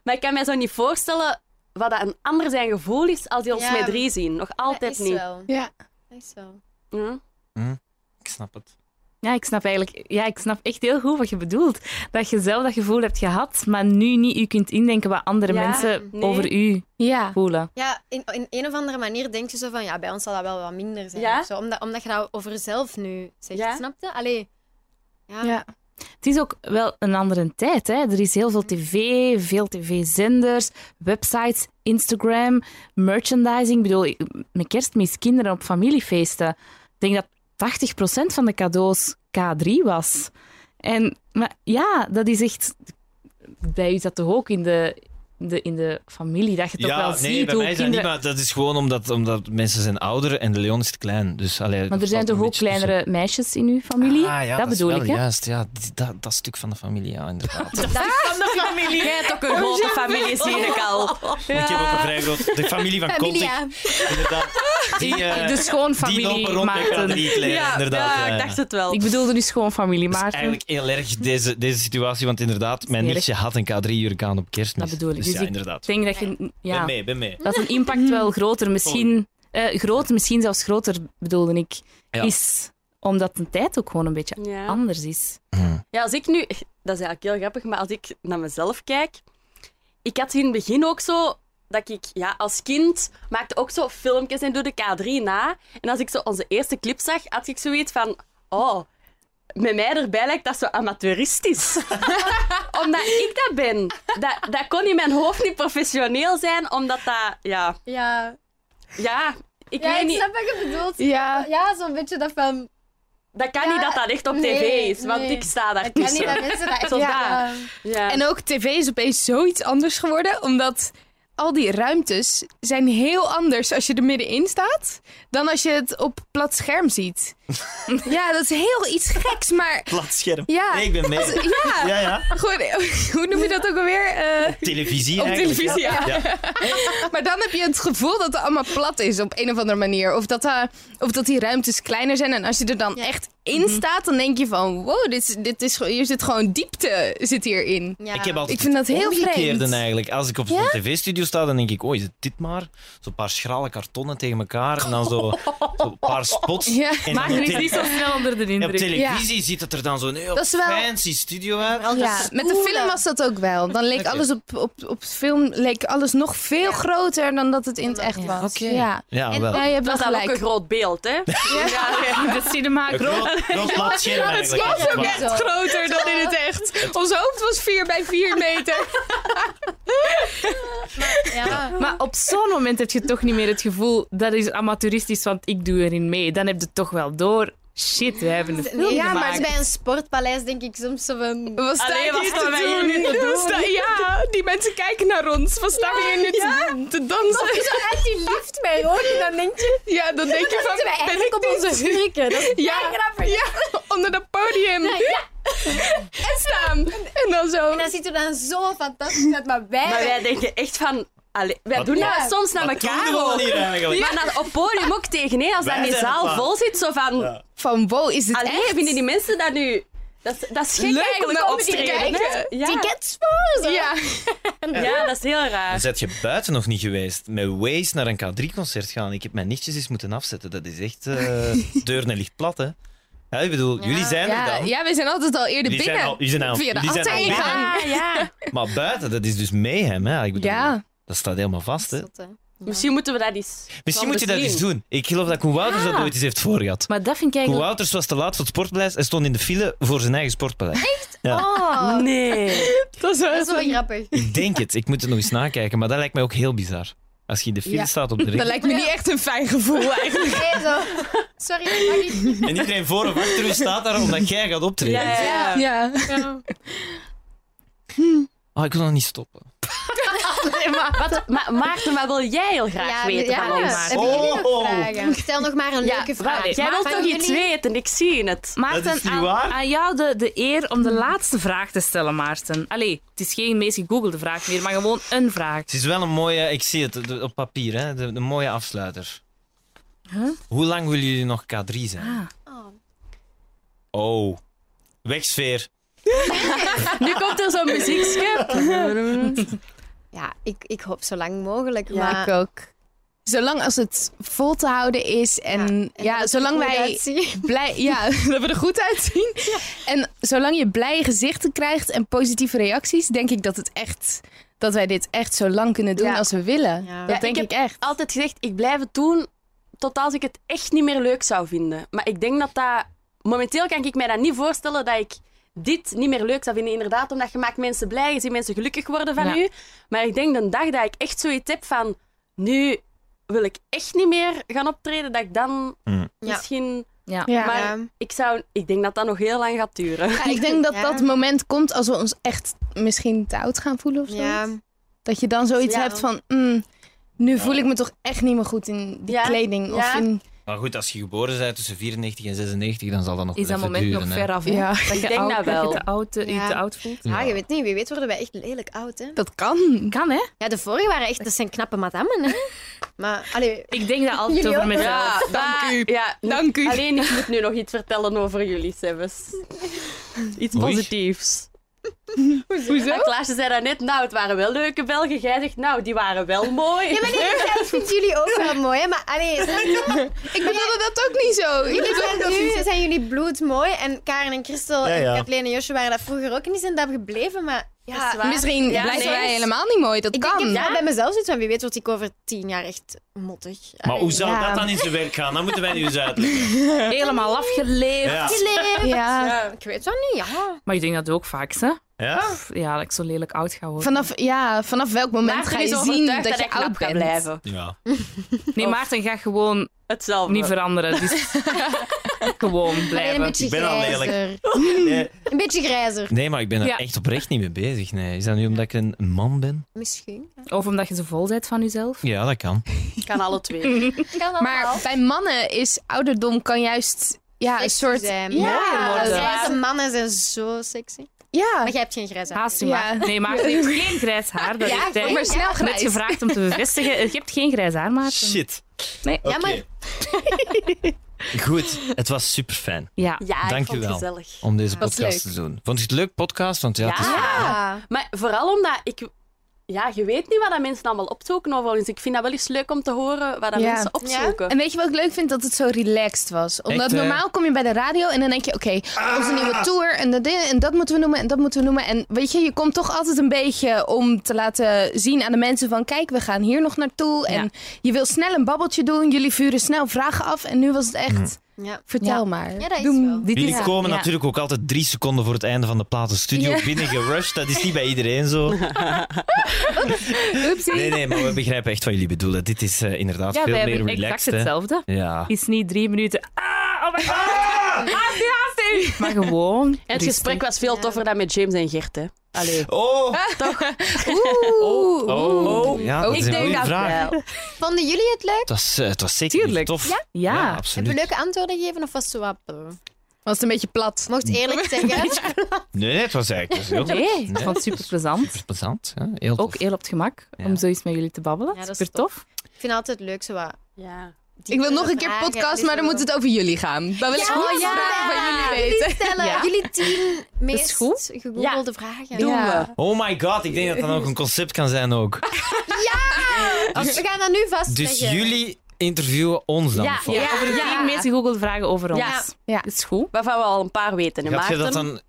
Speaker 3: Maar ik kan mij zo niet voorstellen wat dat een ander zijn gevoel is als die ons
Speaker 4: Ja.
Speaker 3: met drie zien. Nog altijd
Speaker 4: dat is
Speaker 3: niet.
Speaker 4: Wel.
Speaker 2: Ja.
Speaker 4: Dat is wel.
Speaker 3: Ja.
Speaker 6: Ik snap het.
Speaker 7: Ja, ik snap eigenlijk, ja, ik snap echt heel goed wat je bedoelt. Dat je zelf dat gevoel hebt gehad, maar nu niet u kunt indenken wat andere
Speaker 3: Ja,
Speaker 7: mensen
Speaker 3: nee.
Speaker 7: over u
Speaker 2: Ja.
Speaker 7: voelen.
Speaker 4: Ja, in, in een of andere manier denk je zo van, ja, bij ons zal dat wel wat minder zijn.
Speaker 3: Ja.
Speaker 4: of zo, omdat, omdat je dat over jezelf nu zegt,
Speaker 3: Ja.
Speaker 4: snap je? Allee, ja.
Speaker 2: Ja.
Speaker 7: Het is ook wel een andere tijd. Hè? Er is heel veel tv, veel tv-zenders, websites, Instagram, merchandising. Ik bedoel, ik- met kerstmis, kinderen op familiefeesten. Ik denk dat 80% van de cadeaus K3 was. En maar ja, dat is echt... Bij u is dat toch ook in de, in de, in de familie, dat je toch wel
Speaker 6: nee,
Speaker 7: ziet
Speaker 6: bij
Speaker 7: hoe
Speaker 6: mij is dat niet,
Speaker 7: kinderen...
Speaker 6: maar dat is gewoon omdat, omdat mensen zijn ouder en de Leon is te klein. Dus, allee, dat
Speaker 7: Maar er zijn
Speaker 6: valt
Speaker 7: toch
Speaker 6: een
Speaker 7: ook
Speaker 6: beetje
Speaker 7: kleinere meisjes in uw familie?
Speaker 6: tussen. Ah, ja,
Speaker 7: dat,
Speaker 6: is
Speaker 7: bedoel
Speaker 6: wel
Speaker 7: ik, hè?
Speaker 6: Juist, ja, die- dat, dat stuk van de familie, ja, inderdaad.
Speaker 3: Jij hebt ook een grote familie, zie ik al.
Speaker 6: Ik heb ook een vrij groot... De familie van
Speaker 4: Familia.
Speaker 6: Conti, inderdaad. Die, eh,
Speaker 7: De
Speaker 6: die
Speaker 7: schoonfamilie
Speaker 6: lopen rond met
Speaker 7: maakten-
Speaker 6: K3 klein, inderdaad.
Speaker 3: ja,
Speaker 6: ja,
Speaker 3: ik
Speaker 6: ja.
Speaker 3: dacht het wel.
Speaker 7: Ik bedoelde nu schoonfamilie,
Speaker 6: Dat is
Speaker 7: maar
Speaker 6: Dus eigenlijk heel erg deze, deze situatie, want inderdaad, mijn
Speaker 7: Smerig.
Speaker 6: nichtje had een K3-jurkaan op kerstmis.
Speaker 7: Dat bedoel ik.
Speaker 6: Dus
Speaker 7: Dus
Speaker 6: ja,
Speaker 7: ik-
Speaker 6: inderdaad.
Speaker 7: ik denk dat je...
Speaker 6: Ben
Speaker 7: Ja,
Speaker 6: mee, ben mee.
Speaker 7: dat een impact wel groter, misschien... eh groot, misschien zelfs groter, bedoelde ik.
Speaker 6: Ja.
Speaker 7: Is omdat de tijd ook gewoon een beetje
Speaker 3: Ja.
Speaker 7: anders is.
Speaker 3: ja, als ik nu... Dat is eigenlijk heel grappig, maar als ik naar mezelf kijk... Ik had in het begin ook zo... Dat ik ja, als kind maakte ook zo filmpjes en doe de K3 na. En als ik zo onze eerste clip zag, had ik zoiets van... Oh, met mij erbij lijkt dat zo amateuristisch. omdat ik dat ben. Dat, dat kon in mijn hoofd niet professioneel zijn, omdat dat... Ja,
Speaker 4: Ja,
Speaker 3: ja ik
Speaker 4: ja
Speaker 3: weet
Speaker 4: ik
Speaker 3: niet...
Speaker 4: snap wat je bedoelt.
Speaker 2: Ja.
Speaker 4: Ja, zo'n beetje dat van...
Speaker 3: Dat kan
Speaker 4: Ja,
Speaker 3: niet dat dat echt op
Speaker 4: nee,
Speaker 3: tv is, want
Speaker 4: nee.
Speaker 3: ik sta daar
Speaker 4: Ja, niet dat
Speaker 3: tussen.
Speaker 4: mensen dat echt...
Speaker 3: Zo
Speaker 4: ja.
Speaker 3: Ja.
Speaker 2: En ook tv is opeens zoiets anders geworden, omdat al die ruimtes zijn heel anders als je er middenin staat, dan als je het op plat scherm ziet. ja, dat is heel iets geks, maar
Speaker 6: Plat scherm.
Speaker 2: Ja.
Speaker 6: Nee, ik ben mee.
Speaker 2: ja,
Speaker 6: Ja, ja.
Speaker 2: goed, hoe noem je dat ook alweer? Eh,
Speaker 6: Televisie
Speaker 2: Op
Speaker 6: eigenlijk.
Speaker 2: televisie,
Speaker 6: ja. Ja.
Speaker 2: maar dan heb je het gevoel dat het allemaal plat is op een of andere manier. Of dat, eh, of dat die ruimtes kleiner zijn. En als je er dan echt in staat, dan denk je van... Wow, dit, is- dit is, gewoon- hier zit gewoon diepte zit hierin.
Speaker 4: Ja.
Speaker 6: Ik heb altijd
Speaker 2: Ik vind dat
Speaker 6: het
Speaker 2: heel
Speaker 6: omgekeerde
Speaker 2: vreemd.
Speaker 6: eigenlijk. Als ik op zo'n tv-studio sta, dan denk ik, oh, is het dit maar? Zo'n paar schrale kartonnen tegen elkaar en dan zo, zo een paar spots.
Speaker 2: Ja.
Speaker 6: En
Speaker 7: Maar
Speaker 6: dan
Speaker 7: je is
Speaker 6: op tele-
Speaker 7: niet zo snel onder de
Speaker 6: en op
Speaker 7: indruk.
Speaker 6: televisie ziet het er dan zo'n heel
Speaker 2: Dat is wel-
Speaker 6: fancy studio uit.
Speaker 3: Oh,
Speaker 2: Ja, met de film was dat ook wel. Dan leek
Speaker 6: Oké.
Speaker 2: alles op, op, op film leek alles nog veel groter dan dat het in het echt was.
Speaker 6: Oké.
Speaker 2: Ja.
Speaker 6: Ja,
Speaker 4: En
Speaker 6: wel.
Speaker 2: ja, je hebt wel
Speaker 3: Dat is dan ook
Speaker 2: gelijk.
Speaker 3: een groot beeld, hè?
Speaker 7: De cinema
Speaker 6: Een groot, groot plat scherm
Speaker 2: Het
Speaker 6: eigenlijk.
Speaker 2: was ook
Speaker 6: Ja.
Speaker 2: echt groter dan in het echt. Ons hoofd was 4 bij 4 meter.
Speaker 4: Ja.
Speaker 7: Maar op zo'n moment heb je toch niet meer het gevoel dat is amateuristisch, want ik doe erin mee. Dan heb je toch wel door. Shit, we hebben een film
Speaker 4: ja, maar
Speaker 7: gemaakt.
Speaker 4: bij een sportpaleis denk ik soms zo van...
Speaker 2: Wat staan
Speaker 3: Allee,
Speaker 2: hier
Speaker 3: wat
Speaker 2: te
Speaker 3: staan wij hier nu te
Speaker 2: doen?
Speaker 3: doen?
Speaker 2: Wat sta- ja, die mensen kijken naar ons. Wat staan we hier nu te, te dansen?
Speaker 4: Zo uit die lift mee, hoor. En dan denk je,
Speaker 2: Ja, dan denk je
Speaker 4: zitten
Speaker 2: van...
Speaker 4: wij
Speaker 2: Ben
Speaker 4: eigenlijk
Speaker 2: ik
Speaker 4: op onze hurken. Dat is
Speaker 2: Ja,
Speaker 4: grappig.
Speaker 2: ja, onder dat podium. En staan. En dan zo.
Speaker 4: En dat ziet er dan zo fantastisch uit, maar wij...
Speaker 3: Maar wij denken echt van... allee, wij
Speaker 6: Wat-
Speaker 3: doen dat
Speaker 4: Ja.
Speaker 3: soms naar
Speaker 6: Wat doen
Speaker 3: elkaar
Speaker 6: we dan
Speaker 3: ook.
Speaker 6: hier eigenlijk?
Speaker 3: Maar dan op podium ook tegeneen, als
Speaker 6: Wij
Speaker 3: dan die
Speaker 6: zijn
Speaker 3: zaal
Speaker 6: ervan.
Speaker 3: vol zit, zo van...
Speaker 2: Van wow, is dit
Speaker 3: Allee, vinden die mensen dat nu... Dat, is- dat is gek
Speaker 2: Leuk om
Speaker 3: eigenlijk,
Speaker 2: naar op te
Speaker 3: optreden, hè?
Speaker 2: kijken.
Speaker 3: Ja.
Speaker 4: Tickets voor zo.
Speaker 2: Ja.
Speaker 3: ja, dat is heel
Speaker 6: Dan
Speaker 3: raar.
Speaker 6: zet je buiten nog niet geweest. Met Waze naar een K3-concert gaan. Ik heb mijn nichtjes eens moeten afzetten. Dat is echt... eh deur ligt plat, hè. Ja, ik bedoel, jullie zijn er
Speaker 2: Ja,
Speaker 6: dan.
Speaker 2: ja, we zijn altijd al eerder
Speaker 6: Jullie zijn
Speaker 2: binnen.
Speaker 6: al- jullie zijn al-
Speaker 2: Via de
Speaker 6: jullie zijn al
Speaker 2: achtergang.
Speaker 3: Ah, ja.
Speaker 6: Maar buiten, dat is dus mayhem, hè. Ik bedoel,
Speaker 2: Ja.
Speaker 6: Dat staat helemaal vast, hè.
Speaker 4: Zot, hè.
Speaker 3: Misschien moeten we dat eens...
Speaker 6: Misschien
Speaker 3: Wel
Speaker 6: moet je dat
Speaker 3: bezien.
Speaker 6: eens doen. Ik geloof dat Koen Wouters dat
Speaker 7: Ah.
Speaker 6: ooit eens heeft voorgehad.
Speaker 7: Maar dat vind ik
Speaker 6: Koen
Speaker 7: eigenlijk...
Speaker 6: Wouters was te laat voor het sportpaleis en stond in de file voor zijn eigen sportpaleis.
Speaker 4: Oh,
Speaker 3: Nee.
Speaker 2: Dat is wel
Speaker 4: dat is wel grappig.
Speaker 6: Ik denk het. Ik moet het nog eens nakijken, maar dat lijkt mij ook heel bizar. Als je in de file
Speaker 2: Ja.
Speaker 6: staat op de
Speaker 2: Dat
Speaker 6: ring.
Speaker 2: lijkt me niet echt een fijn gevoel eigenlijk.
Speaker 4: Nee, zo. Sorry, dat mag niet.
Speaker 6: En iedereen voor of achter u staat daar omdat jij gaat optreden.
Speaker 3: Ja, ja, ja.
Speaker 2: Ja.
Speaker 6: Ah, ik wil nog niet stoppen.
Speaker 3: Wat, maar Maarten, wat wil jij heel graag
Speaker 4: Ja,
Speaker 3: weten
Speaker 4: ja,
Speaker 3: van ons?
Speaker 4: heb je nog
Speaker 6: Oh.
Speaker 4: vragen? Stel nog maar een leuke vraag.
Speaker 7: wacht,
Speaker 3: Jij
Speaker 7: Maar
Speaker 3: wilt
Speaker 4: van
Speaker 3: toch iets
Speaker 4: jullie?
Speaker 3: weten? Ik zie het.
Speaker 6: Dat is
Speaker 7: Maarten,
Speaker 6: niet
Speaker 7: aan,
Speaker 6: waar.
Speaker 7: aan jou de, de eer om de laatste vraag te stellen, Maarten. Allee, het is geen meest gegoogelde vraag meer, maar gewoon een vraag.
Speaker 6: Het is wel een mooie, ik zie het de- op papier, hè, de, de mooie afsluiter. Hoe lang willen jullie nog K3 zijn?
Speaker 4: Oh.
Speaker 6: Oh, wegsfeer.
Speaker 3: Nu komt er zo'n muziekje.
Speaker 4: Ja, ik, ik hoop zo lang mogelijk. maar eh,
Speaker 2: ook. Zolang als het vol te houden is en ja, zolang wij blij, ja, dat we er goed uitzien. En zolang je blije gezichten krijgt en positieve reacties, denk ik dat het echt dat wij dit echt zo lang kunnen doen
Speaker 4: Ja.
Speaker 2: als we willen.
Speaker 4: Ja.
Speaker 2: Dat
Speaker 4: Ja,
Speaker 2: denk ik,
Speaker 3: ik
Speaker 2: echt.
Speaker 3: altijd gezegd, ik blijf het doen tot als ik het echt niet meer leuk zou vinden. Maar ik denk dat dat... Momenteel kan ik mij dat niet voorstellen dat ik dit niet meer leuk zou vinden. Inderdaad, omdat je maakt mensen blij, je ziet mensen gelukkig worden van
Speaker 7: Ja.
Speaker 3: u. Maar ik denk de dag dat ik echt zoiets heb van... Nu wil ik echt niet meer gaan optreden, dat ik dan
Speaker 6: Mm.
Speaker 4: Ja.
Speaker 3: misschien...
Speaker 7: Ja.
Speaker 2: Ja.
Speaker 3: Maar
Speaker 4: Ja.
Speaker 3: ik, zou, ik denk dat dat nog heel lang gaat duren.
Speaker 2: Ja, ik denk dat
Speaker 4: Ja.
Speaker 2: dat moment komt als we ons echt misschien te oud gaan voelen of zo.
Speaker 4: Ja.
Speaker 2: Dat je dan zoiets
Speaker 3: Ja.
Speaker 2: hebt van, mm, nu voel ik me toch echt niet meer goed in die
Speaker 3: Ja.
Speaker 2: kleding. Of
Speaker 3: Ja.
Speaker 2: in,
Speaker 6: Maar goed, als je geboren bent tussen 94 en 96, dan zal dat nog
Speaker 7: Is dat
Speaker 6: wel even
Speaker 7: moment
Speaker 6: duren,
Speaker 7: nog
Speaker 6: hè.
Speaker 7: ver af? hè?
Speaker 2: Ja.
Speaker 7: Dat je,
Speaker 3: denk
Speaker 7: oud,
Speaker 3: dat
Speaker 7: dat
Speaker 3: wel.
Speaker 7: je te oud, eh,
Speaker 4: Ja.
Speaker 7: je te oud voelt.
Speaker 4: Ja,
Speaker 6: Ja.
Speaker 4: Ah, je weet niet. Wie weet worden wij echt lelijk oud, hè?
Speaker 2: dat kan.
Speaker 7: Kan, hè?
Speaker 4: Ja, de vorige waren echt... Dat zijn knappe madammen, hè? Maar, allee...
Speaker 7: Ik denk dat altijd
Speaker 4: Jullie
Speaker 7: over
Speaker 4: ook?
Speaker 7: mezelf.
Speaker 3: Ja, dank u. Ah, Ja,
Speaker 2: Dank u.
Speaker 3: Alleen ik moet nu nog iets vertellen over jullie, Sebes. Iets
Speaker 6: Oei.
Speaker 3: positiefs. Hoezo? Klaasje zei dat net, nou, het waren wel leuke Belgen. Jij zegt, nou, die waren wel mooi.
Speaker 4: Ja, maar nee, ik zei, ik vind jullie ook wel mooi, hè? Maar, allee... snap je?
Speaker 2: Ik bedoelde dat ook niet zo. Ik
Speaker 4: Jullie
Speaker 2: bedoelde
Speaker 4: zijn,
Speaker 2: dat
Speaker 4: nu
Speaker 2: niet zo.
Speaker 4: zijn jullie bloedmooi. En Karen en Christel
Speaker 8: Ja, ja.
Speaker 4: en Kathleen en Josje waren dat vroeger ook. En die zijn daar gebleven, maar... Ja, dus
Speaker 3: Dat is waar.
Speaker 2: Misschien
Speaker 3: Ja,
Speaker 2: blijven
Speaker 3: nee.
Speaker 2: wij helemaal niet mooi. Dat
Speaker 4: Ik
Speaker 2: kan.
Speaker 4: denk, ik heb daar bij mezelf zoiets van, wie weet word ik over tien jaar echt mottig.
Speaker 8: Maar hoe zou
Speaker 2: Ja.
Speaker 8: dat dan in zijn werk gaan? Dat moeten wij nu eens uitleggen.
Speaker 7: Helemaal afgeleefd.
Speaker 8: Ja.
Speaker 4: Allee.
Speaker 2: Ja.
Speaker 3: Ja.
Speaker 4: Ik weet dat niet, ja.
Speaker 7: Maar ik denk dat ook vaak, hè?
Speaker 8: Ja?
Speaker 7: Pff, Ja, dat ik zo lelijk oud ga worden.
Speaker 2: Vanaf, ja, vanaf welk moment
Speaker 3: Maarten
Speaker 2: ga je
Speaker 3: is
Speaker 2: zien dat,
Speaker 3: overtuigd
Speaker 2: je
Speaker 3: ik knap
Speaker 2: oud
Speaker 3: ga
Speaker 2: bent?
Speaker 3: blijven.
Speaker 8: Ja.
Speaker 7: Nee, Maarten gaat gewoon
Speaker 3: Hetzelfde.
Speaker 7: niet veranderen. Dus gewoon
Speaker 4: Alleen een
Speaker 7: blijven.
Speaker 4: beetje
Speaker 8: Ik ben al
Speaker 4: grijzer.
Speaker 8: lelijk. Nee,
Speaker 4: Een beetje grijzer.
Speaker 6: Nee, maar ik ben er
Speaker 7: Ja.
Speaker 6: echt oprecht niet mee bezig. Nee. Is dat nu omdat ik een man ben?
Speaker 4: Misschien.
Speaker 7: Of omdat je zo vol bent van jezelf.
Speaker 6: Ja, dat kan.
Speaker 3: Kan alle twee.
Speaker 2: Maar bij mannen is ouderdom kan juist ja, een
Speaker 4: Sexy
Speaker 2: soort...
Speaker 4: zijn.
Speaker 2: Ja,
Speaker 7: worden.
Speaker 2: ja.
Speaker 4: Grijze mannen zijn zo sexy. Maar jij hebt geen grijze
Speaker 7: Haast je
Speaker 2: Ja.
Speaker 7: maar. Nee, Maarten heeft geen grijs haar. Dat
Speaker 4: Ja,
Speaker 7: heeft hij
Speaker 2: maar snel
Speaker 7: net
Speaker 2: grijs.
Speaker 7: gevraagd om te bevestigen. Je hebt geen grijs haar, Maarten.
Speaker 6: Shit.
Speaker 7: Nee.
Speaker 8: Oké.
Speaker 4: Ja, maar-
Speaker 6: Goed, het was super fijn
Speaker 7: Ja.
Speaker 3: Ja, ik vond
Speaker 6: Dank je
Speaker 3: het
Speaker 6: wel.
Speaker 3: gezellig.
Speaker 6: om deze
Speaker 2: was
Speaker 6: podcast te
Speaker 2: leuk.
Speaker 6: doen. Vond je het een leuk podcast? Want ja, het is-
Speaker 4: Ja.
Speaker 3: Maar vooral omdat ik... Ja, je weet niet wat dat mensen allemaal opzoeken overigens. Ik vind dat wel eens leuk om te horen wat dat
Speaker 2: Ja.
Speaker 3: mensen opzoeken.
Speaker 2: En weet je wat ik leuk vind? Dat het zo relaxed was. Omdat
Speaker 6: Echt, hè? Ah.
Speaker 2: normaal kom je bij de radio en dan denk je... Oké, onze nieuwe tour en dat, ding, en dat moeten we noemen en dat moeten we noemen. En weet je, je komt toch altijd een beetje om te laten zien aan de mensen van... Kijk, we gaan hier nog naartoe. En
Speaker 7: Ja.
Speaker 2: je wil snel een babbeltje doen. Jullie vuren snel vragen af. En nu was het echt...
Speaker 6: Mm.
Speaker 4: Ja.
Speaker 2: Vertel
Speaker 7: Ja.
Speaker 2: maar.
Speaker 4: Ja, dat is
Speaker 2: Doe-
Speaker 4: wel.
Speaker 7: Dit
Speaker 6: Jullie
Speaker 7: is-
Speaker 6: komen
Speaker 7: ja.
Speaker 6: natuurlijk ook altijd drie seconden voor het einde van de platenstudio binnen binnengerushed. Dat is niet bij iedereen zo. Nee, nee, maar we begrijpen echt wat jullie bedoelen. Dit is eh, inderdaad
Speaker 7: Ja,
Speaker 6: veel
Speaker 7: wij
Speaker 6: meer
Speaker 7: hebben exact
Speaker 6: relaxed. hè.
Speaker 7: hetzelfde.
Speaker 6: Ja.
Speaker 7: Is niet drie minuten. Ah, oh my god. Ah, die haast u. Maar gewoon.
Speaker 3: En het gesprek was veel toffer dan met James en Gert, hè. Allee.
Speaker 6: Oh!
Speaker 2: Oeh.
Speaker 6: Oh! Ja, dat
Speaker 2: Oh,
Speaker 6: is
Speaker 2: ik
Speaker 6: een goede vraag.
Speaker 4: Vonden jullie het leuk?
Speaker 6: Het was, eh, het was zeker
Speaker 7: eh, Tuurlijk.
Speaker 6: tof.
Speaker 7: Ja.
Speaker 6: absoluut.
Speaker 4: Hebben we leuke antwoorden gegeven of was het zo wat... eh,
Speaker 2: Was het een beetje plat.
Speaker 4: Mocht eerlijk zeggen.
Speaker 6: Nee, nee, het was eigenlijk heel
Speaker 7: Nee, ik vond het super plezant.
Speaker 6: super plezant. Ja, heel tof.
Speaker 7: Ook heel op het gemak
Speaker 6: Ja.
Speaker 7: om zoiets met jullie te babbelen.
Speaker 4: Ja, dat is
Speaker 7: super tof.
Speaker 4: Ik vind altijd leuk zo wat...
Speaker 3: Ja.
Speaker 2: Ik wil nog een keer
Speaker 4: vragen,
Speaker 2: podcast,
Speaker 4: dit
Speaker 2: maar dan
Speaker 4: is
Speaker 2: moet het over jullie gaan. Dan wil ik
Speaker 4: Ja,
Speaker 2: alle
Speaker 4: ja.
Speaker 2: vragen van jullie weten.
Speaker 4: Jullie stellen
Speaker 7: Ja.
Speaker 4: jullie tien meest
Speaker 7: goed.
Speaker 4: gegoogelde vragen.
Speaker 3: Doen
Speaker 2: Ja.
Speaker 3: we.
Speaker 6: Oh my god, ik denk dat dat ook een concept kan zijn ook.
Speaker 7: Ah,
Speaker 4: We gaan dat nu vastleggen.
Speaker 6: Dus jullie interviewen ons dan?
Speaker 3: Ja,
Speaker 6: bijvoorbeeld.
Speaker 7: Over de
Speaker 2: Ja.
Speaker 7: tien meest gegoogelde vragen over ons.
Speaker 3: Ja.
Speaker 2: Ja.
Speaker 7: Is goed.
Speaker 3: Waarvan we al een paar weten, hè,
Speaker 6: Gaat je
Speaker 3: Maarten?
Speaker 6: dat dan...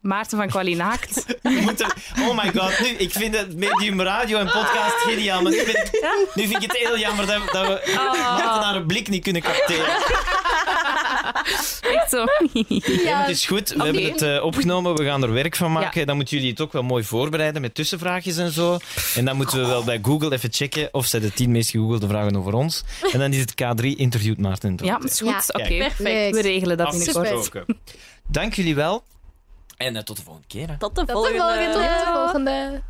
Speaker 7: Maarten van Kwalinaakt.
Speaker 6: we moeten- oh my god, nu, ik vind het medium radio en podcast geniaal, maar nu, ben ik- nu vind ik het heel jammer dat, dat we
Speaker 7: Oh.
Speaker 6: Maarten haar blik niet kunnen capteren.
Speaker 7: Echt zo.
Speaker 6: Nee, maar het is goed, we hebben het eh, opgenomen, we gaan er werk van maken. Dan moeten jullie het ook wel mooi voorbereiden met tussenvraagjes en zo. En dan moeten we wel bij Google even checken of zij de tien meest gegoogelde vragen over ons. En dan is het K3 interviewt Maarten.
Speaker 7: Ja, is goed.
Speaker 4: Ja.
Speaker 7: Oké.
Speaker 3: Perfect.
Speaker 7: We regelen dat binnenkort.
Speaker 6: Afgesproken. Dank jullie wel. En eh, tot de volgende keer. hè.
Speaker 3: Tot de
Speaker 2: Tot de volgende.
Speaker 3: volgende.
Speaker 2: Tot de volgende.